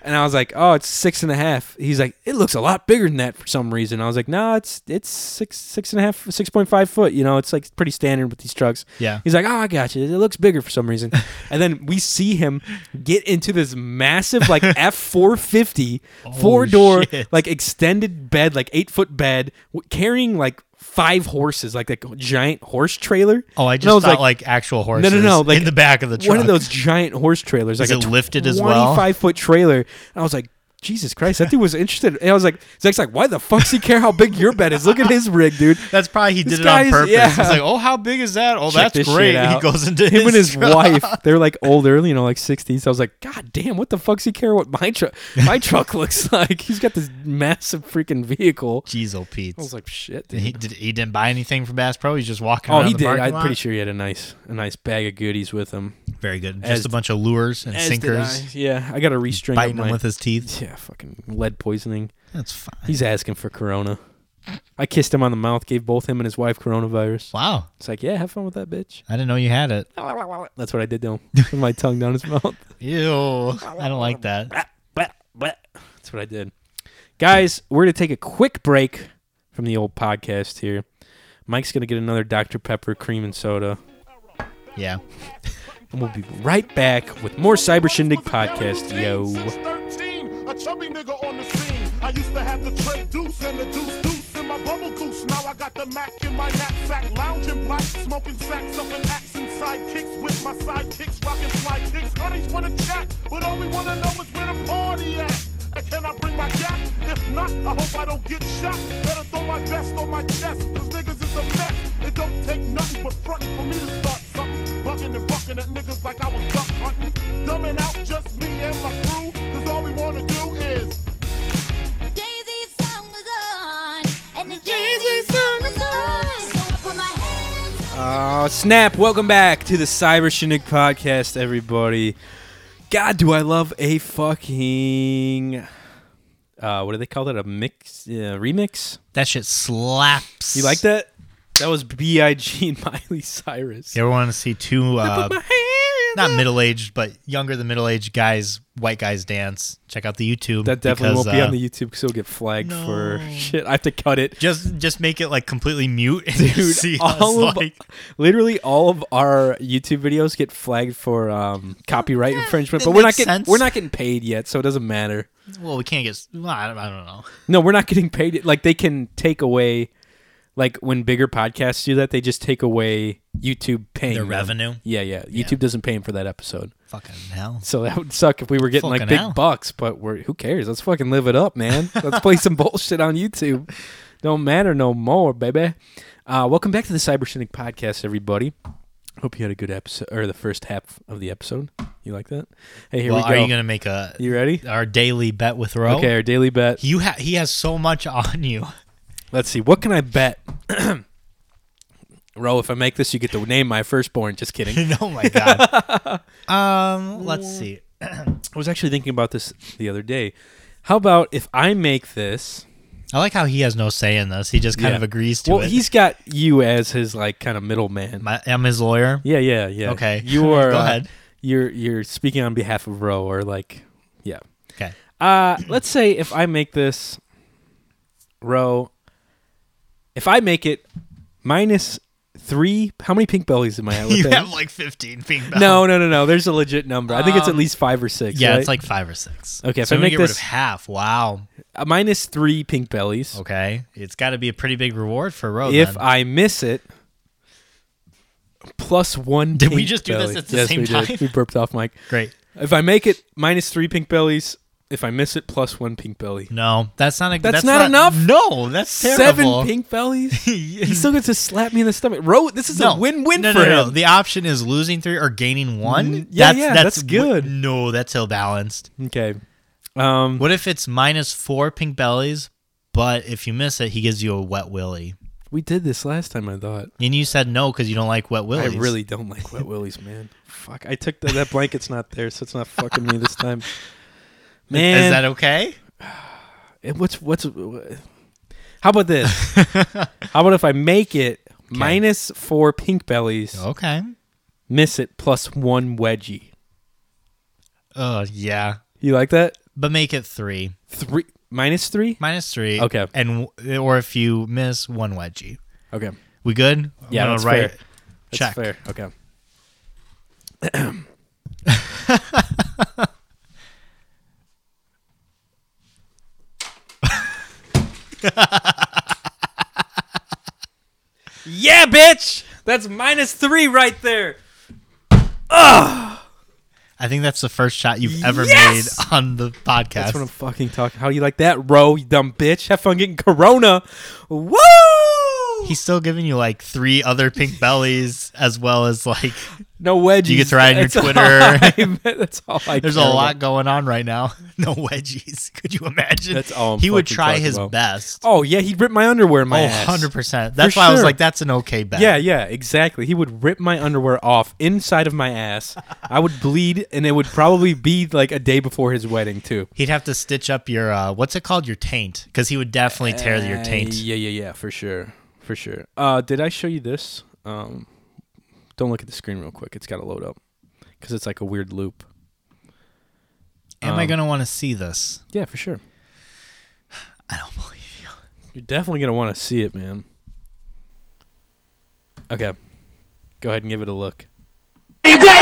A: And I was like, "Oh, it's six and a half." He's like, "It looks a lot bigger than that for some reason." I was like, "No, it's it's six six and a half, six point five foot. You know, it's like pretty standard with these trucks."
B: Yeah.
A: He's like, "Oh, I got you. It looks bigger for some
B: <laughs>
A: reason." and then we see him get into this massive
B: <laughs>
A: like F four fifty four door
B: shit.
A: like extended bed, like eight foot bed, w- carrying like five horses, like a giant horse trailer.
B: Oh, I
A: And
B: just
A: was
B: thought like, actual
A: no,
B: horses.
A: no, no! Like
B: in the back of the truck.
A: one of those giant horse trailers,
B: Is
A: like
B: it
A: a
B: lifted as well?
A: Twenty-five foot trailer, and I was like, Jesus Christ! That dude was interested, and I was like, Zach's like, why the fuck does he care how big your bed is? Look at his rig, dude.
B: That's probably he
A: This
B: did it on
A: guy's-
B: purpose.
A: yeah.
B: He's like, oh, how big is that? Oh,
A: Check this
B: that's
A: shit
B: great. He
A: out.
B: goes into
A: Him
B: his
A: and his
B: truck.
A: wife, they're like older, you know, like sixties. I was like, God damn, what the fuck's he care what my truck
B: <laughs>
A: my truck looks like? He's got this massive freaking vehicle.
B: Jeez, oh, Pete.
A: I was like, shit, dude.
B: he, did, he didn't buy anything from Bass Pro. He's just walking.
A: Oh,
B: around
A: he
B: the
A: did.
B: parking
A: I'm
B: lot.
A: pretty sure he had a nice, a nice bag of goodies with him.
B: Very good.
A: As-
B: Just a bunch of lures and
A: As did I.
B: sinkers,
A: Yeah, I got to restring up
B: biting
A: my.
B: them with his teeth.
A: yeah, fucking lead poisoning.
B: That's fine.
A: He's asking for corona. I kissed him on the mouth, gave both him and his wife coronavirus.
B: Wow,
A: It's like, yeah, have fun with that <laughs> bitch.
B: I didn't know you had it.
A: That's what I did to him. Put my tongue down his <laughs> mouth.
B: Ew, I don't like that.
A: That's what I did. Guys, we're going to take a quick break from the old podcast here. Mike's going to get another Dr. Pepper cream and soda.
B: Yeah,
A: And we'll be right back with more Cyber Shindig podcast, yo.
F: 13, a chubby nigga on the scene. I used to have the trade deuce and the deuce deuce in my bubble goose. Now I got the Mac in my knapsack, lounging black, smoking sacks up in axe and sidekicks with my sidekicks, rocking fly kicks. Honeys wanna chat, but all we wanna know is where the party at. And can I bring my gap? If not, I hope I don't get shot. Better throw my vest on my chest, cause niggas is a mess. It don't take nothing but front for me to start something. Bucking and bucking at niggas like I was duck hunting. Dumbing out just me and my crew, cause all we wanna do is.
G: Daisy's song was on, and the Daisy song was on. So I put my hands.
A: Uh, snap! Welcome back to the Cyber Shindig podcast, everybody. God, do I love a fucking uh, what do they call it? A mix, uh, remix?
B: That shit slaps.
A: You like that? That was B.I.G. <laughs> and Miley Cyrus.
B: You ever want to see two uh,
A: My hands
B: not
A: up.
B: middle aged but younger than middle aged guys, white guys dance? Check out the YouTube.
A: That definitely
B: because,
A: won't be
B: uh,
A: on the YouTube because it'll get flagged for
B: No.
A: <laughs> shit. I have to cut it.
B: Just just make it like completely mute and you see
A: Dude, all
B: us,
A: of,
B: like,
A: literally all of our YouTube videos get flagged for um, copyright infringement,
B: it
A: but we're not
B: makes
A: getting
B: sense.
A: we're not getting paid yet, so it doesn't matter.
B: <laughs> well, we can't get. s- Well, I, don't, I don't know.
A: No, we're not getting paid. Like they can take away, like when bigger podcasts do that, they just take away YouTube paying
B: Their
A: them.
B: revenue?
A: Yeah, yeah. YouTube doesn't pay them for that episode,
B: Fucking hell.
A: so that would suck if we were getting like
B: Fucking
A: big
B: hell.
A: bucks. But we're who cares? Let's fucking live it up, man. Let's play some <laughs> bullshit on YouTube. Don't matter no more, baby. Uh, welcome back to the Cyber Shindig podcast, everybody. Hope you had a good episode or the first half of the episode. You like that? Hey, here
B: well,
A: we go.
B: are you gonna make a
A: You ready?
B: our daily bet with Ro?
A: Okay, our daily bet.
B: You ha- he has so much on you. <laughs>
A: Let's see. What can I bet? <clears throat> Ro, if I make this, you get to name my firstborn. Just
B: <laughs>
A: kidding.
B: oh my god.
A: <laughs>
B: um, let's see.
A: I was actually thinking about this the other day. How about if I make this?
B: I like how he has no say in this. He just kind
A: Yeah.
B: of agrees to
A: well,
B: it.
A: he's got you as his like kind of middleman.
B: My, I'm his lawyer.
A: yeah, yeah, yeah.
B: Okay.
A: You are.
B: <laughs> Go
A: uh,
B: ahead.
A: You're you're speaking on behalf of Ro, or like, yeah.
B: Okay.
A: Uh, let's say if I make this, Ro. If I make it, minus three. How many pink bellies am I at? With
B: <laughs> You
A: that?
B: have like 15 pink
A: <laughs>
B: bells.
A: No, no, no, no. There's a legit number. I think it's at
B: Um,
A: least five or six.
B: Yeah,
A: right?
B: it's like five or six.
A: Okay, if
B: so
A: I
B: I'm
A: make
B: gonna get rid
A: this-
B: of half. Wow.
A: Uh, minus three pink bellies.
B: Okay, it's got to be a pretty big reward for Ro.
A: if
B: then.
A: I miss it, plus one.
B: Did we
A: pink
B: just do this
A: belly.
B: at the
A: yes,
B: same
A: we
B: time?
A: Did. We burped off mic.
B: great.
A: If I make it, minus three pink bellies. If I miss it, plus one pink belly.
B: No, that's not a.
A: That's not enough?
B: No, that's terrible.
A: <laughs> Seven pink
B: <laughs>
A: bellies.
B: pink.
A: he still gets to slap me in the stomach. Ro, this is a win-win
B: no,
A: for
B: no, no,
A: him.
B: The option is losing three or gaining one.
A: Mm, yeah, yeah, that's
B: wi-
A: good. Hmm.
B: no, that's ill balanced.
A: okay. Um,
B: What if it's minus four pink bellies, but if you miss it, he gives you a wet willy,
A: we did this last time. I thought.
B: and you said no because you don't like wet willies.
A: I really don't like wet willies, man. Fuck, I took the, that blanket's not there, so it's not fucking me this <laughs> time. Man,
B: is that okay?
A: Eh, what's what's? wha- How about <laughs> this? how about if I make it minus four pink bellies,
B: Okay.
A: miss it plus one wedgie?
B: Oh yeah,
A: You like that?
B: but make it three
A: Three minus three?
B: minus three.
A: Okay.
B: and w- or if you miss one wedgie,
A: Okay,
B: we good? I'm
A: Yeah,
B: gonna
A: that's
B: write
A: fair. that's
B: Check.
A: fair. Okay. <laughs> yeah, bitch. That's minus three right there.
B: I think that's the first shot you've ever
A: Yes!
B: made on the podcast.
A: That's what I'm fucking talking. How you like that, Ro? You dumb bitch. Have fun getting Corona. Woo!
B: He's still giving you like three
A: <laughs>
B: other pink bellies, as well as like
A: no wedgies.
B: you get to ride on your
A: That's all
B: Twitter.
A: I- <laughs> that's all I.
B: there's a
A: care
B: lot
A: about.
B: going on right now. <laughs> No wedgies. <laughs> Could you imagine?
A: That's all I'm
B: he would
A: fucking
B: try
A: talking
B: his
A: about.
B: best.
A: Oh yeah, he ripped my underwear in my
B: Oh,
A: ass.
B: 100%. That's why I was
A: sure.
B: like, that's an okay bet.
A: Yeah, yeah, exactly. He would rip my underwear off inside of my ass. I would bleed, and it would probably be like a day before his wedding too.
B: He'd have to stitch up your, uh, what's it called? Your taint. Because he would definitely tear your taint.
A: Yeah, yeah, yeah, for sure, for sure. Uh, did I show you this? Um, don't look at the screen real quick. It's got to load up because it's like a weird loop.
B: Am
A: um,
B: I going to want to see this?
A: Yeah, for sure.
B: <sighs> I don't believe you.
A: You're definitely gonna want to see it, man. Okay, go ahead and give it a look. <laughs>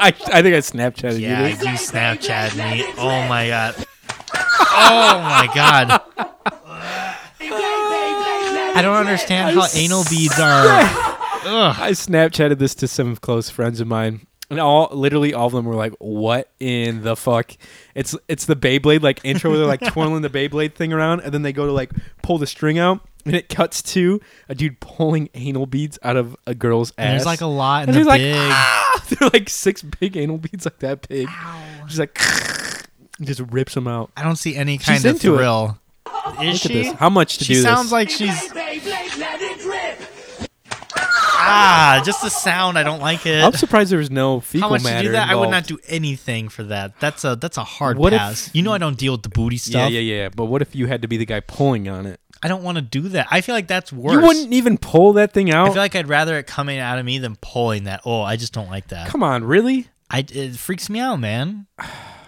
A: I, I think I Snapchatted
B: Yeah,
A: you.
B: you
A: This.
B: Snapchat me. Oh my god. Oh my god.
A: <laughs>
B: I don't understand how anal beads are.
A: I Snapchatted this to some close friends of mine, and all literally all of them were like, "What in the fuck?" It's it's the Beyblade like intro where they're like twirling the Beyblade thing around, and then they go to like pull the string out, and it cuts to a dude pulling anal beads out of a girl's ass.
B: And there's like a lot in
A: And
B: the
A: she's like,
B: big.
A: ah! <laughs> They're like six big anal beads like that big. She's like, and <laughs> just rips them out.
B: I don't see any kind of
A: into it.
B: thrill. Is
A: Look at
B: she?
A: this. How much to
B: She
A: do
B: sounds
A: this?
B: like she's ah, just the sound. I don't like it.
A: I'm surprised there was no fecal
B: How much
A: matter
B: to do that? I would not
A: involved.
B: do anything for that. That's a that's a hard
A: What if-
B: pass. you know, I don't deal with the booty stuff.
A: Yeah, yeah, yeah. But what if you had to be the guy pulling on it?
B: I don't want to do that. I feel like that's worse.
A: You wouldn't even pull that thing
B: I
A: out.
B: feel like I'd rather it coming out of me than pulling that. Oh, I just don't like that.
A: Come on, really?
B: I it freaks me out, man.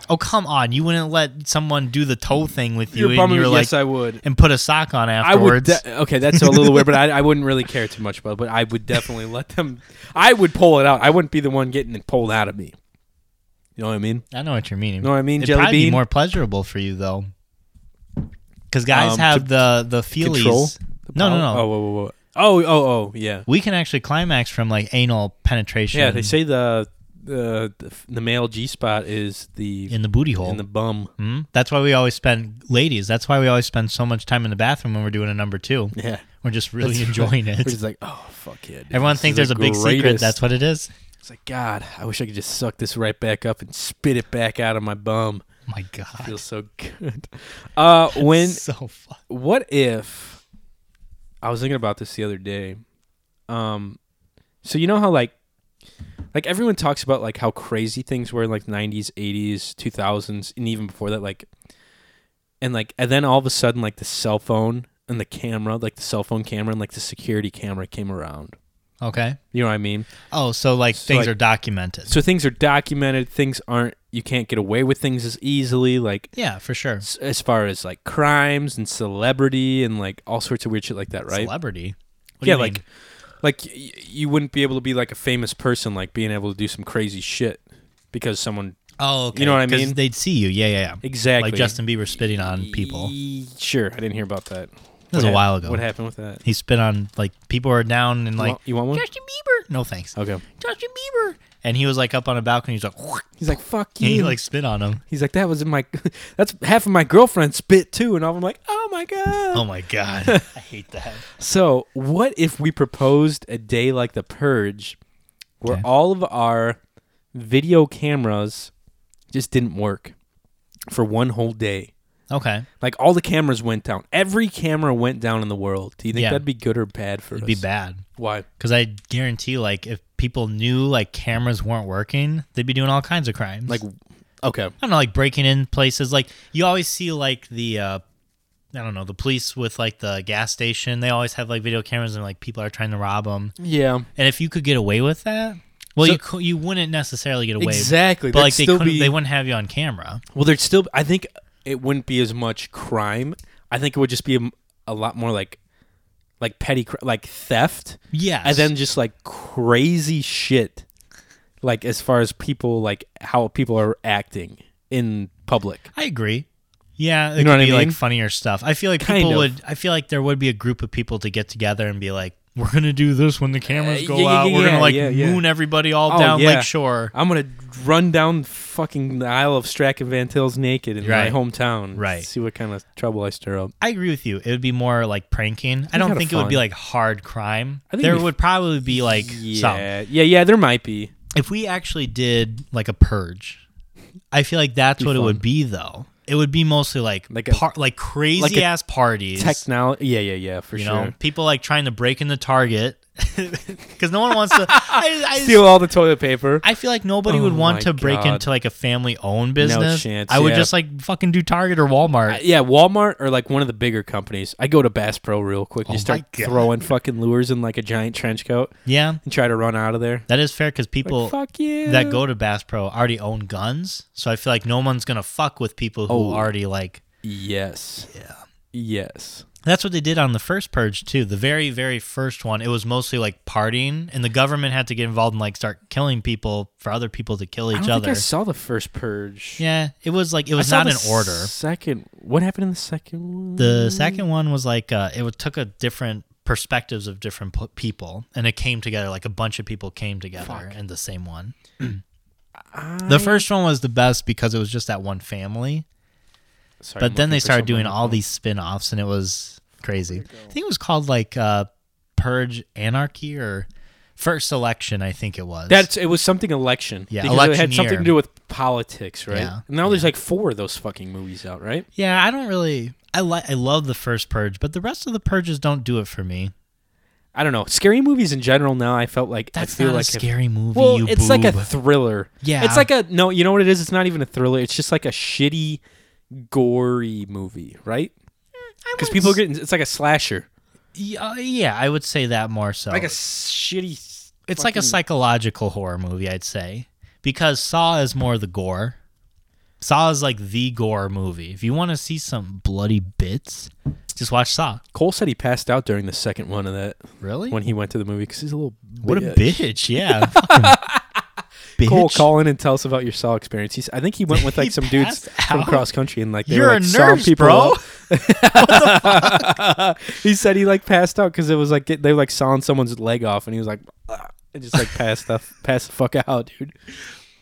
B: Oh come on! You wouldn't let someone do the toe thing with you,
A: You're
B: and
A: bumming.
B: you were like,
A: yes, I would.
B: and put a sock on
A: I would.
B: afterwards.
A: de- okay, that's a little weird, but I, I wouldn't really care too much about. it, But I would definitely let them. I would pull it out. I wouldn't be the one getting it pulled out of me. You know what I mean?
B: I know what you're meaning.
A: Know what I mean,
B: It'd
A: Jelly
B: probably be
A: Bean?
B: more pleasurable for you though, because guys
A: Um,
B: have the the feelies.
A: Control.
B: No, no, no.
A: Oh, whoa, whoa, whoa. oh, oh, oh, yeah,
B: We can actually climax from like anal penetration.
A: yeah. They say the the the male G spot is the
B: in the booty hole.
A: in the bum.
B: Hmm? That's why we always spend ladies. That's why we always spend so much time in the bathroom when we're doing a number two.
A: Yeah.
B: We're
A: <laughs>
B: just really enjoying
A: We're
B: it.
A: just like, oh fuck yeah. dude.
B: Everyone
A: This
B: thinks
A: is
B: there's
A: the
B: a big secret.
A: greatest."
B: That's what it is.
A: It's like, God, I wish I could just suck this right back up and spit it back out of my bum.
B: Oh my god, <laughs>
A: Feels so good. Uh, when
B: so fun.
A: what if I was thinking about this the other day? Um, so you know how like like everyone talks about like how crazy things were in like 90s, 80s, 2000s and even before that like and like and then all of a sudden like the cell phone and the camera, like the cell phone camera and like the security camera came around.
B: Okay.
A: You know what I mean?
B: Oh, so like things
A: like-
B: are documented.
A: So things are documented, things aren't you can't get away with things as easily like
B: yeah, for sure.
A: s- as far as like crimes and celebrity and like all sorts of weird shit like that, right?
B: Celebrity. What do
A: yeah,
B: you
A: like,
B: mean?
A: like y- you wouldn't be able to be like a famous person, like being able to do some crazy shit because someone
B: Oh, okay.
A: You know what I
B: 'Cause
A: mean?
B: They'd see you. Yeah, yeah, yeah.
A: exactly
B: Like Justin Bieber spitting on people.
A: E- Sure, I didn't hear about that.
B: That
A: What
B: was a
A: hap-
B: while ago.
A: What happened with that?
B: He spit on like people are down and like
A: you want one?
B: Justin Bieber. No thanks.
A: Okay.
B: Justin Bieber. And he was like up on a balcony. He's like, <laughs> "Whoosh,"
A: He's like, "Fuck
B: and
A: you!"
B: he like spit on him.
A: He's like, "That was in my, <laughs> that's half of my girlfriend spit too," and I'm like, "Oh my god!"
B: Oh
A: <laughs>
B: my god, I hate that.
A: So, what if we proposed a day like the purge where
B: Okay.
A: all of our video cameras just didn't work for one whole day?
B: Okay,
A: Like all the cameras went down. Every camera went down in the world. Do you think
B: Yeah.
A: that'd be good or bad for
B: it'd
A: us?
B: be bad
A: Why?
B: because I guarantee like if people knew like cameras weren't working, they'd be doing all kinds of crimes.
A: Like okay.
B: I don't know, like breaking in places. Like you always see like the uh I don't know, the police with like the gas station. They always have like video cameras and like people are trying to rob them.
A: Yeah.
B: And if you could get away with that, well,
A: So-
B: you cou- you wouldn't necessarily get away.
A: Exactly.
B: But
A: That'd
B: like they
A: still
B: couldn't,
A: be-
B: they wouldn't have you on camera.
A: Well, there'd still I think it wouldn't be as much crime. I think it would just be a, a lot more like like petty cri- like theft.
B: Yes.
A: and then just like crazy shit like as far as people like how people are acting in public
B: I agree. Yeah, it
A: know
B: could
A: what I
B: be like
A: mean?
B: funnier stuff. I feel like
A: Kind
B: people
A: of.
B: would. I feel like there would be a group of people to get together and be like, "We're gonna do this when the cameras
A: Uh,
B: go
A: yeah, yeah,
B: out. We're
A: yeah,
B: gonna like
A: yeah, yeah.
B: moon everybody all
A: Oh,
B: down
A: yeah.
B: Lake Shore."
A: i'm gonna run down fucking the aisle of strack and van til's naked in
B: Right.
A: my hometown
B: Right.
A: see what kind of trouble i stir up
B: I agree with you. It would be more like pranking. I don't
A: kinda
B: think it would be
A: fun.
B: like hard crime.
A: I think
B: there
A: it'd be-
B: would probably be like some.
A: yeah yeah yeah there might be
B: If we actually did like a purge, I feel like that's what it would
A: fun.
B: be though. It would be mostly like
A: Like
B: like
A: a-
B: par- like crazy
A: like a
B: ass parties.
A: technology yeah yeah yeah for
B: you
A: sure
B: know, people like trying to break into Target <laughs> because no one wants
A: <laughs>
B: to. I, I,
A: steal all the toilet paper
B: I feel like nobody
A: Oh
B: would
A: my
B: want to break
A: God.
B: into like a family-owned business.
A: chance,
B: I would
A: yeah.
B: just like fucking do Target or Walmart.
A: Uh, yeah walmart or like one of the bigger companies i go to bass pro real quick and
B: Oh
A: just start
B: my God.
A: throwing fucking lures in like a giant trench coat
B: yeah,
A: and try to run out of there
B: that is fair because people
A: like, fuck you
B: that go to Bass Pro already own guns, so I feel like no one's gonna fuck with people who
A: Oh.
B: already like.
A: Yes. Yeah. Yes.
B: That's what they did on the first purge too. The very, very first one, it was mostly like partying, and the government had to get involved and like start killing people for other people to kill
A: I
B: each
A: don't
B: other.
A: think I saw the first purge.
B: yeah, it was like it
A: I
B: was
A: saw
B: not
A: the
B: in order.
A: Second, what happened in the second one?
B: The second one was like uh, it took a different perspectives of different p- people, and it came together like a bunch of people came together in the same one. the first one was the best because it was just that one family,
A: Sorry, I'm
B: but then
A: looking
B: they
A: for
B: started
A: something
B: doing
A: else.
B: all these spin-offs, and it was crazy. I think it was called like uh, Purge Anarchy or first election, I think it was.
A: That's it was something election.
B: Yeah,
A: because it
B: election
A: had something
B: year.
A: to do with politics, right?
B: Yeah,
A: And now there's like four of those fucking movies out, right?
B: yeah. I don't really. I like. I love the first purge, but the rest of the purges don't do it for me.
A: I don't know. Scary movies in general now I felt like I
B: That's
A: feel
B: not
A: like
B: a
A: if-
B: scary movie.
A: Well,
B: you
A: it's like a
B: boob.
A: thriller.
B: Yeah.
A: It's like a no, you know what it is? It's not even a thriller. It's just like a shitty gory movie, right? Cuz people get it's like a slasher.
B: Yeah, uh, yeah, I would say that more so.
A: Like a s- shitty
B: it's like a psychological horror movie, I'd say, because Saw is more the gore. Saw is like the gore movie. If you want to see some bloody bits, just watch Saw.
A: Cole said he passed out during the second one of that
B: Really?
A: when he went to the movie cuz he's a little
B: what a
A: bitch. <laughs>
B: bitch! Yeah. fucking bitch.
A: Cole, call in and tell us about your Saw experience. He's, I think <laughs> he went with like
B: He
A: some dudes
B: passed
A: from
B: out?
A: cross country and like they
B: You're
A: were, like,
B: a
A: sawing
B: nurse,
A: people <laughs>
B: bro.
A: up. he said he like passed out because it was like they were like sawing someone's leg off, and he was like, "Ah," and just like passed the <laughs> passed the fuck out, dude.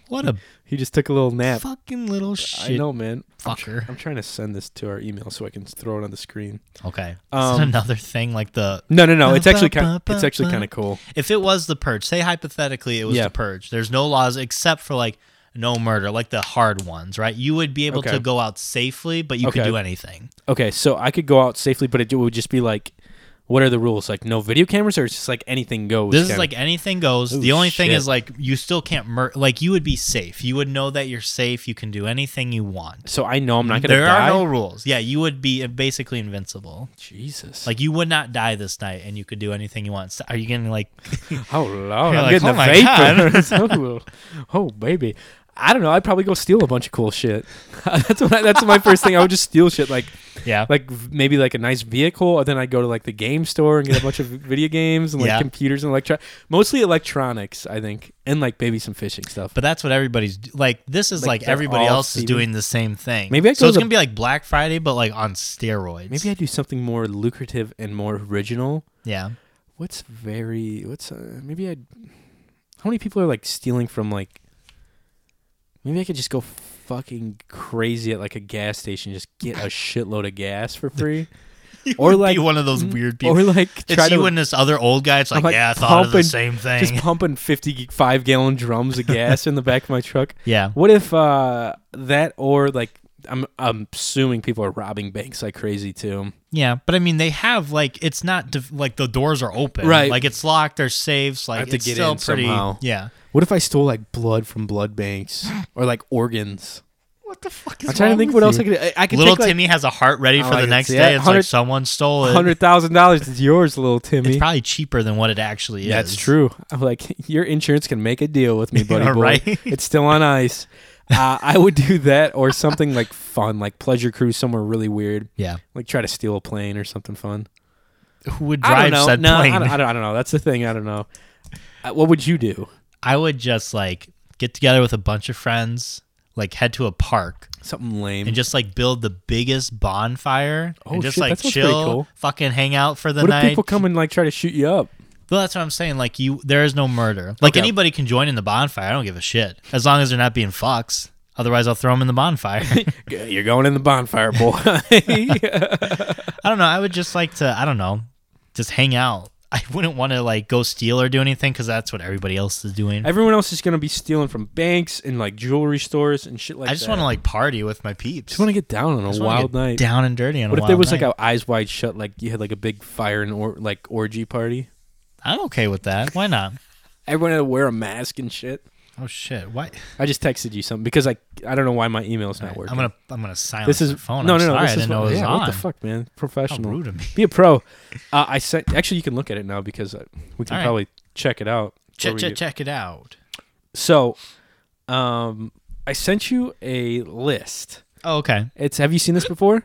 B: What a
A: He just took a little nap.
B: fucking little shit
A: I know, man.
B: fucker.
A: I'm trying to send this to our email so I can throw it on the screen.
B: Okay. is
A: Um,
B: it another thing like the
A: No, no, no. It's actually kind. It's actually kind of cool.
B: If it was the purge, say hypothetically it was
A: Yeah.
B: the purge. There's no laws except for like no murder, like the hard ones, right? You would be able
A: Okay.
B: to go out safely, but you could
A: Okay.
B: do anything.
A: Okay, so I could go out safely, but it would just be like, what are the rules? Like no video cameras, or it's just like anything goes.
B: This is
A: kinda?
B: like anything goes.
A: Ooh,
B: the only thing
A: shit.
B: is like you still can't mur- like you would be safe. You would know that you're safe. You can do anything you want.
A: So I know I'm not gonna.
B: there
A: die?
B: are no rules. Yeah, you would be basically invincible.
A: Jesus.
B: Like you would not die this night, and you could do anything you want. So are you gonna like? <laughs>
A: oh lord,
B: You're
A: I'm
B: like,
A: getting
B: "Oh my
A: <laughs> the
B: <laughs>
A: vapors. oh, oh, baby, I don't know. I'd probably go steal a bunch of cool shit. <laughs> that's what I, that's my first thing. I would just steal shit like
B: yeah,
A: like v- maybe like a nice vehicle, or then I'd go to like the game store and get a bunch of
B: <laughs>
A: video games and like
B: Yeah.
A: computers and electro mostly electronics, I think, and like maybe some fishing stuff.
B: But that's what everybody's d- like. This is
A: Like,
B: like,
A: they're
B: everybody
A: all
B: else is
A: thieving.
B: doing the same thing.
A: Maybe I
B: so
A: go
B: it's
A: to-
B: gonna be like Black Friday, but like on steroids.
A: maybe I do something more lucrative and more original.
B: yeah.
A: What's very what's uh, maybe I How many people are like stealing from like Maybe I could just go fucking crazy at like a gas station just get a shitload of gas
B: <laughs>
A: for free. or like Mm,
B: be one of those weird people.
A: or like try
B: it's
A: to
B: you and this other old guy. It's
A: I'm
B: like,
A: like
B: yeah, I thought of the
A: pumping-
B: same thing.
A: just pumping 55 gallon drums of gas in the back of my truck.
B: yeah.
A: What if uh that or like I'm I'm assuming people are robbing banks like crazy too.
B: Yeah. But I mean, they have like it's not def- like the doors are open.
A: Right.
B: Like it's locked. There's safes. Like
A: have to
B: it's
A: get
B: still
A: in
B: pretty.
A: somehow.
B: Yeah.
A: What if I stole like blood from blood
B: <gasps>
A: banks or like organs?
B: What the fuck is?
A: I'm trying to think what else I could. I, I could
B: Little
A: take, like,
B: Timmy has a heart ready
A: I
B: for
A: like
B: the
A: it.
B: next
A: Yeah,
B: day. It's
A: 100
B: like someone stole it.
A: hundred thousand dollars is yours, little Timmy.
B: It's probably cheaper than what it actually is.
A: That's true. I'm like, your insurance can make a deal
B: <laughs>
A: with me, buddy
B: Yeah,
A: boy.
B: right?
A: It's still on ice.
B: <laughs>
A: Uh, I would do that or something like fun, like pleasure cruise somewhere really weird.
B: Yeah.
A: Like try to steal a plane or something fun.
B: Who would
A: I don't
B: drive
A: know.
B: said
A: no,
B: plane?
A: I don't, I, don't, I don't know. That's the thing. I don't know. Uh, what would you do?
B: I would just like get together with a bunch of friends, like head to a park
A: Something lame.
B: and just like build the biggest bonfire
A: Mm. Oh,
B: and just
A: shit,
B: like
A: that sounds pretty
B: chill,
A: cool.
B: fucking hang out for the
A: what
B: night.
A: if people come and like try to shoot you up?
B: well, that's what I'm saying. Like you, there is no murder. Like
A: Okay.
B: anybody can join in the bonfire. I don't give a shit as long as they're not being fucks. Otherwise, I'll throw them in
A: <laughs>
B: the bonfire.
A: Yeah, You're going in the bonfire, boy.
B: <laughs>
A: <laughs>
B: I don't know. I would just like to. I don't know. Just hang out. I wouldn't want to like go steal or do anything because that's what everybody else is doing.
A: Everyone else is gonna be stealing from banks and like jewelry stores and shit like that.
B: I just want to like party with my peeps.
A: just want to get down on a
B: Just wanna
A: wild
B: get
A: night.
B: down and dirty. On
A: What
B: a
A: if there
B: wild
A: was
B: night.
A: like a eyes wide shut, like you had like a big fire and or like orgy party?
B: I'm okay with that. Why not?
A: Everyone had to wear a mask and shit.
B: Oh shit! Why?
A: I just texted you something because I I don't know why my email's not working.
B: I'm gonna I'm gonna silence
A: This is
B: my phone.
A: No,
B: I'm
A: no, no.
B: sorry,
A: this
B: I
A: is
B: didn't know it was
A: yeah,
B: on.
A: What the fuck, man? Professional.
B: rude of me.
A: Be a pro. Uh, I sent. Actually, you can look at it now because uh, we can
B: All right.
A: probably check it out. before
B: Check
A: we
B: check
A: get-
B: check it out.
A: So, um, I sent you a list.
B: Oh, okay.
A: It's have you seen this before?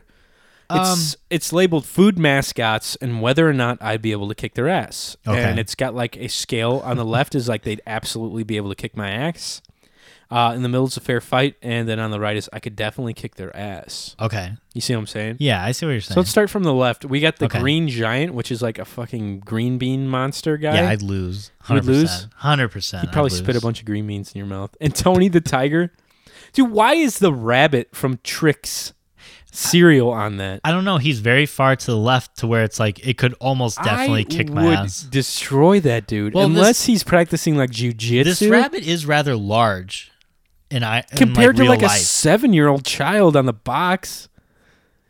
B: Um,
A: It's it's labeled food mascots and whether or not I'd be able to kick their ass.
B: Okay.
A: And it's got like a scale on the left is like they'd absolutely be able to kick my ass. Uh, in the middle is a fair fight, and then on the right is I could definitely kick their ass.
B: Okay.
A: You see what I'm saying?
B: Yeah, I see what you're saying.
A: So let's start from the left. We got the
B: Okay.
A: green giant, which is like a fucking green bean monster guy.
B: yeah, I'd lose.
A: You would
B: 100%.
A: lose?
B: Hundred percent.
A: You'd probably spit a bunch of green beans in your mouth. And Tony the tiger, dude. Why is the rabbit from Tricks cereal on that.
B: I don't know. He's very far to the left to where it's like it could almost definitely
A: I
B: kick my
A: would
B: ass.
A: destroy that dude
B: Well, this-
A: unless he's practicing like jujitsu.
B: This rabbit is rather large, and I
A: compared
B: in
A: to like
B: real
A: a
B: life.
A: seven-year-old child on the box.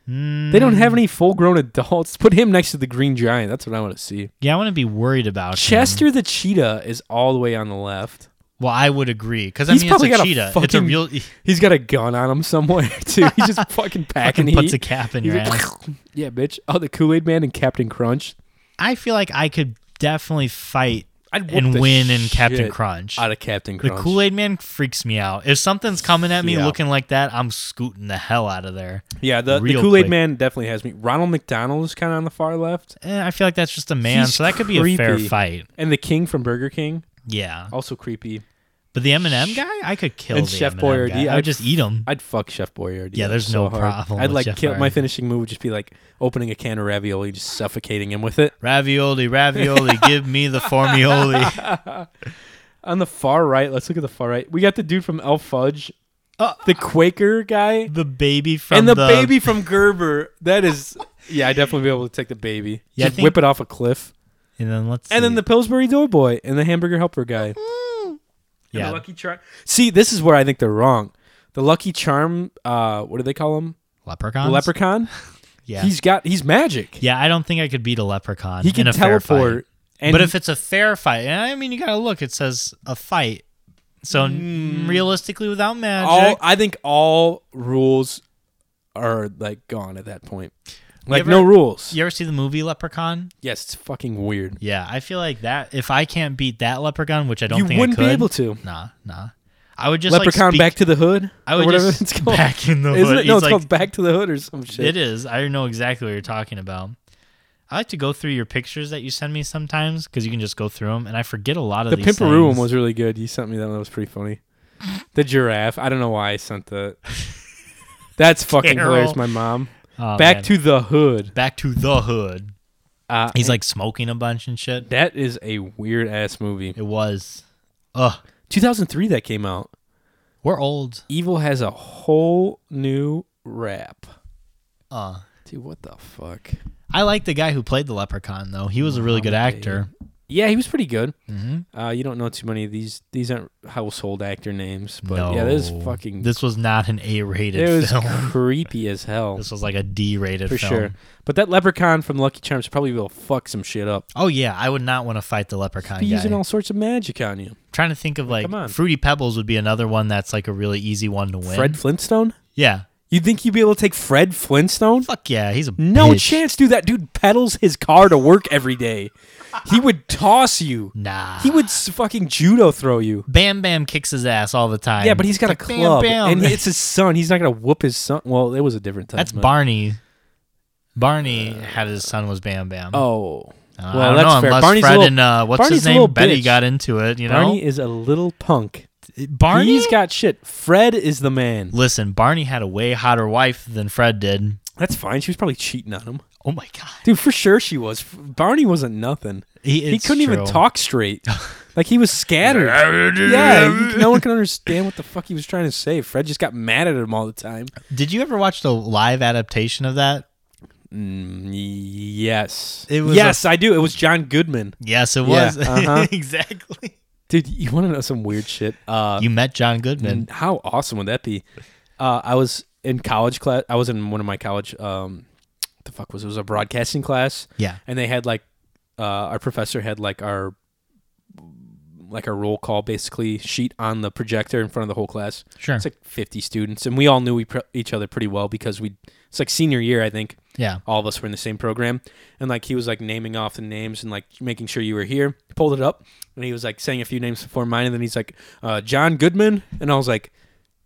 B: Hmm.
A: They don't have any full-grown adults. Put him next to the green giant. That's what I want to see.
B: yeah, I wouldn't be worried about him.
A: Chester the cheetah is all the way on the left.
B: Well, I would agree because I
A: He's
B: mean it's
A: probably
B: a
A: got
B: cheetah.
A: a fucking.
B: it's a real. He
A: <laughs> he's got a gun on him somewhere <laughs> too. He's
B: <laughs>
A: just fucking packing.
B: fucking puts a
A: heat.
B: cap in
A: He's
B: your
A: like,
B: ass.
A: <laughs> yeah, bitch. Oh, the Kool Aid Man and Captain Crunch.
B: I feel like I could definitely fight
A: I'd whoop
B: and
A: the
B: win in Captain
A: shit
B: Crunch.
A: Out of Captain
B: The
A: Crunch.
B: Kool Aid Man freaks me out. If something's coming at me
A: Yeah.
B: looking like that, I'm scooting the hell out of there.
A: Yeah, the, the
B: Real
A: Kool Aid
B: quick.
A: Man definitely has me. Ronald McDonald is kind of on the far left,
B: Eh, I feel like that's just a man,
A: He's
B: so that could be a fair
A: creepy.
B: fight.
A: and the King from Burger King
B: Yeah,
A: also creepy.
B: but the Eminem guy, I could kill.
A: And
B: the
A: Chef
B: Eminem
A: Boyardee,
B: guy. I
A: I'd-
B: would just eat him.
A: I'd fuck Chef Boyardee.
B: Yeah,
A: up
B: there's
A: so
B: no
A: hard.
B: problem
A: I'd
B: with
A: like
B: Chef
A: kill, my
B: Boyardee.
A: finishing move would just be like opening a can of ravioli, just suffocating him with it.
B: ravioli, ravioli, give
A: <laughs>
B: me the formioli.
A: On the far right, let's look at the far right. We got the dude from Elf Fudge, the Quaker guy,
B: The baby Uh, from
A: and the, baby from Gerber. That is, yeah, I definitely be able to take the baby.
B: Yeah, I
A: just
B: think-
A: whip it off a cliff.
B: And then let's.
A: And then
B: see.
A: the Pillsbury Doughboy and the Hamburger Helper guy.
B: yeah.
A: Lucky Charm. See, this is where I think they're wrong. The Lucky Charm, uh, what do they call him?
B: leprechauns.
A: The leprechaun.
B: <laughs> Yeah.
A: He's got he's magic.
B: yeah, I don't think I could beat a leprechaun.
A: He can
B: in a Fair fight.
A: teleport. And
B: but if it's a fair fight, and I mean, you gotta look. It says a fight, so
A: Hmm.
B: realistically, without
A: all,
B: magic,
A: I think all rules are like gone at that point. Like
B: ever-
A: no rules.
B: you ever see the movie Leprechaun?
A: Yes, it's fucking weird.
B: Yeah, I feel like that. If I can't beat that leprechaun, which I don't
A: You
B: think
A: wouldn't
B: I
A: be
B: could,
A: able to.
B: Nah, nah. I would just
A: Leprechaun
B: like speak,
A: back to the hood.
B: I would
A: or whatever
B: just-
A: it's called.
B: Back in the
A: Isn't
B: Hood.
A: it? No, it's
B: He's like-
A: called back to the hood or some shit.
B: It is. I know exactly what you're talking about. I like to go through your pictures that you send me sometimes because you can just go through them, and I forget a lot of
A: The
B: these
A: Pimperoo one
B: things.
A: was really good. You sent me that one. That was pretty funny. The giraffe. I don't know why I sent
B: <laughs>
A: that. That's fucking
B: Carol.
A: hilarious, my mom.
B: Oh,
A: Back
B: man.
A: to the hood.
B: back to the hood.
A: Uh,
B: He's like smoking a bunch and shit.
A: that is a weird ass movie.
B: It was. Ugh,
A: 2003 that came out.
B: we're old.
A: Evil has a whole new rap.
B: Uh,
A: Dude, what the fuck?
B: I like the guy who played the leprechaun though. He was a really good actor.
A: Yeah, he was pretty good.
B: Mm-hmm.
A: Uh, you don't know too many of these. These aren't household actor names, but
B: no,
A: yeah, this is fucking.
B: This was not an A-rated
A: it was
B: film.
A: creepy as hell
B: <laughs> This was like a D-rated
A: for
B: film.
A: sure. But that leprechaun from Lucky Charms probably will fuck some shit up.
B: Oh yeah, I would not want to fight the leprechaun
A: Be
B: guy.
A: using all sorts of magic on you.
B: Trying to think of like
A: come on.
B: Fruity Pebbles would be another one that's like a really easy one to win.
A: Fred Flintstone?
B: yeah,
A: You think you'd be able to take Fred Flintstone?
B: fuck yeah, he's a
A: No
B: bitch.
A: chance, dude. That dude pedals his car to work every day. He would toss you.
B: Nah,
A: He would s- fucking judo throw you.
B: Bam Bam kicks his ass all the time.
A: Yeah, but he's got a
B: Like, bam,
A: club,
B: bam. <laughs>
A: and it's his son. He's not gonna whoop his son. Well, it was a different time.
B: that's
A: but-
B: Barney. Barney had his son was Bam Bam.
A: Uh, Oh,
B: Uh,
A: well,
B: I don't
A: that's
B: know,
A: fair.
B: unless
A: Barney's a
B: Fred
A: little-
B: and uh, what's
A: Barney's
B: his
A: a little
B: name Betty
A: bitch.
B: got into it. You know,
A: Barney is a little punk.
B: Barney?
A: He's got shit. Fred is the man.
B: Listen, Barney had a way hotter wife than Fred did.
A: That's fine. She was probably cheating on him,
B: Oh my god,
A: dude. For sure, she was. F- Barney wasn't nothing. he
B: it's
A: couldn't even
B: true.
A: talk straight. like he was <laughs> scattered. yeah, you- no one could understand what the fuck he was trying to say. Fred just got mad at him all the time.
B: Did you ever watch the live adaptation of that?
A: Mm, Yes,
B: It was
A: yes, I do. It was John Goodman,
B: Yes, it
A: Yeah,
B: was <laughs>
A: uh-huh.
B: exactly.
A: dude. You want to know some weird shit? Uh,
B: <laughs> You met John Goodman.
A: And how awesome would that be? Uh, I was in college class. I was in one of my college. Um, what the fuck was it? it was a broadcasting class.
B: Yeah.
A: and they had like uh, our professor had like our like our roll call basically sheet on the projector in front of the whole class.
B: Sure.
A: it's like fifty students, and we all knew we pr- each other pretty well because we. It's like senior year, I think.
B: Yeah.
A: all of us were in the same program, and like he was like naming off the names and like making sure you were here. He pulled it up, and he was like saying a few names before mine, and then he's like uh, John Goodman, and I was like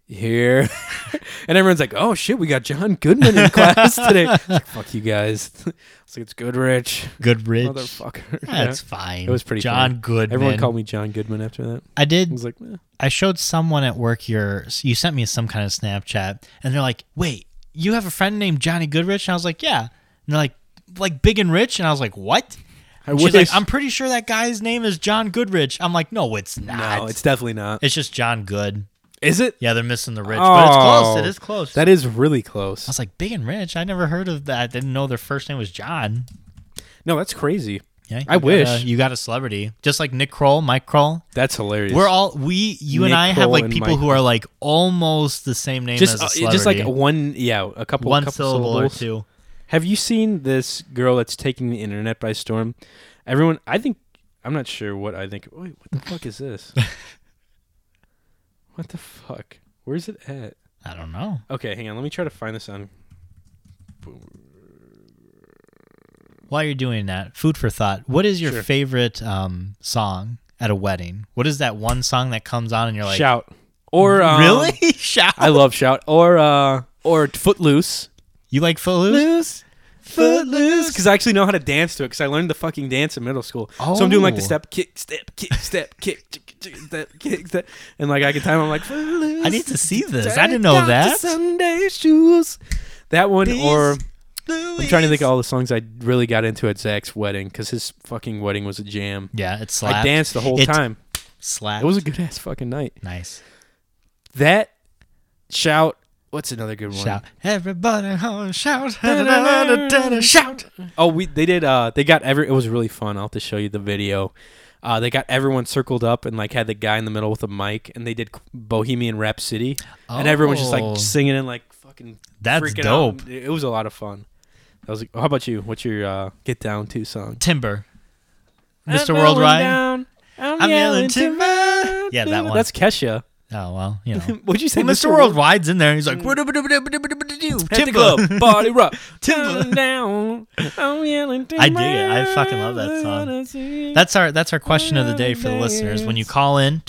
A: here. <laughs> and everyone's like, oh shit, we got John Goodman in class today. <laughs> I was like, Fuck you guys. <laughs> I was like, it's Goodrich.
B: <laughs> Mm. Goodrich.
A: Motherfucker.
B: That's
A: Yeah. <laughs>
B: fine.
A: It was pretty
B: John
A: funny.
B: Goodman.
A: Everyone called me John Goodman after that.
B: I did.
A: I was like, eh.
B: I showed someone at work your. You sent me some kind of Snapchat, and they're like, "Wait, you have a friend named Johnny Goodrich?" And I was like, "Yeah." And they're like, "Like big and rich?" And I was like, "What?"
A: I
B: She's
A: wish-
B: like, "I'm pretty sure that guy's name is John Goodrich." I'm like, "No, it's not.
A: no, it's definitely not.
B: It's just John Good."
A: Is it?
B: Yeah, they're missing the rich, but it's close.
A: Oh,
B: It is close.
A: That is really
B: I
A: close.
B: was like, big and rich. I never heard of that. I didn't know their first name was John.
A: No, that's crazy.
B: Yeah,
A: I
B: you got
A: wish.
B: a- you got a celebrity, just like Nick Kroll, Mike Kroll.
A: That's hilarious.
B: We're all we, you and
A: Nick
B: I have
A: Kroll
B: like
A: and
B: people
A: Mike
B: who are like almost the same name
A: just
B: as a
A: uh,
B: celebrity.
A: just like one, yeah, a couple,
B: one
A: couple
B: syllable
A: syllables.
B: or two.
A: Have you seen this girl that's taking the internet by storm? Everyone, I think I'm not sure what I think. Wait, what
B: <laughs>
A: the fuck is this? What the fuck? Where's it at?
B: I don't know.
A: Okay, hang on. Let me try to find this on.
B: While you're doing that, food for thought. What is your
A: Sure.
B: favorite um, song at a wedding? What is that one song that comes on and you're like,
A: Shout or um,
B: really? Shout.
A: I love shout or uh or Footloose.
B: you like
A: Footloose.
B: Footloose?
A: Footloose, because I actually know how to dance to it. Because I learned the fucking dance in middle school. So I'm doing like the
B: Oh.
A: step, kick, step, kick, step, kick, chick, chick, step, kick, step, and like I can time. I'm like Footloose.
B: I need to see this. I
A: Take
B: didn't know
A: off your
B: that.
A: Sunday shoes. That one, or
B: I'm
A: I'm trying to think of all the songs I really got into at Zach's wedding because his fucking wedding was a jam.
B: Yeah, it's slapped.
A: I danced the whole
B: It
A: time.
B: Slapped.
A: It was a good ass fucking night.
B: nice
A: That shout. What's another good one?
B: shout. Everybody home, shout, da-da-da-da-da, shout.
A: Oh, we they did. Uh, they got every. It was really fun. I'll have to show you the video. Uh, they got everyone circled up and like had the guy in the middle with a mic, and they did Bohemian Rhapsody, and everyone's just
B: Oh.
A: like singing and like fucking.
B: That's
A: freaking
B: dope.
A: Out. It was a lot of fun. That was. How about you? What's your uh, get down to song?
B: Timber. Mr. Worldwide.
A: I'm,
B: I'm yelling
A: yelling
B: timber.
A: timber.
B: Yeah, that one.
A: That's Kesha.
B: Oh well,
A: <laughs>
B: you know.
A: What'd you say, Mm.
B: Well, Mr. Worldwide's in there. He's like, "Wha-da-ba-da-ba-da-ba-da-ba-da-do."
A: At the
B: Timber.
A: club, party
B: <laughs>
A: rock, down,
B: Timber.
A: down. I'm yelling timber.
B: I dig it. I fucking love that
A: song.
B: That's our that's our question of the day for the listeners. When you call in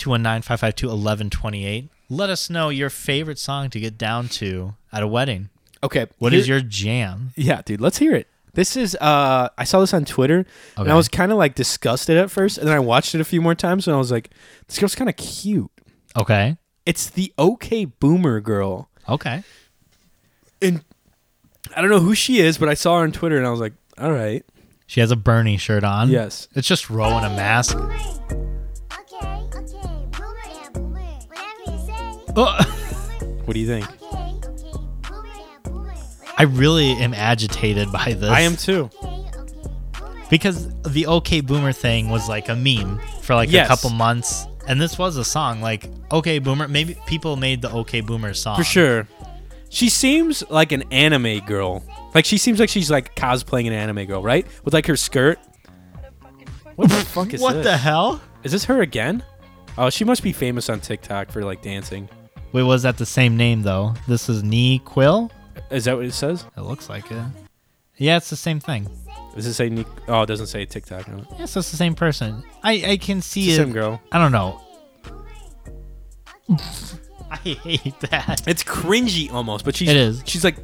B: 219-552-1128, let us know your favorite song to get down to at a wedding.
A: okay.
B: What
A: here-
B: is your jam?
A: Yeah, dude, let's hear it. This is uh I saw this on Twitter and
B: Okay.
A: I was kind of like disgusted at first and then I watched it a few more times and I was like this girl's kind of cute.
B: Okay.
A: It's the OK Boomer girl.
B: Okay.
A: And I don't know who she is, but I saw her on Twitter and I was like, "All right.
B: She has a Bernie shirt on.
A: Yes.
B: It's just Ro in a mask.
G: Okay, okay, boomer, yeah, boomer. Whatever you say.
B: Oh,
A: What do you think?"
G: Okay, okay, boomer, yeah, boomer.
B: I really am agitated by this.
A: I am too.
G: Okay, okay, boomer.
B: because the OK Boomer thing was like a meme for like
A: Yes.
B: a couple months, and this was a song like OK Boomer. Maybe people made the OK Boomer song
A: For sure. She seems like an anime girl. Like she seems like she's like cosplaying an anime girl, right? With like her skirt. What the fuck is
B: What
A: this?
B: the hell?
A: Is this her again? Oh, she must be famous on TikTok for like dancing.
B: Wait, was that the same name though? This is Nee Quill.
A: Is that what it says?
B: It looks like it. Yeah, it's the same thing.
A: Does it say Nick? Oh, it doesn't say TikTok. No.
B: Yeah, so it's the same person. I I can see
A: It's
B: it.
A: the same girl.
B: I don't know. <laughs> I hate that.
A: It's cringy almost, but she's
B: It is.
A: she's like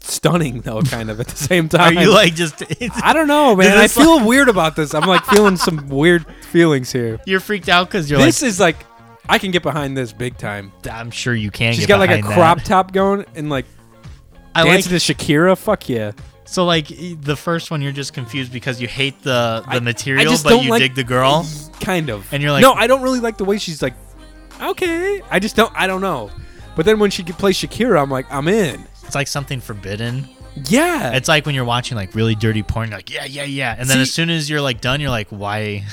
A: stunning though, kind of at the same time.
B: Are you like just? It's,
A: I don't know, man. I
B: this
A: feel weird about this. I'm like feeling some weird feelings here.
B: you're freaked out because you're
A: this is like, I can get behind this big time.
B: like. I'm sure you can.
A: She's
B: get
A: got like a
B: behind that."
A: crop top going and like
B: I like
A: dancing to Shakira. Fuck yeah.
B: So like e- the first one, you're just confused because you hate the the material,
A: just
B: but
A: don't
B: you
A: like-
B: dig
A: <laughs>
B: the girl.
A: Kind of.
B: And you're like-
A: no, I don't really like the way she's like, okay. I just don't. I don't know. But then when she could play Shakira, I'm like, I'm in.
B: It's like something forbidden.
A: Yeah.
B: It's like when you're watching like really dirty porn, you're like yeah, yeah, yeah, and then
A: See-
B: as soon as you're like done, you're like why?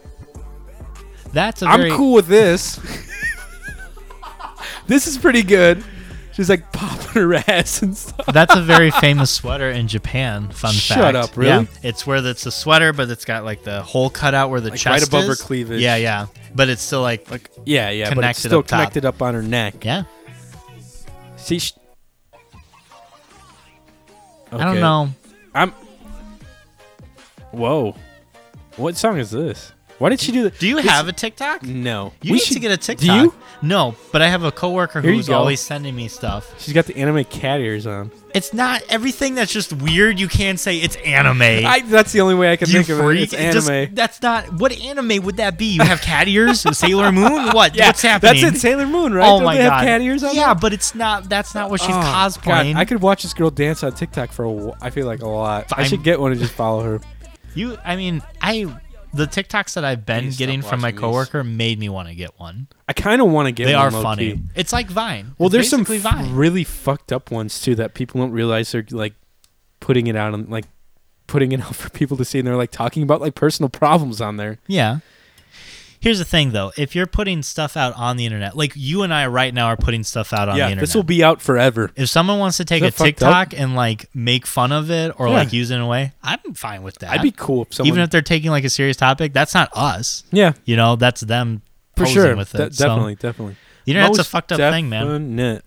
B: <laughs> That's a very
A: I'm cool with this. this is pretty good. She's like popping her ass and stuff.
B: that's
A: <laughs>
B: a very famous sweater in Japan. Fun
A: Shut
B: fact.
A: up, really?
B: Yeah, it's where it's a sweater, but it's got like the hole cut out where the
A: Like, right
B: chest
A: above her
B: is.
A: cleavage.
B: Yeah, yeah, but it's still like like
A: Yeah, yeah, but it's
B: Connected
A: still
B: up top.
A: connected up on her neck.
B: yeah.
A: See, sh-
B: I don't
A: Okay.
B: know.
A: I'm. Whoa, what song is this? Why did she do that?
B: Do you
A: This-
B: have a TikTok?
A: No.
B: You
A: We
B: need to
A: should-
B: get a TikTok.
A: Do you?
B: No, but I have a coworker
A: Here you
B: who's
A: go.
B: always sending me stuff.
A: She's got the anime cat ears on.
B: It's not everything that's just weird. You can't say it's
A: <laughs>
B: anime.
A: I, that's the only way I can
B: you
A: think of it. It's
B: It just-
A: anime.
B: that's not what anime would that be? You have cat ears,
A: <laughs>
B: Sailor Moon. What? What's happening?
A: That's it. Sailor Moon, right?
B: Oh
A: Don't
B: my
A: they
B: god!
A: have cat ears on?
B: yeah,
A: there?
B: but it's not. That's not what she's
A: Oh,
B: cosplaying.
A: God, I could watch this girl dance on TikTok for a wh- I feel like a lot. I
B: Fine.
A: should get one and just follow her.
B: you. I mean, I. the TikToks that I've
A: need
B: been
A: to stop
B: getting from my
A: watching these.
B: coworker made me want to get one.
A: I kind of want to get.
B: they
A: one
B: are
A: low-key.
B: funny. It's like Vine.
A: Well,
B: It's
A: there's some
B: basically
A: f-
B: Vine.
A: really fucked up ones too that people don't realize they're like putting it out and like putting it <laughs> out for people to see, and they're like talking about like personal problems on there.
B: Yeah. Here's the thing, though. If you're putting stuff out on the internet, like you and I right now are putting stuff out on the
A: yeah,
B: internet.
A: this will be out forever.
B: if someone wants to take
A: Is that
B: a
A: fucked up?
B: TikTok and like make fun of it or
A: Yeah.
B: like use it in a way, I'm fine with that.
A: I'd be cool if someone.
B: Even if they're taking like a serious topic, that's not us.
A: yeah,
B: You know, that's them
A: for
B: posing
A: sure,
B: with it.
A: De-
B: So,
A: definitely, definitely.
B: you know, that's a
A: Most
B: fucked up thing, man.
A: definite.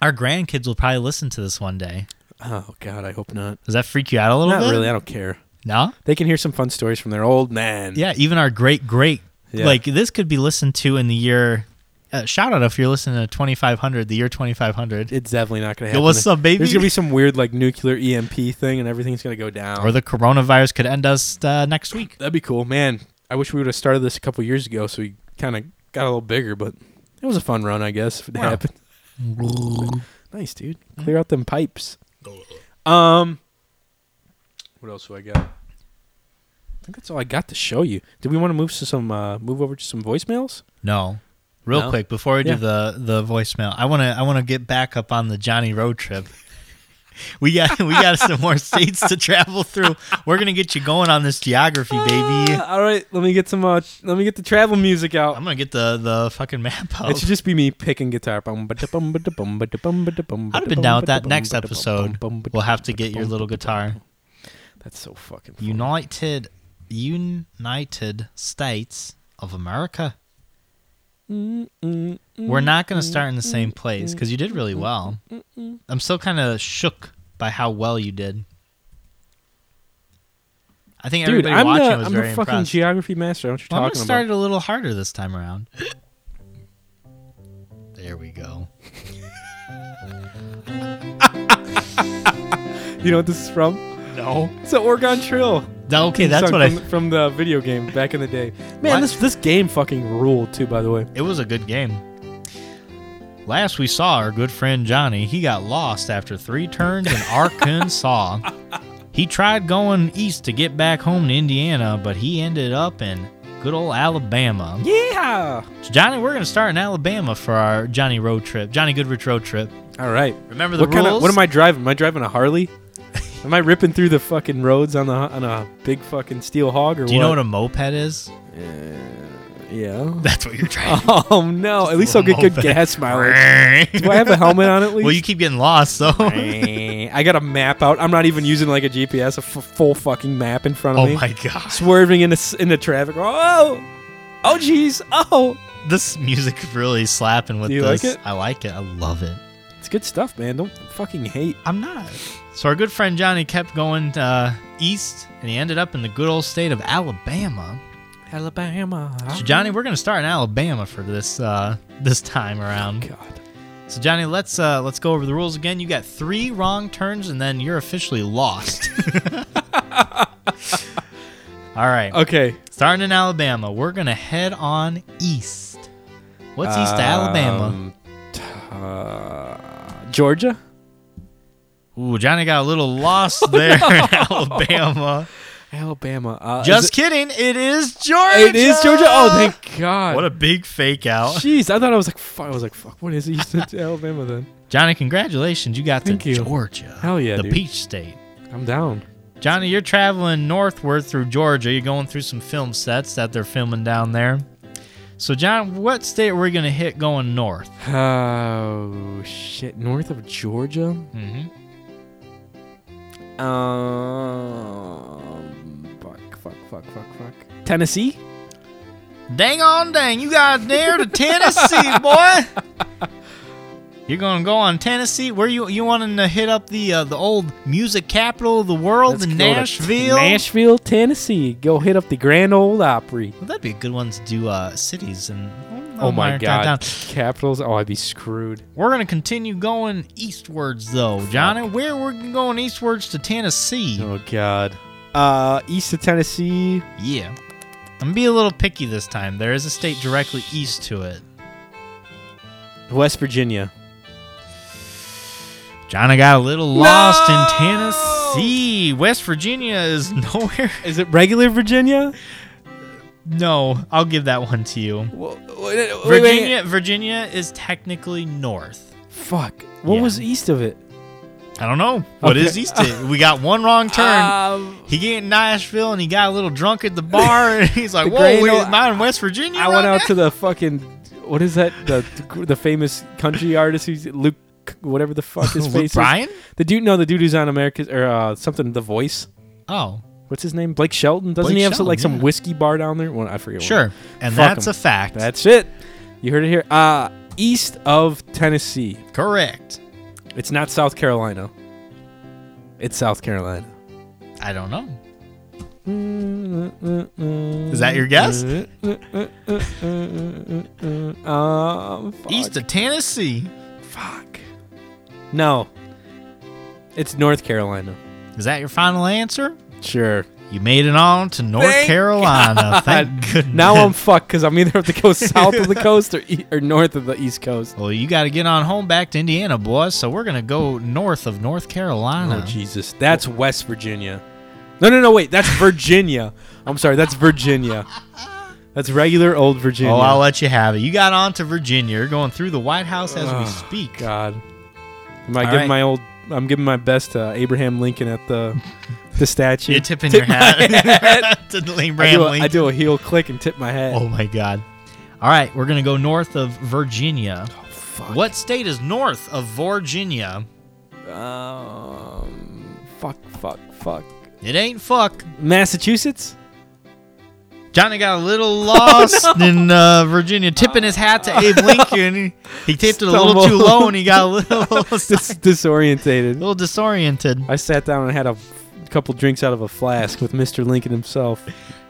B: Our grandkids will probably listen to this one day.
A: Oh God, I hope not.
B: Does that freak you out a little
A: Not
B: bit?
A: really. I don't care.
B: No?
A: They can hear some fun stories from their old man.
B: Yeah, even our great great
A: Yeah.
B: like this could be listened to in the year. Uh, shout out if you're listening to 2500, the year 2500,
A: It's definitely not gonna
B: Yo,
A: happen.
B: what's up, baby?
A: There's gonna be some weird like nuclear EMP thing, and everything's gonna go down.
B: or the coronavirus could end us uh, next week.
A: That'd be cool, man. I wish we would have started this a couple years ago, so we kind of got a little bigger. But it was a fun run, I guess. If it
B: <laughs>
A: happened. nice, dude. Clear out them pipes. Um, what else do I got? I think that's all I got to show you. Did we want to move to some uh, move over to some voicemails?
B: No, real
A: No?
B: quick before we
A: Yeah.
B: do the the voicemail, I wanna I wanna get back up on the Johnny road trip. We got we got some
A: <laughs>
B: more states to travel through. We're gonna get you going on this geography, baby.
A: Ah, all right, let me get some. Uh, let me get the travel music out.
B: I'm gonna get the the fucking map out.
A: It should just be me picking guitar. I'd
B: I'd
A: have
B: have been down with that. Next episode, we'll have to get your little guitar.
A: That's so fucking. Funny.
B: United United States of America. We're not going to start in the same place because you did really well. I'm still kind of shook by how well you did. I think
A: Dude,
B: everybody
A: I'm
B: watching
A: the,
B: was
A: I'm the
B: very
A: fucking
B: impressed.
A: geography master. I don't know
B: Well, I'm
A: what
B: gonna
A: you're
B: start
A: talking
B: it a little harder this time around. There we go.
A: about. You know what this is from?
B: No.
A: It's the Oregon Trail.
B: Okay,
A: theme
B: that's
A: song
B: what I.
A: from, from the video game back in the day. Man,
B: What?
A: this this game fucking ruled too. By the way,
B: It was a good game. Last we saw our good friend Johnny, he got lost after three turns in Arkansas. he tried going east to get back home to Indiana, but he ended up in good old Alabama.
A: yeah.
B: So Johnny, we're gonna start in Alabama for our Johnny road trip, Johnny Goodrich road trip.
A: All right.
B: Remember the
A: What
B: rules?
A: kind of? What am I driving? Am I driving a
B: <laughs>
A: Harley? Am I ripping through the fucking roads on the on a big fucking steel hog or
B: Do you know what a moped is?
A: yeah.
B: <laughs> That's what you're trying.
A: Oh no! at least I'll get good
B: moped.
A: gas mileage. Do
B: well,
A: I have a helmet on at least?
B: you keep getting lost, so. <laughs> oh
A: I got a map out. I'm not even using like a GPS. A f- full fucking map in front of me.
B: Oh my gosh,
A: Swerving into s- into traffic. Oh, oh, jeez. Oh,
B: this music really slapping with
A: Do you like
B: this.
A: it?
B: I like it. I love it.
A: it's good stuff, man. Don't fucking hate.
B: I'm not. So our good friend Johnny kept going uh, east, and he ended up in the good old state of Alabama.
A: Alabama.
B: So Johnny, we're gonna start in Alabama for this uh, this time around.
A: Oh, God.
B: So Johnny, let's uh, let's go over the rules again. You got three wrong turns, and then you're officially lost. All right,
A: Okay.
B: starting in Alabama, we're gonna head on east. What's east of Alabama?
A: Um, t- uh, Georgia.
B: Ooh, Johnny got a little lost there in Alabama.
A: Alabama. Uh, is
B: Just
A: it-
B: kidding. It is Georgia.
A: It is Georgia. Oh, thank God.
B: What a big fake out.
A: Jeez, I thought I was like, fuck. I was like, fuck. What is East Alabama then?
B: Johnny, congratulations. You got to
A: Thank you.
B: Georgia.
A: Hell yeah,
B: The
A: dude.
B: peach state.
A: I'm down.
B: Johnny, you're traveling northward through Georgia. You're going through some film sets that they're filming down there. So, John, what state are we going to hit going north?
A: Oh shit! North of Georgia.
B: Mm-hmm.
A: Um, fuck, fuck, fuck, fuck, fuck. Tennessee.
B: Dang on dang. You got there
A: <laughs>
B: to Tennessee, boy. You're going to go on Tennessee. Where you you wanting to hit up the uh, the old music capital of the world, the
A: go to
B: Nashville?
A: Oh, Nashville, Tennessee. Go hit up the Grand Ole Opry.
B: Well, that'd be a good one to do uh, cities and.
A: Oh, my God!
B: God, down.
A: Capitals. Oh, I'd be screwed.
B: We're gonna continue going eastwards though, Johnny. Where we're going eastwards to Tennessee?
A: Oh God. Uh, east of Tennessee.
B: Yeah. I'm gonna be a little picky this time. There is a state directly east to it.
A: West Virginia.
B: Johnny got a little lost in Tennessee. West Virginia is <laughs> nowhere.
A: Is it regular Virginia?
B: No, I'll give that one to you.
A: Well, wait, wait, wait.
B: Virginia, Virginia is technically north.
A: Fuck. What
B: Yeah.
A: was east of it?
B: I don't know what is
A: Okay.
B: east. of- we got one
A: <laughs>
B: wrong turn.
A: Um,
B: he get in Nashville and he got a little drunk at
A: <laughs>
B: the bar. <laughs> and He's like,
A: The
B: "Whoa,
A: Grand
B: wait,
A: Ole-
B: am I in West Virginia?"
A: I went out to the fucking what is that? The the famous country artist who's Luke, whatever the fuck
B: <laughs>
A: his face is.
B: Brian.
A: The dude, no, the dude who's on America's or uh, something. The Voice.
B: Oh,
A: What's his name? Blake Shelton. Doesn't
B: Blake
A: he have some,
B: Shelton,
A: like some
B: yeah.
A: whiskey bar down there? Well, I forget. what-
B: sure, and
A: Fuck
B: that's
A: him.
B: a fact.
A: That's it. You heard it here. Uh east of Tennessee.
B: correct.
A: It's not South Carolina. It's South Carolina.
B: I don't know. Is that your guess?
A: Um, fuck.
B: East of Tennessee.
A: Fuck. No. It's North Carolina.
B: Is that your final answer?
A: Sure.
B: You made it on to North Carolina.
A: <laughs>
B: Thank goodness.
A: Now I'm fucked because I'm either have to go south <laughs> of the coast or e- or north of the east coast.
B: Well, you got to get on home back to Indiana, boys. So we're gonna go north of North
A: Oh
B: Carolina.
A: Jesus, that's West Virginia. No, no, no, wait, <laughs> that's Virginia. I'm sorry, that's Virginia. That's regular old Virginia.
B: Oh, I'll let you have it. You got on to Virginia. You're going through the White House as
A: Oh,
B: we speak.
A: God. Am I
B: All
A: giving
B: right.
A: my old? I'm giving my best to Abraham Lincoln at the the statue.
B: You're tipping
A: Tip
B: your hat,
A: my
B: <laughs>
A: hat.
B: to Abraham
A: I do, a, I
B: Lincoln.
A: do a heel click and tip my hat.
B: Oh my God! All right, we're gonna go north of Virginia.
A: Oh, fuck.
B: What state is north of Virginia?
A: Um, fuck, fuck, fuck.
B: It ain't fuck.
A: Massachusetts.
B: Johnny got a little <laughs> lost
A: <laughs>
B: in uh, Virginia, tipping his hat to Abe Lincoln. He tipped it a little too
A: Stumbled.
B: low, and he got
A: <laughs>
B: a little
A: Dis- disorientated.
B: little disoriented.
A: I sat down and had a f- couple drinks out of a flask with Mr. Lincoln himself.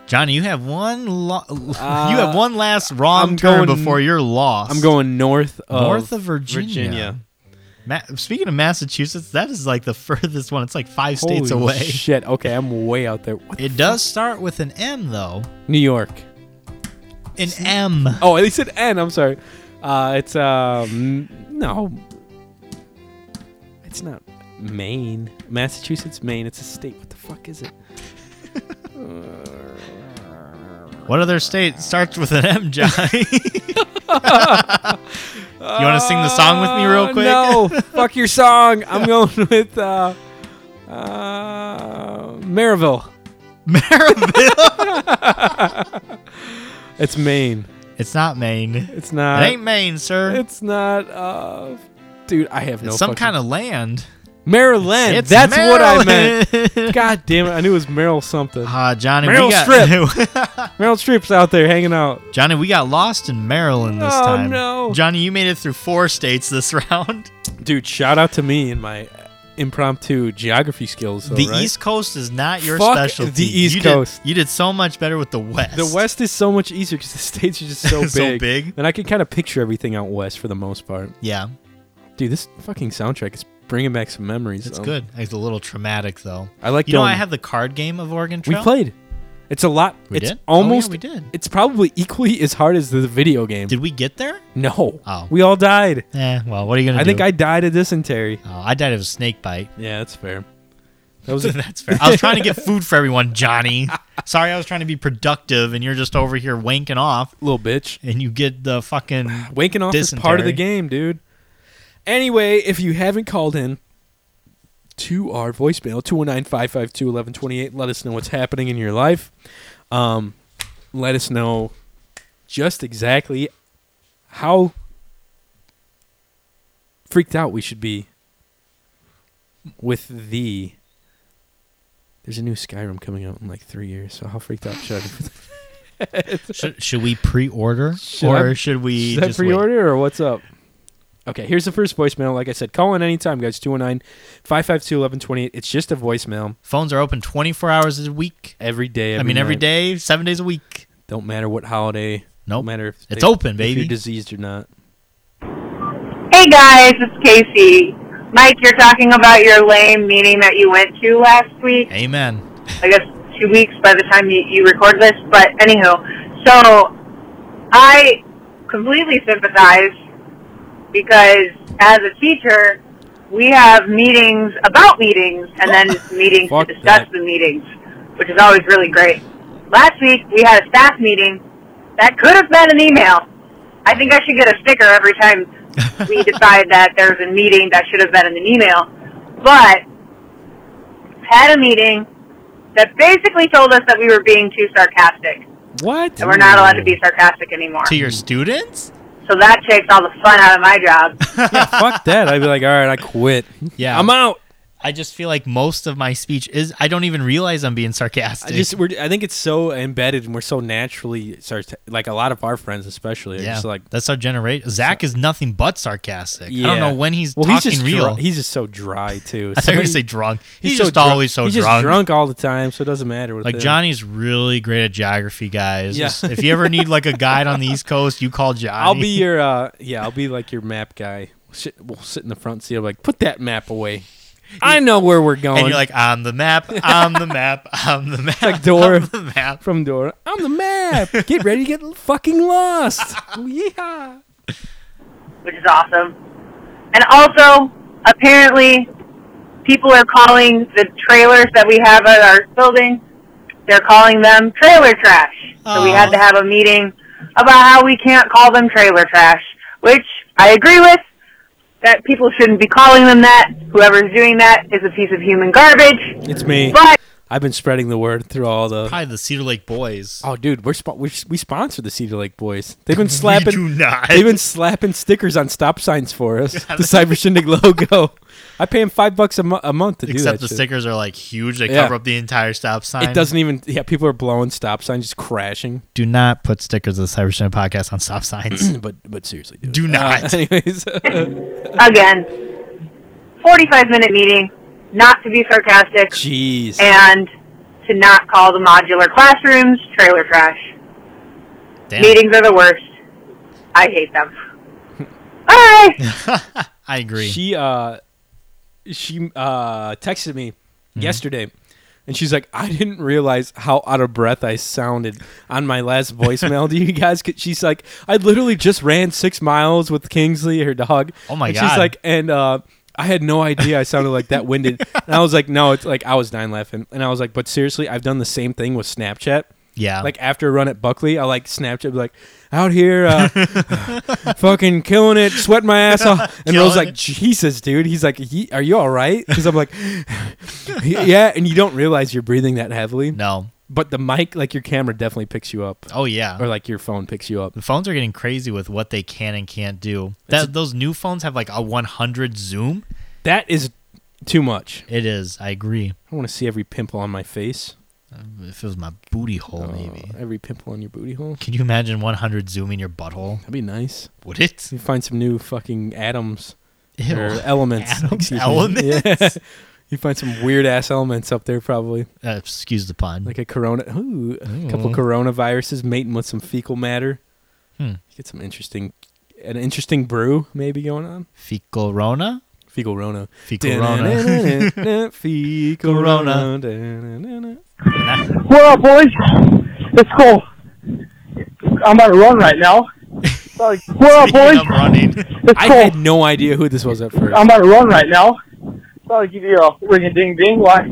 B: Johnny, you have one lo- <laughs> you
A: Uh,
B: have one last wrong
A: I'm
B: turn
A: going-
B: before you're lost.
A: I'm going north of
B: north of Virginia. Ma- speaking of Massachusetts, that is like the <laughs> furthest one. It's like five states
A: Holy
B: away.
A: Shit. Okay, I'm way out there. What?
B: It does start with an M though.
A: New York.
B: An M.
A: Oh, they said N. I'm sorry. Uh, it's um no, it's not Maine, Massachusetts, Maine. It's a state. What the fuck is it?
B: What other state starts with an M, <laughs> Johnny? you want to sing the song with me real
A: Uh,
B: quick?
A: No, fuck your song. I'm going with uh, uh, Maryville.
B: <laughs> Maryville.
A: It's Maine.
B: It's not Maine.
A: It's
B: It
A: not.
B: ain't Maine, sir. It's,
A: It's not. Uh, dude, I have no.
B: some
A: fucking-
B: kind of land.
A: Maryland.
B: It's
A: That's what I meant.
B: Maryland. <laughs>
A: God damn it! I knew it was Meryl something.
B: Ah, Johnny,
A: Meryl
B: we got,
A: Meryl Streep's out there hanging out.
B: <laughs> Johnny, we got lost in Maryland this
A: Oh,
B: time.
A: no.
B: Johnny, you made it through four states this <laughs> round.
A: Dude, shout out to me and my impromptu geography skills. Though,
B: the
A: right?
B: East Coast is not your
A: Fuck
B: specialty.
A: the East
B: you did-
A: Coast.
B: you did so much better with the West.
A: The West is so much easier because the <laughs> states are just so big.
B: <laughs> So big.
A: And I can kind of picture everything out west for the most part.
B: Yeah,
A: Dude, this fucking soundtrack is bringing back some memories.
B: it's
A: though.
B: good. It's a little traumatic though.
A: I like
B: You know,
A: doing-
B: I have the card game of Oregon
A: We
B: Trail.
A: played. It's a lot.
B: We
A: it's
B: did? Oh, yeah,
A: almost.
B: we did.
A: It's probably equally as hard as the video game.
B: Did we get there?
A: no.
B: Oh.
A: We all died.
B: Eh. Well, what are you gonna
A: I
B: do?
A: think I died of dysentery.
B: Oh, I died of a
A: <laughs>
B: snake bite.
A: Yeah, that's fair. That was <laughs> a,
B: That's fair. I was trying to get food for
A: <laughs>
B: everyone, Johnny. Sorry, I was trying to be productive, and you're just over here wanking off,
A: little bitch.
B: and you get the fucking
A: <sighs> Waking off is part of the
B: Dysentery.
A: game, dude. Anyway, if you haven't called in to our voicemail, 219 552 1128, let us know what's happening in your life. Um, let us know just exactly how freaked out we should be with the. There's a new Skyrim coming out in like three years, so how freaked out should I be?
B: Should, should we pre-order
A: Should
B: or
A: I-
B: should we
A: Is that
B: just wait?
A: pre-order or what's up? Okay, here's the first voicemail. Like I said, call in anytime, guys. 209-552-1128. It's just a voicemail
B: Phones are open 24 hours a week.
A: every day.
B: I mean, every
A: night.
B: day, seven days a week.
A: Don't matter what holiday.
B: Nope.
A: Don't matter if
B: It's open,
A: If
B: baby.
A: you're diseased or not.
H: Hey guys, it's Casey. Mike, you're talking about your lame meeting that you went to last week.
B: Amen.
H: I guess two weeks by the time you, you record this, but anywho. So, I completely sympathize because as a teacher, we have meetings about meetings and then meetings to
A: Fuck
H: discuss
A: that.
H: the meetings, which is always really great. Last week we had a staff meeting. That could have been an email. I think I should get a sticker every time
B: <laughs>
H: we decide that there's a meeting that should have been in an email. But had a meeting that basically told us that we were being too sarcastic
A: What?
H: and we're not allowed to be sarcastic anymore.
B: to your students?
H: So that takes all the fun out of my job.
A: Yeah, fuck that. I'd be like, all right, I quit.
B: Yeah.
A: I'm out.
B: I just feel like most of my speech is I don't even realize I'm being
A: I
B: sarcastic.
A: just, we're, I think it's so embedded, and we're so naturally, sar- like a lot of our friends, especially, are
B: yeah,
A: just like,
B: that's our generation. Zach is nothing but sarcastic. I
A: Yeah.
B: don't know when he's
A: well, he's
B: talking
A: just
B: real.
A: dry- he's just so dry too.
B: <laughs> I thought you
A: Somebody-
B: were gonna say drunk. He's,
A: so
B: just
A: drunk-
B: always so
A: he's
B: drunk.
A: just drunk all the time, so it doesn't matter. With
B: Like
A: him.
B: Johnny's really great at geography, guys.
A: Yeah.
B: if you ever need like a guide on the East Coast, you call
A: <laughs>
B: Johnny.
A: I'll be your, uh, yeah, I'll be like your map guy. Sit, we'll sit in the front seat. I'll be like, put that map away. I know where we're going.
B: and you're like on the map, on the map, on the map,
A: Like Dora.
B: on the map.
A: from door. I'm the map. Get ready to
B: <laughs>
A: get fucking lost.
B: Oh,
A: yeah.
H: which is awesome. And also, apparently, people are calling the trailers that we have at our building, they're calling them trailer trash. So we had to have a meeting about how we can't call them trailer trash, which I agree with, that people shouldn't be calling them that. Whoever's doing that is a piece of human garbage.
A: It's me.
H: But
A: I've been spreading the word through all the.
B: Probably the Cedar Lake boys.
A: Oh, dude, we're spo- we we sponsor the Cedar Lake Boys. They've
B: <laughs>
A: been slapping.
B: do not.
A: They've been slapping stickers on stop signs for
B: <laughs>
A: us. the Cyber Shindig logo. I pay them five bucks a, mo- a month to
B: Except
A: do
B: the
A: that. shit.
B: stickers are like huge. They
A: Yeah.
B: cover up the entire stop sign.
A: It doesn't even. Yeah, people are blowing stop signs, just crashing.
B: Do not put stickers of the Cyber Center podcast on stop
A: <clears throat>
B: signs.
A: But but seriously, do,
B: Do
A: it.
B: not.
A: Uh, <laughs>
B: <laughs>
A: anyways,
H: again, 45 minute meeting, not to be sarcastic.
A: jeez.
H: and to not call the modular classrooms trailer trash.
B: Damn.
H: Meetings are the worst. I hate them. Bye.
B: I agree.
A: She uh she uh texted me
B: Mm-hmm.
A: yesterday and she's like, I didn't realize how out of breath I sounded on my last voicemail.
B: <laughs>
A: Do you guys? Could, she's like, I literally just ran six miles with Kingsley, her dog.
B: Oh my
A: and She's
B: God.
A: like, and uh, I had no idea I sounded like that winded. and I was like, no, it's like I was dying laughing. And I was like, but seriously, I've done the same thing with Snapchat.
B: yeah.
A: Like after a run at Buckley, I like Snapchat, be like out here, uh, <laughs> fucking killing it, sweating my ass off. And
B: Killing
A: Rose like,
B: it.
A: Jesus, dude. He's like, "Ye- Are you all right? Because I'm like, <laughs> Yeah. And you don't realize you're breathing that heavily,
B: no.
A: but the mic, like your camera, definitely picks you up,
B: Oh yeah.
A: or like your phone picks you up.
B: the phones are getting crazy with what they can and can't do. That those new phones have like a 100 zoom.
A: That is too much.
B: It is. I agree.
A: I want to see every pimple on my face,
B: If it was my booty
A: Oh.
B: hole, maybe.
A: every pimple on your booty hole.
B: Can you imagine 100 zoom in your butthole?
A: That'd be nice.
B: Would it?
A: You find some new fucking atoms.
B: <laughs> Ew. Uh,
A: or elements.
B: Atoms,
A: excuse me.
B: elements?
A: <laughs> Yeah. You find some weird ass elements up there, probably
B: Uh, excuse the pun.
A: like a corona, ooh, a couple coronaviruses mating with some fecal matter.
B: Hmm.
A: Get some interesting, an interesting brew maybe going on.
B: Fecal Rona?
A: Fecal Rona.
B: Fecal Rona. <laughs>
A: fecal
B: Corona.
A: Rona.
I: What up, boys? It's cool. I'm on a run right now. Sorry. What up, boys?
B: I'm running.
I: It's
A: I
I: cool.
A: had no idea who this was at first.
I: I'm on a run right now. Thought I'd give you a ring a ding ding Why?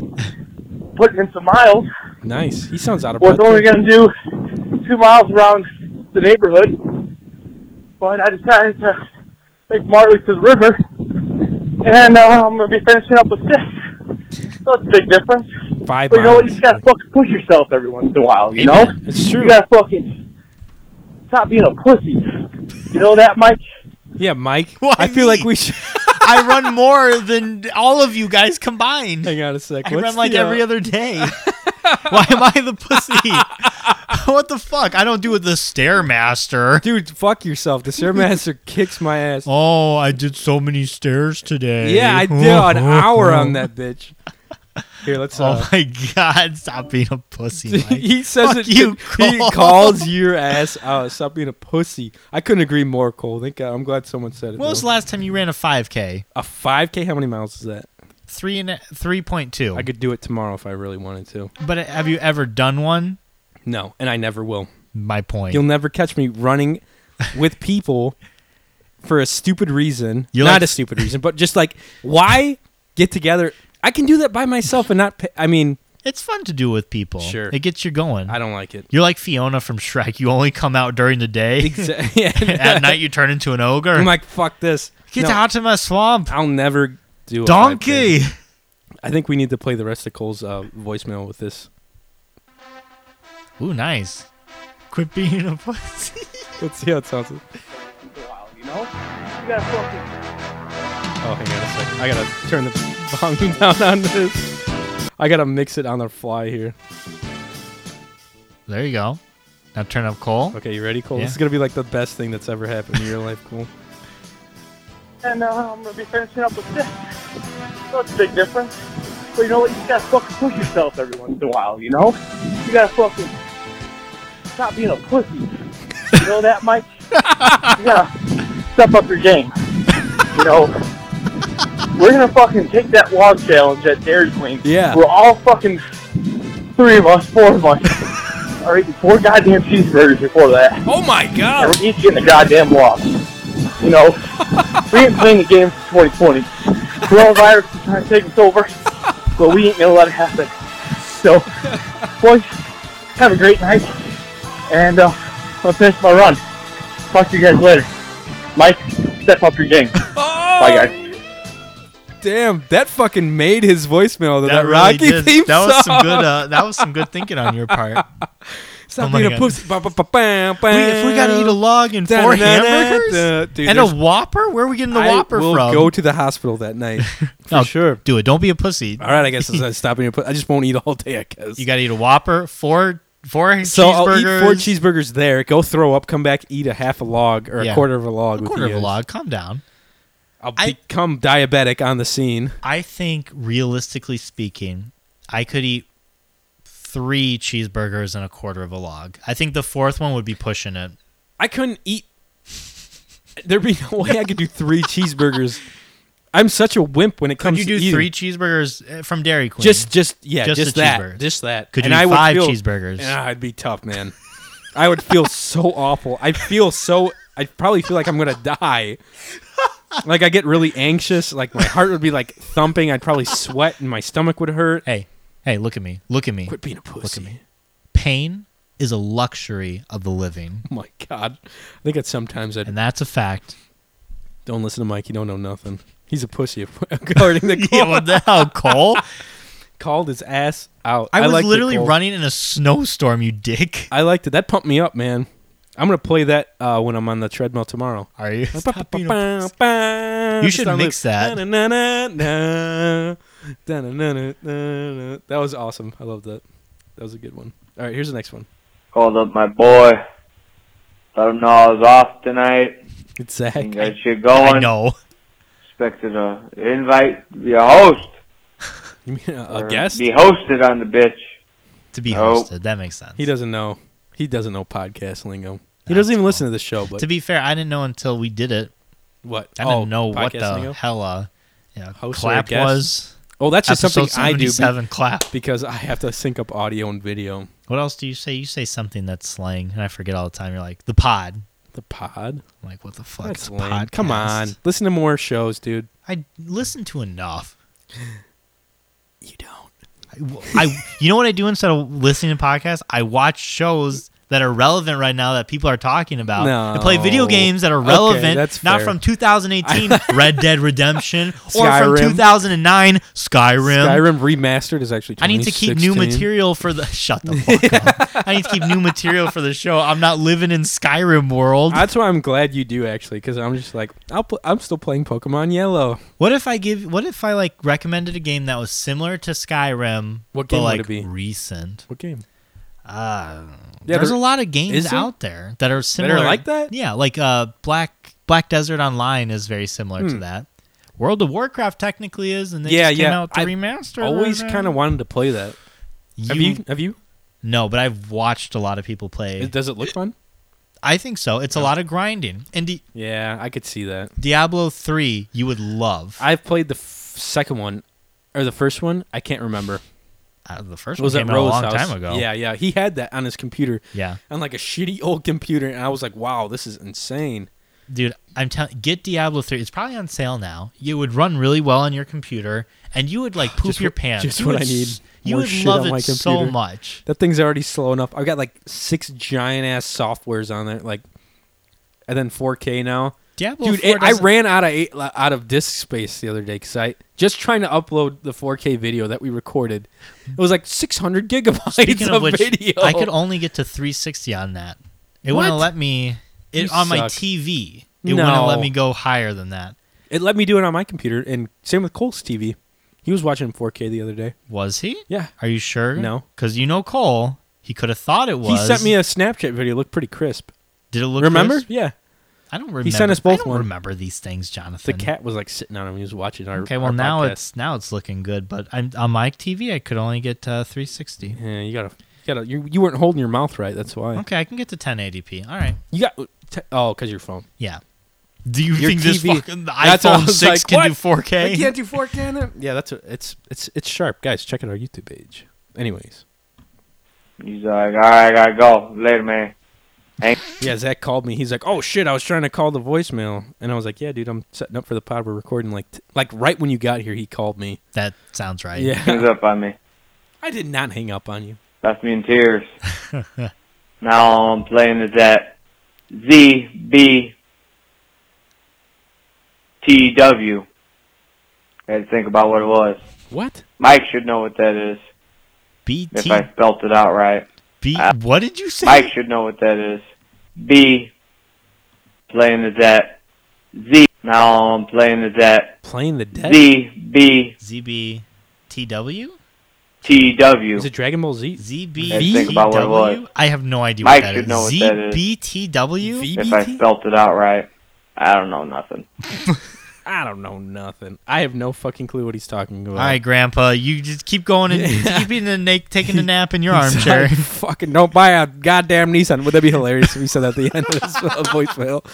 I: putting in some miles.
A: nice. He sounds out of breath.
I: Was only going to do two miles around the neighborhood. But I decided to make Martley to the river. And uh, I'm going to be finishing up with this. So it's a big difference.
A: Five
I: But you know what? You
A: miles.
I: just got to fucking push yourself every once in a while, you know?
A: It's true.
I: You gotta fucking stop being a pussy. You know that, Mike?
A: Yeah, Mike.
B: Why
A: I feel
B: me?
A: like we should. <laughs>
B: I run more than all of you guys
A: <laughs>
B: combined.
A: Hang on a sec.
B: I
A: What's
B: run like
A: the, uh,
B: every other <laughs> day. Why am I the pussy? <laughs> what the fuck? I don't do the stairmaster.
A: Dude, fuck yourself. The
B: <laughs>
A: Stairmaster kicks my ass.
B: Oh, I did so many stairs today.
A: Yeah, I did
B: <laughs>
A: an hour on that bitch. Here, let's. Uh,
B: Oh my god! Stop being a pussy. Oh,
A: <laughs>
B: Mike.
A: he says
B: Fuck
A: it.
B: you,
A: <laughs> he
B: Cole.
A: calls your ass out. Stop being a pussy. I couldn't agree more, Cole. Thank God. I'm glad someone said it.
B: When was the
A: though.
B: last time you ran a 5K?
A: a 5K? How many miles is that?
B: Three and a- 3.2.
A: I could do it tomorrow if I really wanted to.
B: but have you ever done one?
A: No, and I never will.
B: My point.
A: You'll never catch me
B: <laughs>
A: running with people for a stupid reason.
B: You're
A: not
B: like-
A: a stupid reason, but just like why get together? I can do that by myself and not. Pay, I mean,
B: It's fun to do with people.
A: Sure.
B: It gets you going.
A: I don't
B: <laughs>
A: like it.
B: You're like Fiona from Shrek. You only come out during the day.
A: <laughs> Exactly.
B: <laughs> At night, you turn into an
A: <laughs>
B: ogre.
A: I'm like, fuck this.
B: Get
A: No,
B: out of my swamp,
A: I'll never do a live
B: donkey.
A: thing. I think we need to play the rest of Cole's uh, voicemail with this.
B: Ooh, nice. Quit being a pussy. <laughs>
A: Let's see how it sounds.
I: You know? You gotta focus.
A: Oh, hang on a second. I gotta turn the volume down on this. I gotta mix it on the fly here.
B: There you go. Now turn up Cole.
A: Okay, you ready, Cole?
B: Yeah.
A: This is gonna be like the best thing that's ever happened in your life, Cole.
I: And uh, I'm gonna be finishing up with this. That's a big difference. But you know what? You just gotta fucking push yourself every once in a while, you know? You gotta fucking stop being a pussy. You know that, Mike? you gotta step up your game. You know? We're gonna fucking take that log challenge at Dairy Queen.
A: Yeah.
I: We're all fucking three of us, four of us.
A: <laughs>
I: are eating four goddamn cheeseburgers before that
A: Oh my
I: and
A: god!
I: we're each getting a goddamn loss. You know,
A: <laughs>
I: we ain't playing the game for 2020. Coronavirus is trying to take
A: <laughs>
I: us over, but we ain't gonna let it happen. So, boys, have a great night, and uh, I'll finish my run. Talk to you guys later. Mike, step up your game. Bye, guys.
A: Damn, that fucking made his voicemail. That,
B: That really
A: Rocky
B: did-
A: theme
B: That was some
A: song.
B: good. Uh, that was some good thinking on
A: <laughs>
B: your part.
A: Stop
B: Oh my
A: being a
B: God.
A: pussy. Ba, ba, ba, bam,
B: we, if we gotta eat a log and four hamburgers
A: Dude,
B: and a
A: there's-
B: Whopper, where are we getting the
A: I
B: Whopper
A: will
B: from?
A: go to the hospital that
B: <laughs>
A: night for
B: Oh,
A: sure.
B: Do it. Don't be a pussy.
A: All right, I
B: <laughs>
A: guess I'm stopping. your pu- I just won't eat all day. I guess
B: You gotta eat a Whopper, four four
A: So I'll eat
B: cheeseburgers.
A: four cheeseburgers there. Go throw up. Come back. Eat a half a log or a
B: Yeah.
A: quarter of a log.
B: a
A: with
B: quarter
A: you
B: of a
A: guys.
B: log. Calm down.
A: I'll
B: I-
A: become diabetic on the scene.
B: I think realistically speaking, I could eat three cheeseburgers and a quarter of a log. I think the fourth one would be pushing it.
A: I couldn't eat. There'd be no <laughs> way I could do three cheeseburgers. I'm such a wimp when it
B: Could
A: comes
B: you
A: to
B: do
A: eating.
B: three cheeseburgers uh, from Dairy Queen?
A: Just, just yeah, just,
B: Just the
A: that,
B: cheeseburger.
A: just that.
B: could you
A: and
B: eat
A: I would
B: five
A: feel-
B: cheeseburgers?
A: Nah, it'd Ah, be tough, man. I would feel so awful. I feel so. I probably feel like I'm gonna die. Like I get really anxious. Like my heart would be like thumping. I'd probably sweat and my stomach would hurt.
B: Hey, hey, look at me. Look at me.
A: Quit being a pussy.
B: me. Pain is a luxury of the living.
A: Oh my god. I think that sometimes I
B: And that's a fact.
A: don't listen to Mike. You don't know nothing. He's a pussy <laughs> according
B: <laughs>
A: to Cole.
B: <laughs> Yeah, what the hell, <laughs> Cole?
A: Called his ass out.
B: I was
A: liked it,
B: literally
A: Cole.
B: running in a snowstorm, you dick.
A: I liked it. That pumped me up, man. I'm gonna play that uh, when I'm on the treadmill tomorrow.
B: <laughs> Are <laughs> you? <laughs>
A: You
B: should mix that.
A: That was awesome. I loved that. That was a good one. All right, here's the next one.
J: Called up my boy. Let him know I was off tonight.
A: It's Zach.
J: And got shit
B: I
J: going.
B: know.
J: Expected a invite to be a host.
A: <laughs> You mean a,
J: or
A: a guest?
J: Be hosted on the bitch.
B: To be
J: Nope.
B: hosted. That makes sense.
A: He doesn't know. He doesn't know podcast lingo. He doesn't even listen to this show. But
B: To be fair, I didn't know until we did it.
A: what?
B: I didn't
A: oh,
B: know what
A: podcast
B: the
A: lingo?
B: hell uh, you know,
A: Host or
B: clap
A: guest?
B: was.
A: Oh, that's just
B: Episode
A: something I do be-
B: 77 clap.
A: because I have to sync up audio and video.
B: What else do you say? You say something that's slang, and I forget all the time. You're like the pod.
A: The pod.
B: I'm like what the fuck
A: That's
B: is a
A: lame.
B: podcast?
A: Come on, listen to more shows, dude.
B: I listen to enough.
A: You don't.
B: I you know what I do instead of listening to podcasts? I watch shows that are relevant right now that people are talking about.
A: No.
B: And play video games that are
A: Okay,
B: relevant,
A: that's
B: not
A: fair. <laughs>
B: from 2018 Red Dead Redemption or
A: Skyrim.
B: from 2009 Skyrim.
A: Skyrim remastered is actually.
B: I need to keep new
A: 2016.
B: material for the <laughs> shut the
A: <laughs>
B: fuck up. I need to keep new material for the show. I'm not living in Skyrim world.
A: That's why I'm glad you do actually, because I'm just like I'll pl- I'm still playing Pokemon Yellow.
B: what if I give? What if I like recommended a game that was similar to Skyrim?
A: What
B: but,
A: game would
B: like
A: it be?
B: recent?
A: What game?
B: Uh,
A: Yeah,
B: there's
A: there-
B: a lot of
A: is
B: games
A: there?
B: out there that are similar.
A: like that?
B: Yeah, like uh, Black Black Desert Online is very similar to that. World of Warcraft technically is, and they
A: Hmm. Yeah,
B: just came
A: yeah.
B: out the
A: I've
B: remaster.
A: Always kind of wanted to play that. Have you? Have you?
B: No, but I've watched a lot of people play.
A: Does it look fun?
B: I think so. It's a lot of grinding. And the,
A: Yeah, I could see that.
B: Diablo 3 you would love.
A: I've played the f- second one or the first one. I can't remember.
B: Uh, the first
A: It was
B: one
A: at
B: came out a
A: Rose
B: long
A: House.
B: time ago.
A: Yeah, yeah. He had that on his computer,
B: Yeah.
A: on like a shitty old computer, and I was like, "Wow, this is insane."
B: dude, I'm telling. Get Diablo three. It's probably on sale now. It would run really well on your computer, and you
A: <sighs>
B: would like poop
A: Just
B: your
A: what-
B: pants.
A: Just
B: You
A: what
B: would
A: I need.
B: s- You
A: More
B: would
A: shit
B: love
A: on
B: it
A: my
B: so
A: computer.
B: much.
A: That thing's already slow enough. I've got like six giant ass softwares on it, like, and then 4K now.
B: Diablo
A: Dude,
B: 4
A: it- I
B: doesn't-
A: ran out of eight, li- out of disk space the other day because I just trying to upload the 4K video that we recorded. It was like 600 gigabytes
B: Speaking of which,
A: video.
B: I could only get to 360 on that. It wouldn't
A: What?
B: let me. It
A: You
B: on my
A: suck.
B: TV. It wouldn't let
A: No.
B: me go higher than that.
A: It let me do it on my computer, and same with Cole's TV. He was watching 4K the other day.
B: Was he?
A: Yeah.
B: Are you sure?
A: No.
B: Because you know Cole, he could have thought it was.
A: He sent me a Snapchat video. It looked pretty crisp.
B: Did it look?
A: remember?
B: crisp?
A: Yeah.
B: I don't remember.
A: He sent us
B: I
A: both
B: don't
A: one.
B: Remember these things,
A: The
B: Jonathan?
A: cat was like sitting on him. He was watching our.
B: Okay, well
A: our
B: now
A: podcast.
B: it's now it's looking good, but I'm on my TV. I could only get uh, 360.
A: Yeah, you gotta, you gotta. You, you weren't holding your mouth right. That's why.
B: Okay, I can get to 1080p. All right.
A: You got. T- oh, cause your phone.
B: Yeah. Do you
A: Your
B: think this
A: TV
B: fucking the
A: That's what I
B: iPhone
A: was
B: 6
A: like,
B: can do
A: what?
B: 4K?
A: We can't do 4K. on it? Yeah, that's what, it's it's it's sharp, guys. Check out our YouTube page. Anyways,
J: He's like, all right, I gotta go. Later, man. Ain't
A: yeah, Zach called me. He's like, "Oh shit, I was trying to call the voicemail," and I was like, "Yeah, dude, I'm setting up for the pod. We're recording like t- like right when you got here. He called me.
B: That sounds right.
J: hangs
A: Yeah,
J: up on me.
A: <laughs> I did not hang up on you.
J: Left me in tears. now all I'm playing is that ZB TW. I had to think about what it was.
A: What?
J: Mike should know what that is if
B: BT
J: I spelt it out right.
B: B-
J: Uh,
B: what did you say?
J: Mike should know what that is. B playing is that Z. Now all I'm playing is that
A: Playing the dead?
J: ZB
B: ZB TW?
A: Is
J: TW.
A: it Dragon Ball Z?
J: Let's think about what it
B: ZBTW?
J: was.
B: I have no idea
J: Mike
B: what that
J: should
B: is.
J: know what that is.
B: ZBTW?
J: If I spelt it out right, I don't know nothing.
A: I don't know nothing. I have no fucking clue what he's talking about.
B: All
A: <laughs>
B: right, Grandpa, you just keep going and
A: Yeah.
B: keep eating and na- taking a nap in your
A: He's
B: armchair.
A: like, fucking don't buy a goddamn Nissan. Would that be hilarious if he said at the end of this <laughs> uh, voicemail?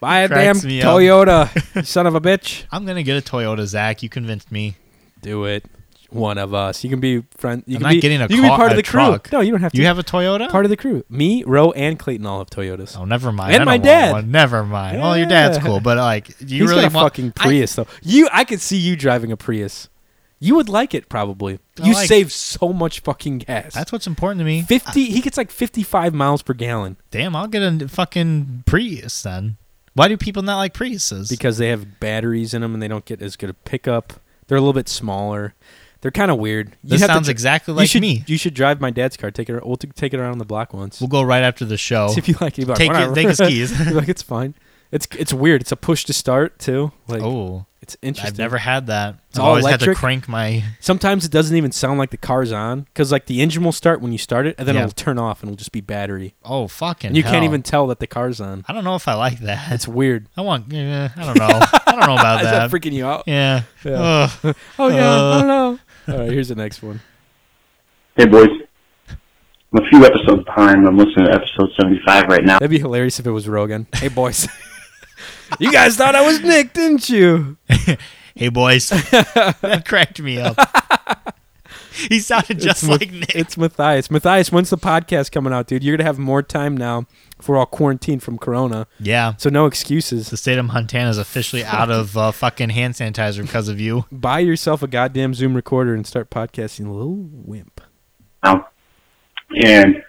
A: Buy a damn
B: Cracks me up. <laughs>
A: Toyota, you son of a bitch.
B: I'm gonna get a Toyota, Zach. You convinced me.
A: Do it. One of us. You can be friend. You
B: I'm
A: can
B: not
A: be,
B: getting a
A: You can be
B: car-
A: part
B: a
A: of the
B: truck.
A: crew. No, you don't have to.
B: You have a Toyota?
A: part of the crew. Me, Roe, and Clayton all have Toyotas.
B: oh, never mind.
A: And
B: I
A: my
B: don't want
A: dad.
B: one. Never mind. Well, your dad's
A: Yeah.
B: cool, but like, you
A: He's
B: really
A: got a
B: want
A: fucking
B: I-
A: Prius though. You, I could see you driving a Prius. You would like it probably.
B: I
A: you
B: like-
A: save so much fucking gas.
B: that's what's important to me.
A: fifty. he gets like fifty-five miles per gallon
B: Damn, I'll get a fucking Prius then. Why do people not like Priuses?
A: because they have batteries in them and they don't get as good a pickup. They're a little bit smaller. They're kind of weird. You
B: This
A: have to
B: sounds
A: dri-
B: exactly
A: you
B: like
A: should-
B: me.
A: You should drive my dad's car. Take it. We'll t- take it around the block once.
B: we'll go right after the show.
A: See <laughs> if you like it. You'll be like,
B: Take it-
A: "Whatever." <laughs>
B: take his keys.
A: You're like it's fine. It's it's weird. It's a push to start too. Like
B: oh,
A: it's interesting.
B: I've never had that.
A: It's
B: I've
A: all
B: always had
A: electric.
B: to crank my.
A: Sometimes it doesn't even sound like the car's on because like the engine will start when you start it, and then
B: Yeah.
A: it'll turn off and it'll just be battery.
B: Oh fucking!
A: And you can't
B: hell.
A: even tell that the car's on.
B: I don't know if I like that.
A: It's weird.
B: I want. Yeah, I don't know. I don't
A: <laughs>
B: know about
A: Is that
B: that.
A: freaking you out?
B: yeah.
A: Yeah.
B: Ugh.
A: Oh yeah,
B: Uh.
A: I don't know. All right, here's the next one.
K: Hey boys, I'm a few episodes behind. I'm listening to episode 75 right now.
A: That'd be hilarious if it was Rogan. Hey boys, <laughs> you guys thought I was Nick, didn't you?
B: Hey
A: <laughs>
B: boys, that cracked me up. he sounded
A: It's
B: just
A: Math-
B: like Nick.
A: It's Matthias. Matthias, when's the podcast coming out, dude? You're gonna have more time now. If we're all quarantined from Corona,
B: yeah.
A: so no excuses.
B: The state of Montana is officially out of uh, fucking hand sanitizer because of you.
A: Buy yourself a goddamn Zoom recorder and start podcasting, little wimp.
K: And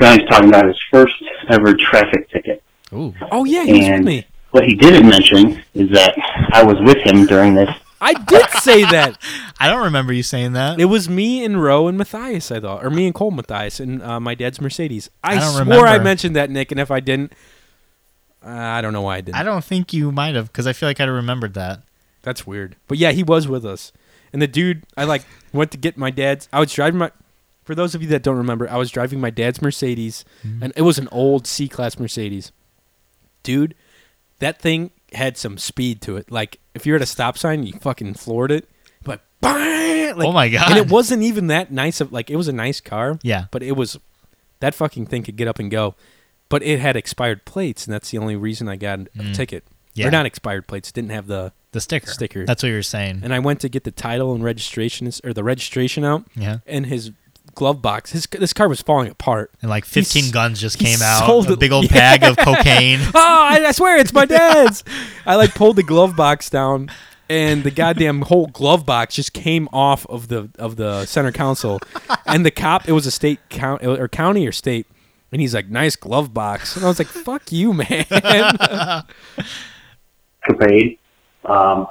K: Johnny's talking about his first ever traffic ticket.
B: Ooh.
A: Oh yeah, he was with
K: And-
A: me.
K: What he didn't mention is that I was with him during this.
A: I did say that.
B: I don't remember you saying
A: <laughs>
B: that.
A: It was me and Roe and Matthias, I thought, or me and Cole Matthias and uh, my dad's Mercedes. I,
B: I don't
A: swore I
B: remember.
A: mentioned that, Nick, and if I didn't, uh, I don't know why I didn't.
B: I don't think you might have because I feel like I'd have remembered that.
A: That's weird. But yeah, he was with us. And the dude, I like went to get my dad's. I was driving my. For those of you that don't remember, I was driving my dad's Mercedes,
B: Mm-hmm.
A: and it was an old C class Mercedes. Dude, that thing had some speed to it. Like if you're at a stop sign, you fucking floored it, but bang! Like,
B: Oh my God.
A: And it wasn't even that nice of like it was a nice car.
B: Yeah.
A: but it was that fucking thing could get up and go. But it had expired plates, and that's the only reason I got a ticket.
B: Mm. Yeah.
A: Or not expired plates. Didn't have the
B: The sticker.
A: Sticker.
B: That's what you were saying.
A: and I went to get the title and registration or the registration out.
B: Yeah.
A: And his glove box. His this car was falling apart, <laughs>
B: and like 15 guns just came out,
A: Sold
B: a
A: it- <laughs>
B: big old bag of cocaine.
A: oh, I, I swear it's my dad's. I like pulled the glove box down, and the goddamn whole glove box just came off of the of the center console, and the cop. It was a state count or county or state, and he's like, "Nice glove box," and I was like, "Fuck you, man."
K: Capade. Um,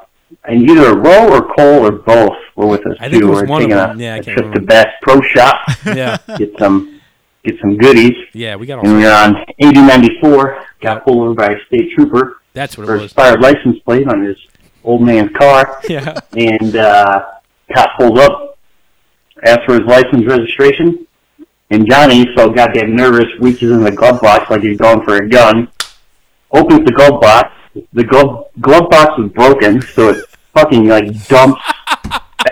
K: and either Roe or Cole or both were with us
A: I think
K: too.
A: it was
K: We're
A: one of
K: taking
A: them.
K: a,
A: Yeah, I
K: a
A: can't
K: trip to
A: remember.
K: Bass Pro Shop.
A: <laughs> Yeah.
K: Get some get some goodies.
A: Yeah, we got all
K: And we were on 8094. Got pulled over by a state trooper.
A: That's what it
K: for
A: was.
K: expired license plate on his old man's car.
A: Yeah.
K: And uh, cop pulled up, asked for his license registration, and Johnny, so goddamn nervous, reaches in the glove box like he's going for a gun, opens the glove box. The glove, glove box is broken, so it fucking like dumps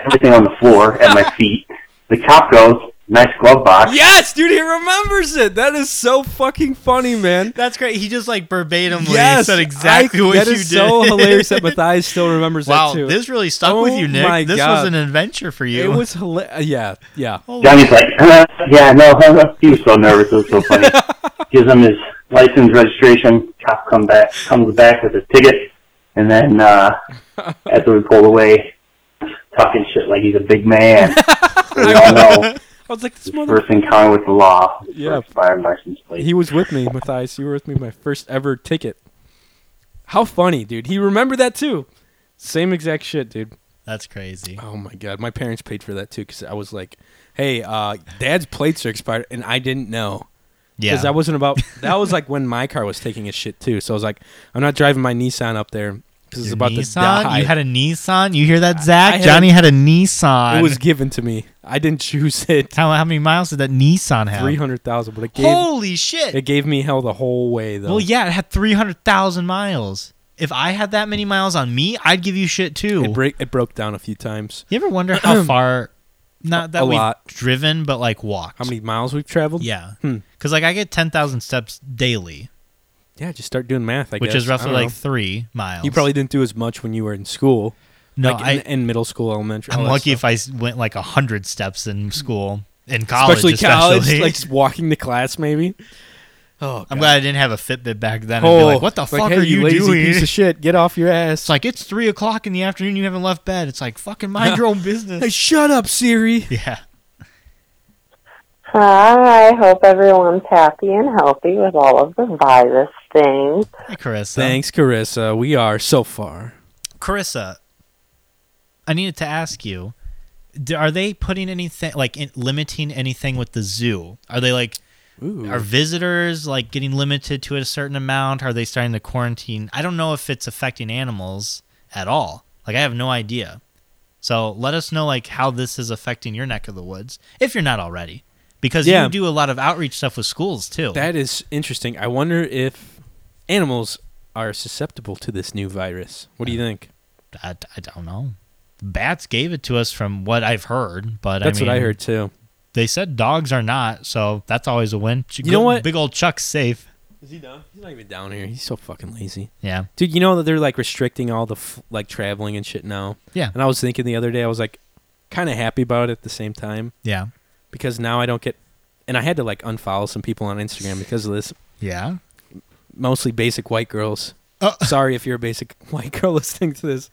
K: everything on the floor at my feet. The cop goes, nice glove box.
A: Yes, dude, he remembers it. That is so fucking funny, man.
B: That's great. He just like verbatimly
A: Yes,
B: said exactly
A: I-
B: what
A: <laughs> that
B: you
A: is
B: did.
A: so hilarious
B: <laughs>
A: that Matthias still remembers that
B: Wow,
A: too.
B: this really stuck with
A: Oh
B: you, Nick.
A: my
B: This
A: God.
B: was an adventure for you. Oh,
A: It was hilarious. Yeah, yeah.
K: Johnny's like, "Huh, yeah, no, <laughs> huh." he was so nervous. It was so funny. Gives him his license registration. Cop come back, comes back with his ticket, and then uh, after we pulled away, talking shit like he's a big man. we all know
A: I was like, this
K: his
A: mother.
K: first encounter with the law. was
A: Yeah.
K: for expired license plate.
A: He was with me, Matthias. You were with me my first ever ticket. How funny, dude. He remembered that too. Same exact shit, dude.
B: That's crazy.
A: Oh my god, my parents paid for that too because I was like, "Hey, uh, Dad's plates are expired," and I didn't know.
B: Yeah.
A: because that wasn't about. That was like when my car was taking a shit too. So I was like, "I'm not driving my Nissan up there because it's
B: Your
A: about to
B: Nissan?
A: die."
B: You had a Nissan. You hear that, Zach?
A: I had a-
B: Johnny had a Nissan.
A: it was given to me. I didn't choose it.
B: how, how many miles did that Nissan have?
A: Three hundred thousand, but it gave
B: Holy shit!
A: it gave me hell the whole way though.
B: well, yeah, it had three hundred thousand miles. If I had that many miles on me, I'd give you shit too.
A: it break it broke down a few times.
B: you ever wonder
A: <clears throat>
B: how far? Not that
A: a
B: we've
A: lot.
B: driven, but like walked.
A: How many miles we've traveled?
B: Yeah,
A: Hmm.
B: because like I get ten thousand steps daily,
A: Yeah, just start doing math. I
B: which
A: guess.
B: is
A: I
B: roughly
A: don't
B: like
A: know.
B: three miles.
A: You probably didn't do as much when you were in school.
B: No,
A: like in,
B: I-
A: in middle school, elementary.
B: I'm
A: all that
B: lucky
A: stuff.
B: if I s- went like a hundred steps in school in college,
A: especially college,
B: especially.
A: like just walking to class, maybe. Oh, God.
B: I'm glad I didn't have a Fitbit back then. I'd be Oh, like, what the fuck
A: Oh, hey,
B: are you,
A: lazy
B: doing?
A: Piece of
B: <laughs>
A: shit, get off your
B: It's
A: ass!
B: like it's three o'clock in the afternoon. You haven't left bed. It's like fucking <laughs> mind your own business.
A: Hey, shut up, Siri.
B: yeah,
L: Hi, I hope everyone's happy and healthy with all of the virus things.
B: Hi, Carissa.
A: Thanks, Carissa. We are so far.
B: Carissa. I needed to ask you: d- Are they putting anything like in, limiting anything with the zoo? Are they like
A: Ooh.
B: are visitors like getting limited to a certain amount? Are they starting to quarantine? I don't know if it's affecting animals at all. Like I have no idea. So let us know like how this is affecting your neck of the woods if you're not already, because
A: Yeah.
B: you do a lot of outreach stuff with schools too.
A: That is interesting. I wonder if animals are susceptible to this new virus. What do you think?
B: I, I don't know. Bats gave it to us from what I've heard, but
A: That's
B: I mean,
A: what I heard too.
B: They said dogs are not, so that's always a win. Ch-
A: You know
B: good-
A: what?
B: Big old Chuck's safe.
A: Is he down? He's not even down here. He's so fucking lazy.
B: Yeah.
A: Dude, you know that they're like restricting all the f- like traveling and shit now.
B: Yeah.
A: And I was thinking the other day, I was like, kind of happy about it at the same time
B: Yeah.
A: because now I don't get, and I had to like unfollow some people on Instagram because of this.
B: Yeah.
A: Mostly basic white girls.
B: <laughs> Oh.
A: Sorry if you're a basic <laughs> white girl listening to this,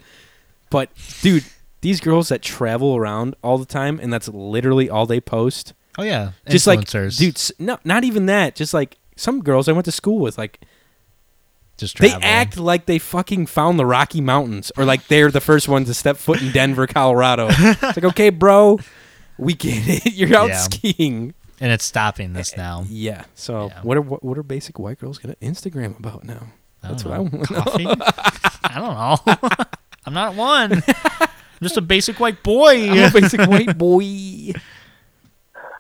A: but dude, these girls that travel around all the time and that's literally all they post.
B: Oh yeah.
A: Just like
B: Influencers.
A: dudes, no, not even that. Just like some girls I went to school with, like
B: just travel.
A: They act like they fucking found the Rocky Mountains or like they're the first ones to step foot in Denver,
B: <laughs>
A: Colorado. it's like, okay, bro, we get it. <laughs> You're out
B: Yeah.
A: skiing.
B: and it's stopping this
A: Eh,
B: now.
A: Yeah. So
B: Yeah.
A: what are what, what are basic white girls gonna Instagram about now?
B: I
A: That's
B: don't
A: what I
B: know.
A: want.
B: Coffee? I don't
A: <laughs>
B: know. <laughs> I'm not one. I'm just a basic white boy.
A: I'm a basic white boy.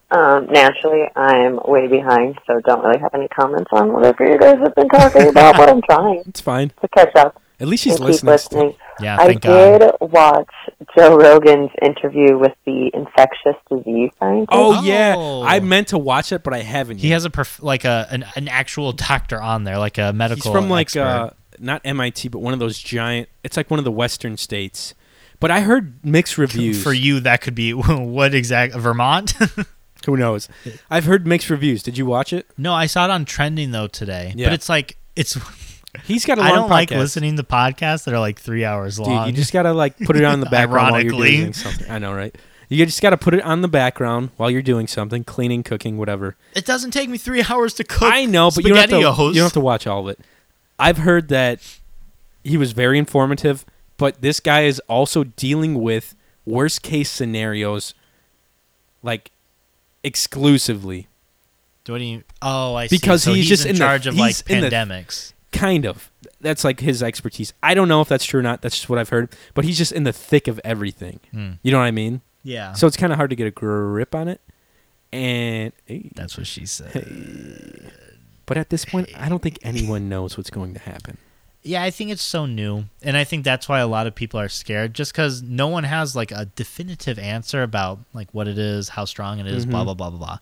L: Um, naturally, I'm way behind, so don't really have any comments on whatever you guys have been talking about, but I'm trying
A: It's fine.
L: to catch
B: <laughs>
L: up
A: At least she's
L: and keep
A: listening.
L: listening.
B: Yeah,
L: I
B: thank God.
L: did watch Joe Rogan's interview with the infectious disease scientist.
A: Oh, yeah,
B: Oh.
A: I meant to watch it, but I haven't.
B: He
A: yet.
B: has a perf- like a an, an actual doctor on there, like a
A: He's
B: medical.
A: from like
B: expert.
A: uh, not MIT, but one of those giant. It's like one of the Western states. But I heard mixed reviews
B: <laughs> for you that could be what exact Vermont. <laughs>
A: Who knows? I've heard mixed reviews. Did you watch it?
B: No, I saw it on trending though today.
A: Yeah.
B: But it's like it's.
A: He's got a
B: I
A: long
B: don't like
A: podcast.
B: listening to podcasts that are like three hours
A: Dude,
B: long.
A: you just gotta like put it on
B: <laughs>
A: the background while you're
B: Ironically.
A: doing something. I know, right? You just gotta put it on the background while you're doing something, cleaning, cooking, whatever.
B: It doesn't take me three <laughs> hours to cook.
A: I know, but you don't, have to, you
B: SpaghettiOs.
A: don't have to watch all of it. I've heard that he was very informative, but this guy is also dealing with worst case scenarios, like exclusively.
B: What do you- Oh, I see.
A: because
B: So
A: he's,
B: he's
A: just
B: in
A: the-
B: charge of, like,
A: he's in the-
B: pandemics.
A: kind of. That's like his expertise. I don't know if that's true or not. That's just what I've heard. But he's just in the thick of everything.
B: Hmm. Uh-huh.
A: You know what I mean?
B: Yeah.
A: So it's kind of hard to get a grip on it. And eh,
B: that's what she said.
A: But at this point, I don't think anyone knows what's going to happen.
B: Yeah, I think it's so new. And I think that's why a lot of people are scared just because no one has like a definitive answer about like what it is, how strong it is, blah,
A: Mhm.
B: blah, blah, blah,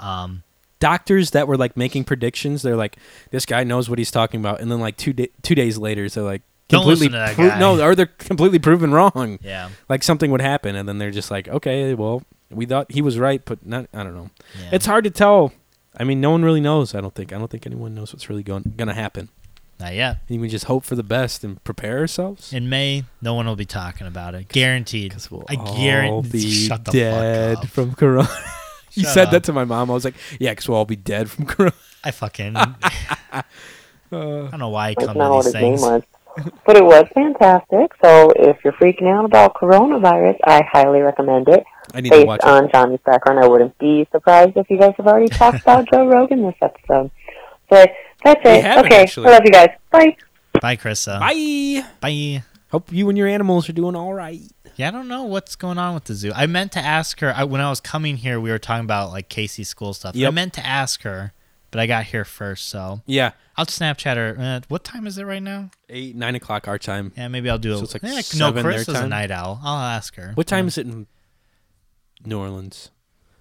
B: blah. Um,
A: Doctors that were like making predictions, they're like, "This guy knows what he's talking about," and then like two da- two days later, they're like,
B: Don't
A: completely
B: listen to that
A: pro-
B: guy.
A: no, or they're completely proven wrong.
B: Yeah.
A: like something would happen, and then they're just like, "Okay, well, we thought he was right, but not." I don't know.
B: Yeah.
A: It's hard to tell. I mean, no one really knows. I don't think. I don't think anyone knows what's really going gonna happen.
B: Not yet.
A: I think we just hope for the best and prepare ourselves.
B: in May, no one will be talking about it. Guaranteed. I
A: all
B: guarantee.
A: be
B: <laughs> Shut the
A: dead
B: fuck up.
A: from corona. <laughs> you
B: Shut
A: said
B: up.
A: that to my mom. I was like, yeah, because we'll all be dead from corona. <laughs>
B: I fucking. <laughs> I don't know why I
L: That's
B: come
L: not
B: to these
L: what his
B: things.
L: name was.
B: <laughs>
L: But it was fantastic. So if you're freaking out about coronavirus, I highly recommend it.
A: I need to
L: Based
A: watch it.
L: on Johnny's background, I wouldn't be surprised if you guys have already talked
A: <laughs>
L: about Joe Rogan this episode. But that's
A: We
L: it.
A: haven't,
L: Okay,
A: actually.
L: I love you guys. Bye.
B: Bye, Krista.
A: Bye.
B: Bye.
A: Hope you and your animals are doing all right.
B: Yeah, I don't know what's going on with the zoo. I meant to ask her I, when I was coming here. We were talking about like Casey's school stuff. I
A: Yep.
B: meant to ask her, but I got here first, so
A: Yeah.
B: I'll Snapchat her. Uh, what time is it right now?
A: Eight, nine o'clock our time.
B: Yeah, maybe I'll do
A: So
B: it.
A: it's like
B: Yeah,
A: seven
B: no,
A: their
B: Chris is a
A: time.
B: night owl. I'll ask her. Uh,
A: What time is it in New Orleans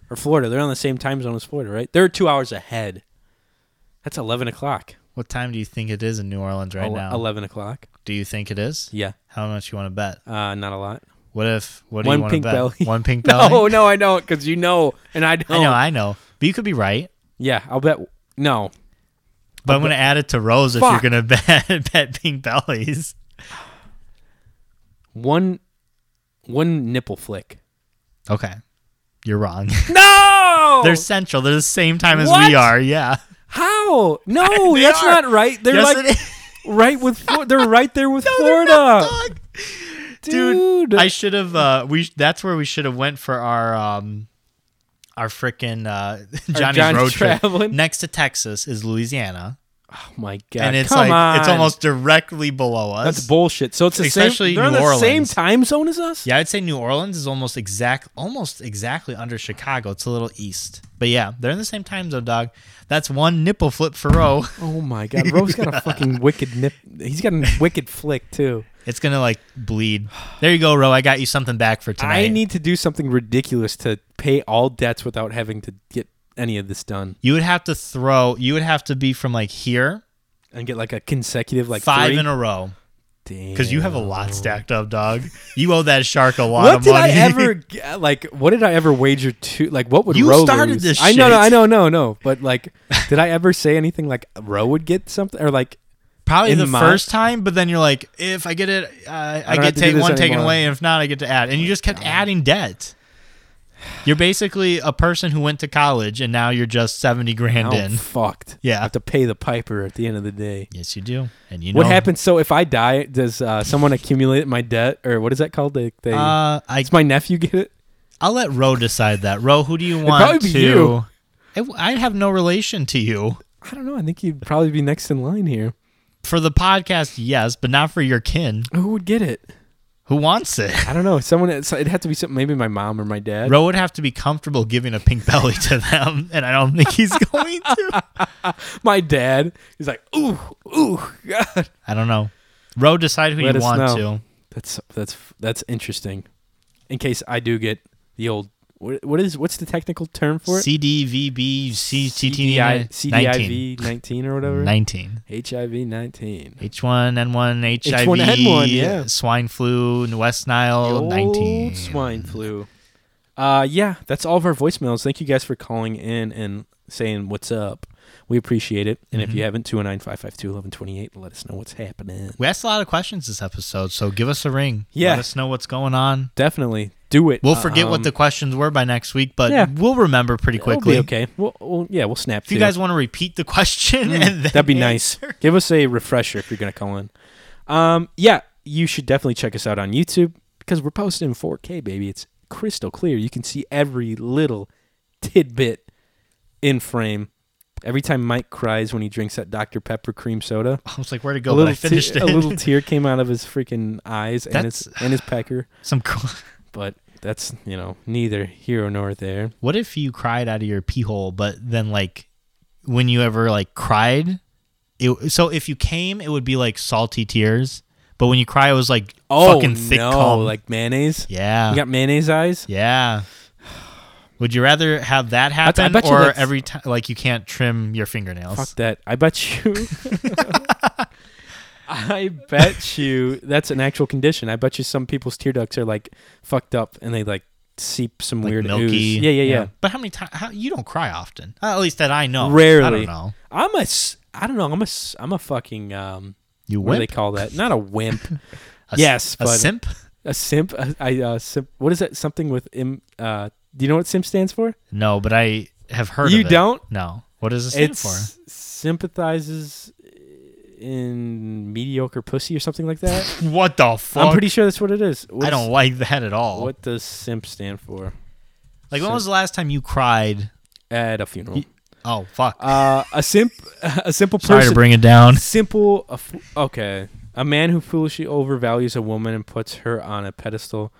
A: or Florida? They're on the same time zone as Florida, right? They're two hours ahead. That's eleven o'clock.
B: What time do you think it is in New Orleans right
A: Oh, Ele-
B: now?
A: Eleven o'clock.
B: Do you think it is?
A: Yeah.
B: How much you want to bet?
A: Uh, not a lot.
B: What if? What do
A: One
B: you want
A: pink
B: to bet?
A: belly.
B: One pink
A: <laughs> No,
B: belly.
A: no, I know it because you know, and I don't.
B: I know, I know. But you could be right.
A: Yeah, I'll bet. No,
B: But I'm gonna add it to Rose
A: Fuck.
B: if you're gonna <laughs> bet bet pink bellies.
A: one, one nipple flick.
B: <laughs> Okay, you're wrong. <laughs>
A: No,
B: They're central. They're the same time as
A: What?
B: we are. Yeah.
A: How? No,
B: They
A: that's
B: are.
A: not right. They're
B: Yes, it
A: like right with Flo- they're right there
B: <laughs>
A: with <laughs> Florida. Dude,
B: I should have. Uh, we sh- that's where we should have went for our um, our frickin' uh, <laughs> Johnny's
A: Johnny
B: road trip.
A: traveling.
B: Next to Texas is Louisiana,
A: oh my god.
B: and it's
A: come
B: like it's
A: on.
B: almost directly below us.
A: That's bullshit. So it's the
B: Especially
A: same they're on
B: New
A: the same
B: Orleans.
A: time zone as us?
B: yeah, I'd say New Orleans is almost exact, almost exactly under Chicago. It's a little east, but yeah, they're in the same time zone, dog. That's one nipple flip for row.
A: Oh my god. Ro's got a fucking wicked nip. He's got a wicked flick too.
B: <laughs> It's gonna like bleed. There you go, Roe. I got you something back for tonight.
A: I need to do something ridiculous to pay all debts without having to get any of this done
B: you would have to throw. You would have to be from like here
A: and get like a consecutive like
B: five
A: three.
B: in a row.
A: Damn.
B: Because you have a lot stacked up, dog. You owe that shark a lot
A: what
B: of
A: did
B: money.
A: I
B: <laughs>
A: ever g- like? What did I ever wager to? Like, what would
B: You
A: Roe
B: started
A: lose?
B: this
A: I know,
B: shit.
A: I know, no, no. But
B: <laughs>
A: like, did I ever say anything like Roe would get something or like?
B: Probably
A: in
B: the
A: my-
B: first time, but then you're like, if I get it, uh, I,
A: don't have
B: get
A: to do
B: take
A: this
B: one taken
A: anymore.
B: away, and if not, I get to add. And you just kept adding debt. You're basically a person who went to college, and now you're just seventy grand
A: now I'm
B: in.
A: fucked.
B: Yeah.
A: I have to pay the piper at the end of the day.
B: Yes, you do. And you
A: what
B: know-
A: happens? So if I die, does uh, someone accumulate my debt or what is that called? They, they
B: Uh, I-
A: does my nephew get it?
B: I'll let Roe decide that. Roe, who do you want
A: probably be
B: to?
A: you.
B: I, I have no relation to you
A: I don't know. I think he'd probably be next in line here.
B: for the podcast, yes, but not for your kin.
A: Who would get it?
B: Who wants it?
A: I don't know. Someone. it's- It'd have to be something. Maybe my mom or my dad.
B: Roe would have to be comfortable giving a pink belly to them, <laughs> and I don't
A: <laughs>
B: think he's going to.
A: my dad. He's like, ooh, ooh, God.
B: I don't know. Roe, decide who
A: Let
B: you
A: us
B: want
A: know.
B: to.
A: That's that's that's interesting. In case I do get the old what, what is what's the technical term for it?
B: CDVB,
A: CDI,
B: CTTI,
A: CDIV nineteen or whatever.
B: 19.
A: HIV nineteen.
B: H1N1, HIV,
A: H1N1, yeah.
B: Oh, swine flu, West Nile,
A: Old
B: 19.
A: swine flu. Uh, yeah, that's all of our voicemails. Thank you guys for calling in and saying what's up. We appreciate it. And if
B: Mhm.
A: you haven't, 209 552 1128, let us know what's happening.
B: We asked a lot of questions this episode, so give us a ring.
A: Yeah.
B: Let us know what's going on.
A: Definitely. Do it.
B: We'll forget
A: Um,
B: what the questions were by next week, but
A: Yeah.
B: we'll remember pretty
A: It'll be
B: quickly.
A: okay. We'll, we'll, yeah, we'll snap
B: If you
A: to
B: guys want to repeat the question,
A: Mm,
B: <laughs> and then
A: that'd be nice.
B: answer-
A: Give us a refresher if you're going to call in. Um, yeah, you should definitely check us out on YouTube because we're posting in 4K, baby. It's crystal clear. You can see every little tidbit in frame. Every time Mike cries when he drinks that Dr. Pepper cream soda,
B: <laughs> I was like, "Where'd it go?"
A: A
B: But I
A: little
B: finished
A: te-
B: it.
A: A little tear came out of his freaking eyes and his and his pecker.
B: <laughs> Some, cool.
A: but that's you know neither here nor there.
B: What if you cried out of your pee hole, but then like when you ever like cried, it, so if you came, it would be like salty tears, but when you cry, it was like
A: Oh
B: fucking thick
A: no,
B: cum.
A: like mayonnaise.
B: Yeah.
A: you got mayonnaise eyes.
B: Yeah. Would you rather have that happen
A: bet you
B: or
A: that's-
B: every time like you can't trim your fingernails?
A: Fuck that. I bet
B: <laughs>
A: you. I bet you that's an actual condition. I bet you some people's tear ducts are like fucked up and they like seep some weird ooze. Yeah, yeah, yeah.
B: But how many times? How, you don't cry often. Uh, at least that I know.
A: Rarely.
B: I don't know.
A: I'm a. s- I don't know. I'm a. s- I'm a fucking. Um,
B: You
A: What do they
B: wimp?
A: call that? Not a wimp.
B: <laughs> A s-
A: <laughs> yes,
B: a
A: but
B: simp?
A: A simp. I uh, simp. What is that? Something with im. Uh, do you know what simp stands for?
B: No, but I have heard.
A: you
B: of it.
A: don't.
B: No. What does it stand
A: It's
B: for?
A: Sympathizes in mediocre pussy or something like that.
B: <laughs> What the fuck?
A: I'm pretty sure that's what it is.
B: I don't like that at all.
A: What does simp stand for?
B: Like, when was the last time you cried
A: at a funeral?
B: oh fuck!
A: Uh, a simp, <laughs> a simple person.
B: Sorry to bring
A: <laughs>
B: it down.
A: Simple. a fo- okay, a man who foolishly overvalues a woman and puts her on a pedestal.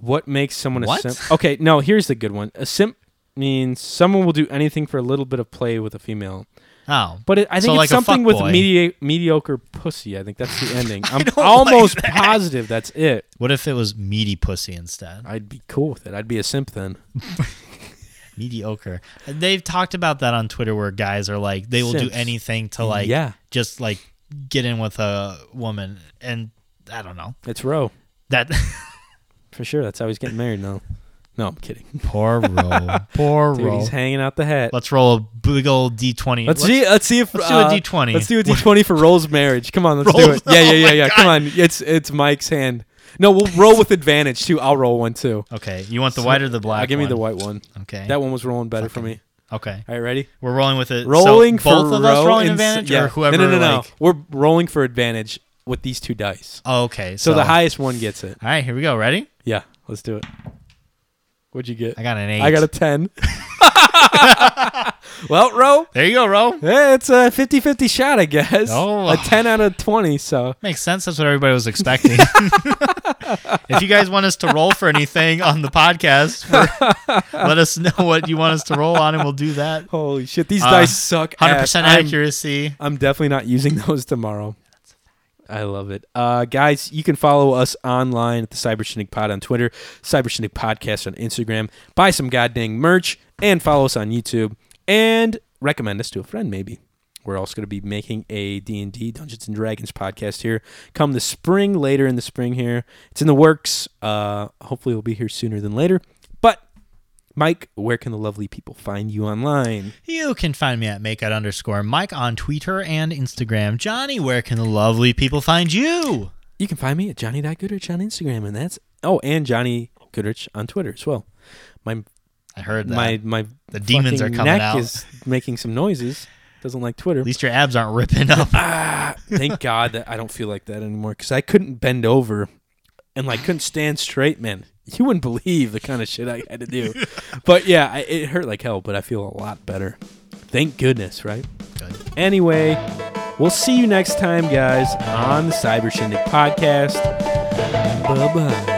A: What makes someone
B: What?
A: a simp? Okay, no. Here's the good one. A simp means someone will do anything for a little bit of play with a female.
B: Oh.
A: but it, I think
B: So
A: it's
B: like a
A: something with
B: fuckboy.
A: medi- mediocre pussy. I think that's <laughs> the ending. I'm almost positive that's it.
B: What if it was meaty pussy instead?
A: I'd be cool with it. I'd be a simp then.
B: Mediocre. They've talked about that on Twitter where guys are like they will
A: Simps.
B: do anything to like
A: Yeah.
B: just like get in with a woman and I don't know.
A: It's Roe.
B: That <laughs>
A: For sure. That's how he's getting married now. <laughs> No, I'm kidding.
B: Poor Roe. <laughs> Poor
A: Dude,
B: Roe.
A: He's hanging out the hat.
B: Let's roll a big old D twenty.
A: Let's, see. Let's see if
B: let's
A: uh,
B: do a D twenty.
A: Let's do a D twenty for Roll's marriage. Come on, let's do
B: Roll's-
A: it. Yeah, yeah, yeah,
B: <laughs> oh my
A: yeah. Come on. It's it's Mike's hand. No, we'll roll with advantage too. I'll roll one too.
B: Okay, you want the white or the black
A: Uh, give me the
B: one?
A: white one.
B: Okay.
A: That one was rolling better for me.
B: Okay.
A: All right, ready?
B: We're rolling with it. So
A: Rolling for
B: both of us
A: row
B: rolling
A: and s-
B: advantage,
A: yeah.
B: or whoever,
A: No, no, no, no.
B: like-
A: We're rolling for advantage with these two dice.
B: Oh, okay.
A: So, the
B: so-
A: highest one gets it.
B: All right, here we go. Ready?
A: Yeah, let's do it. What'd you get?
B: I got an eight.
A: I got a 10. <laughs> well, Ro.
B: There you go, Ro.
A: Yeah, it's a 50 50 shot, I guess.
B: Oh.
A: A 10 out of 20, so.
B: Makes sense. That's what everybody
A: <laughs>
B: was expecting. <laughs> if you guys want us to roll for anything on the podcast,
A: <laughs>
B: we're- let us know what you want us to roll on, and we'll do that.
A: Holy shit, these
B: Uh,
A: dice suck.
B: 100%
A: ass. I'm-
B: accuracy.
A: <laughs> I'm, definitely not using those tomorrow. I love it. Uh, guys, you can follow us online at the Cyber Shindig Pod on Twitter, Cyber Shindig Podcast on Instagram, buy some goddamn merch, and follow us on YouTube, and recommend us to a friend, maybe. We're also going to be making a D&D Dungeons & Dragons podcast here come the spring, later in the spring here. It's in the works. Uh, hopefully we'll be here sooner than later. But, Mike, where can the lovely people find you online?
B: You can find me at makeout underscore Mike on Twitter and Instagram. Johnny, where can the lovely people find you?
A: You can find me at Johnny.Goodrich on Instagram, and that's oh, and Johnny Goodrich on Twitter as well. My
B: I heard that.
A: my my
B: The demons
A: fucking
B: are coming
A: neck
B: out.
A: is making some noises. Doesn't like Twitter.
B: At least <laughs> your abs aren't ripping up.
A: <laughs> Thank God that I don't feel like that anymore because I couldn't bend over and like couldn't stand straight, man. You wouldn't believe the kind of shit I had to
B: <laughs>
A: do. but yeah, I, it hurt like hell, but I feel a lot better. Thank goodness, right?
B: Good.
A: Anyway, we'll see you next time, guys, on the Cyber Shindig podcast. Bye bye.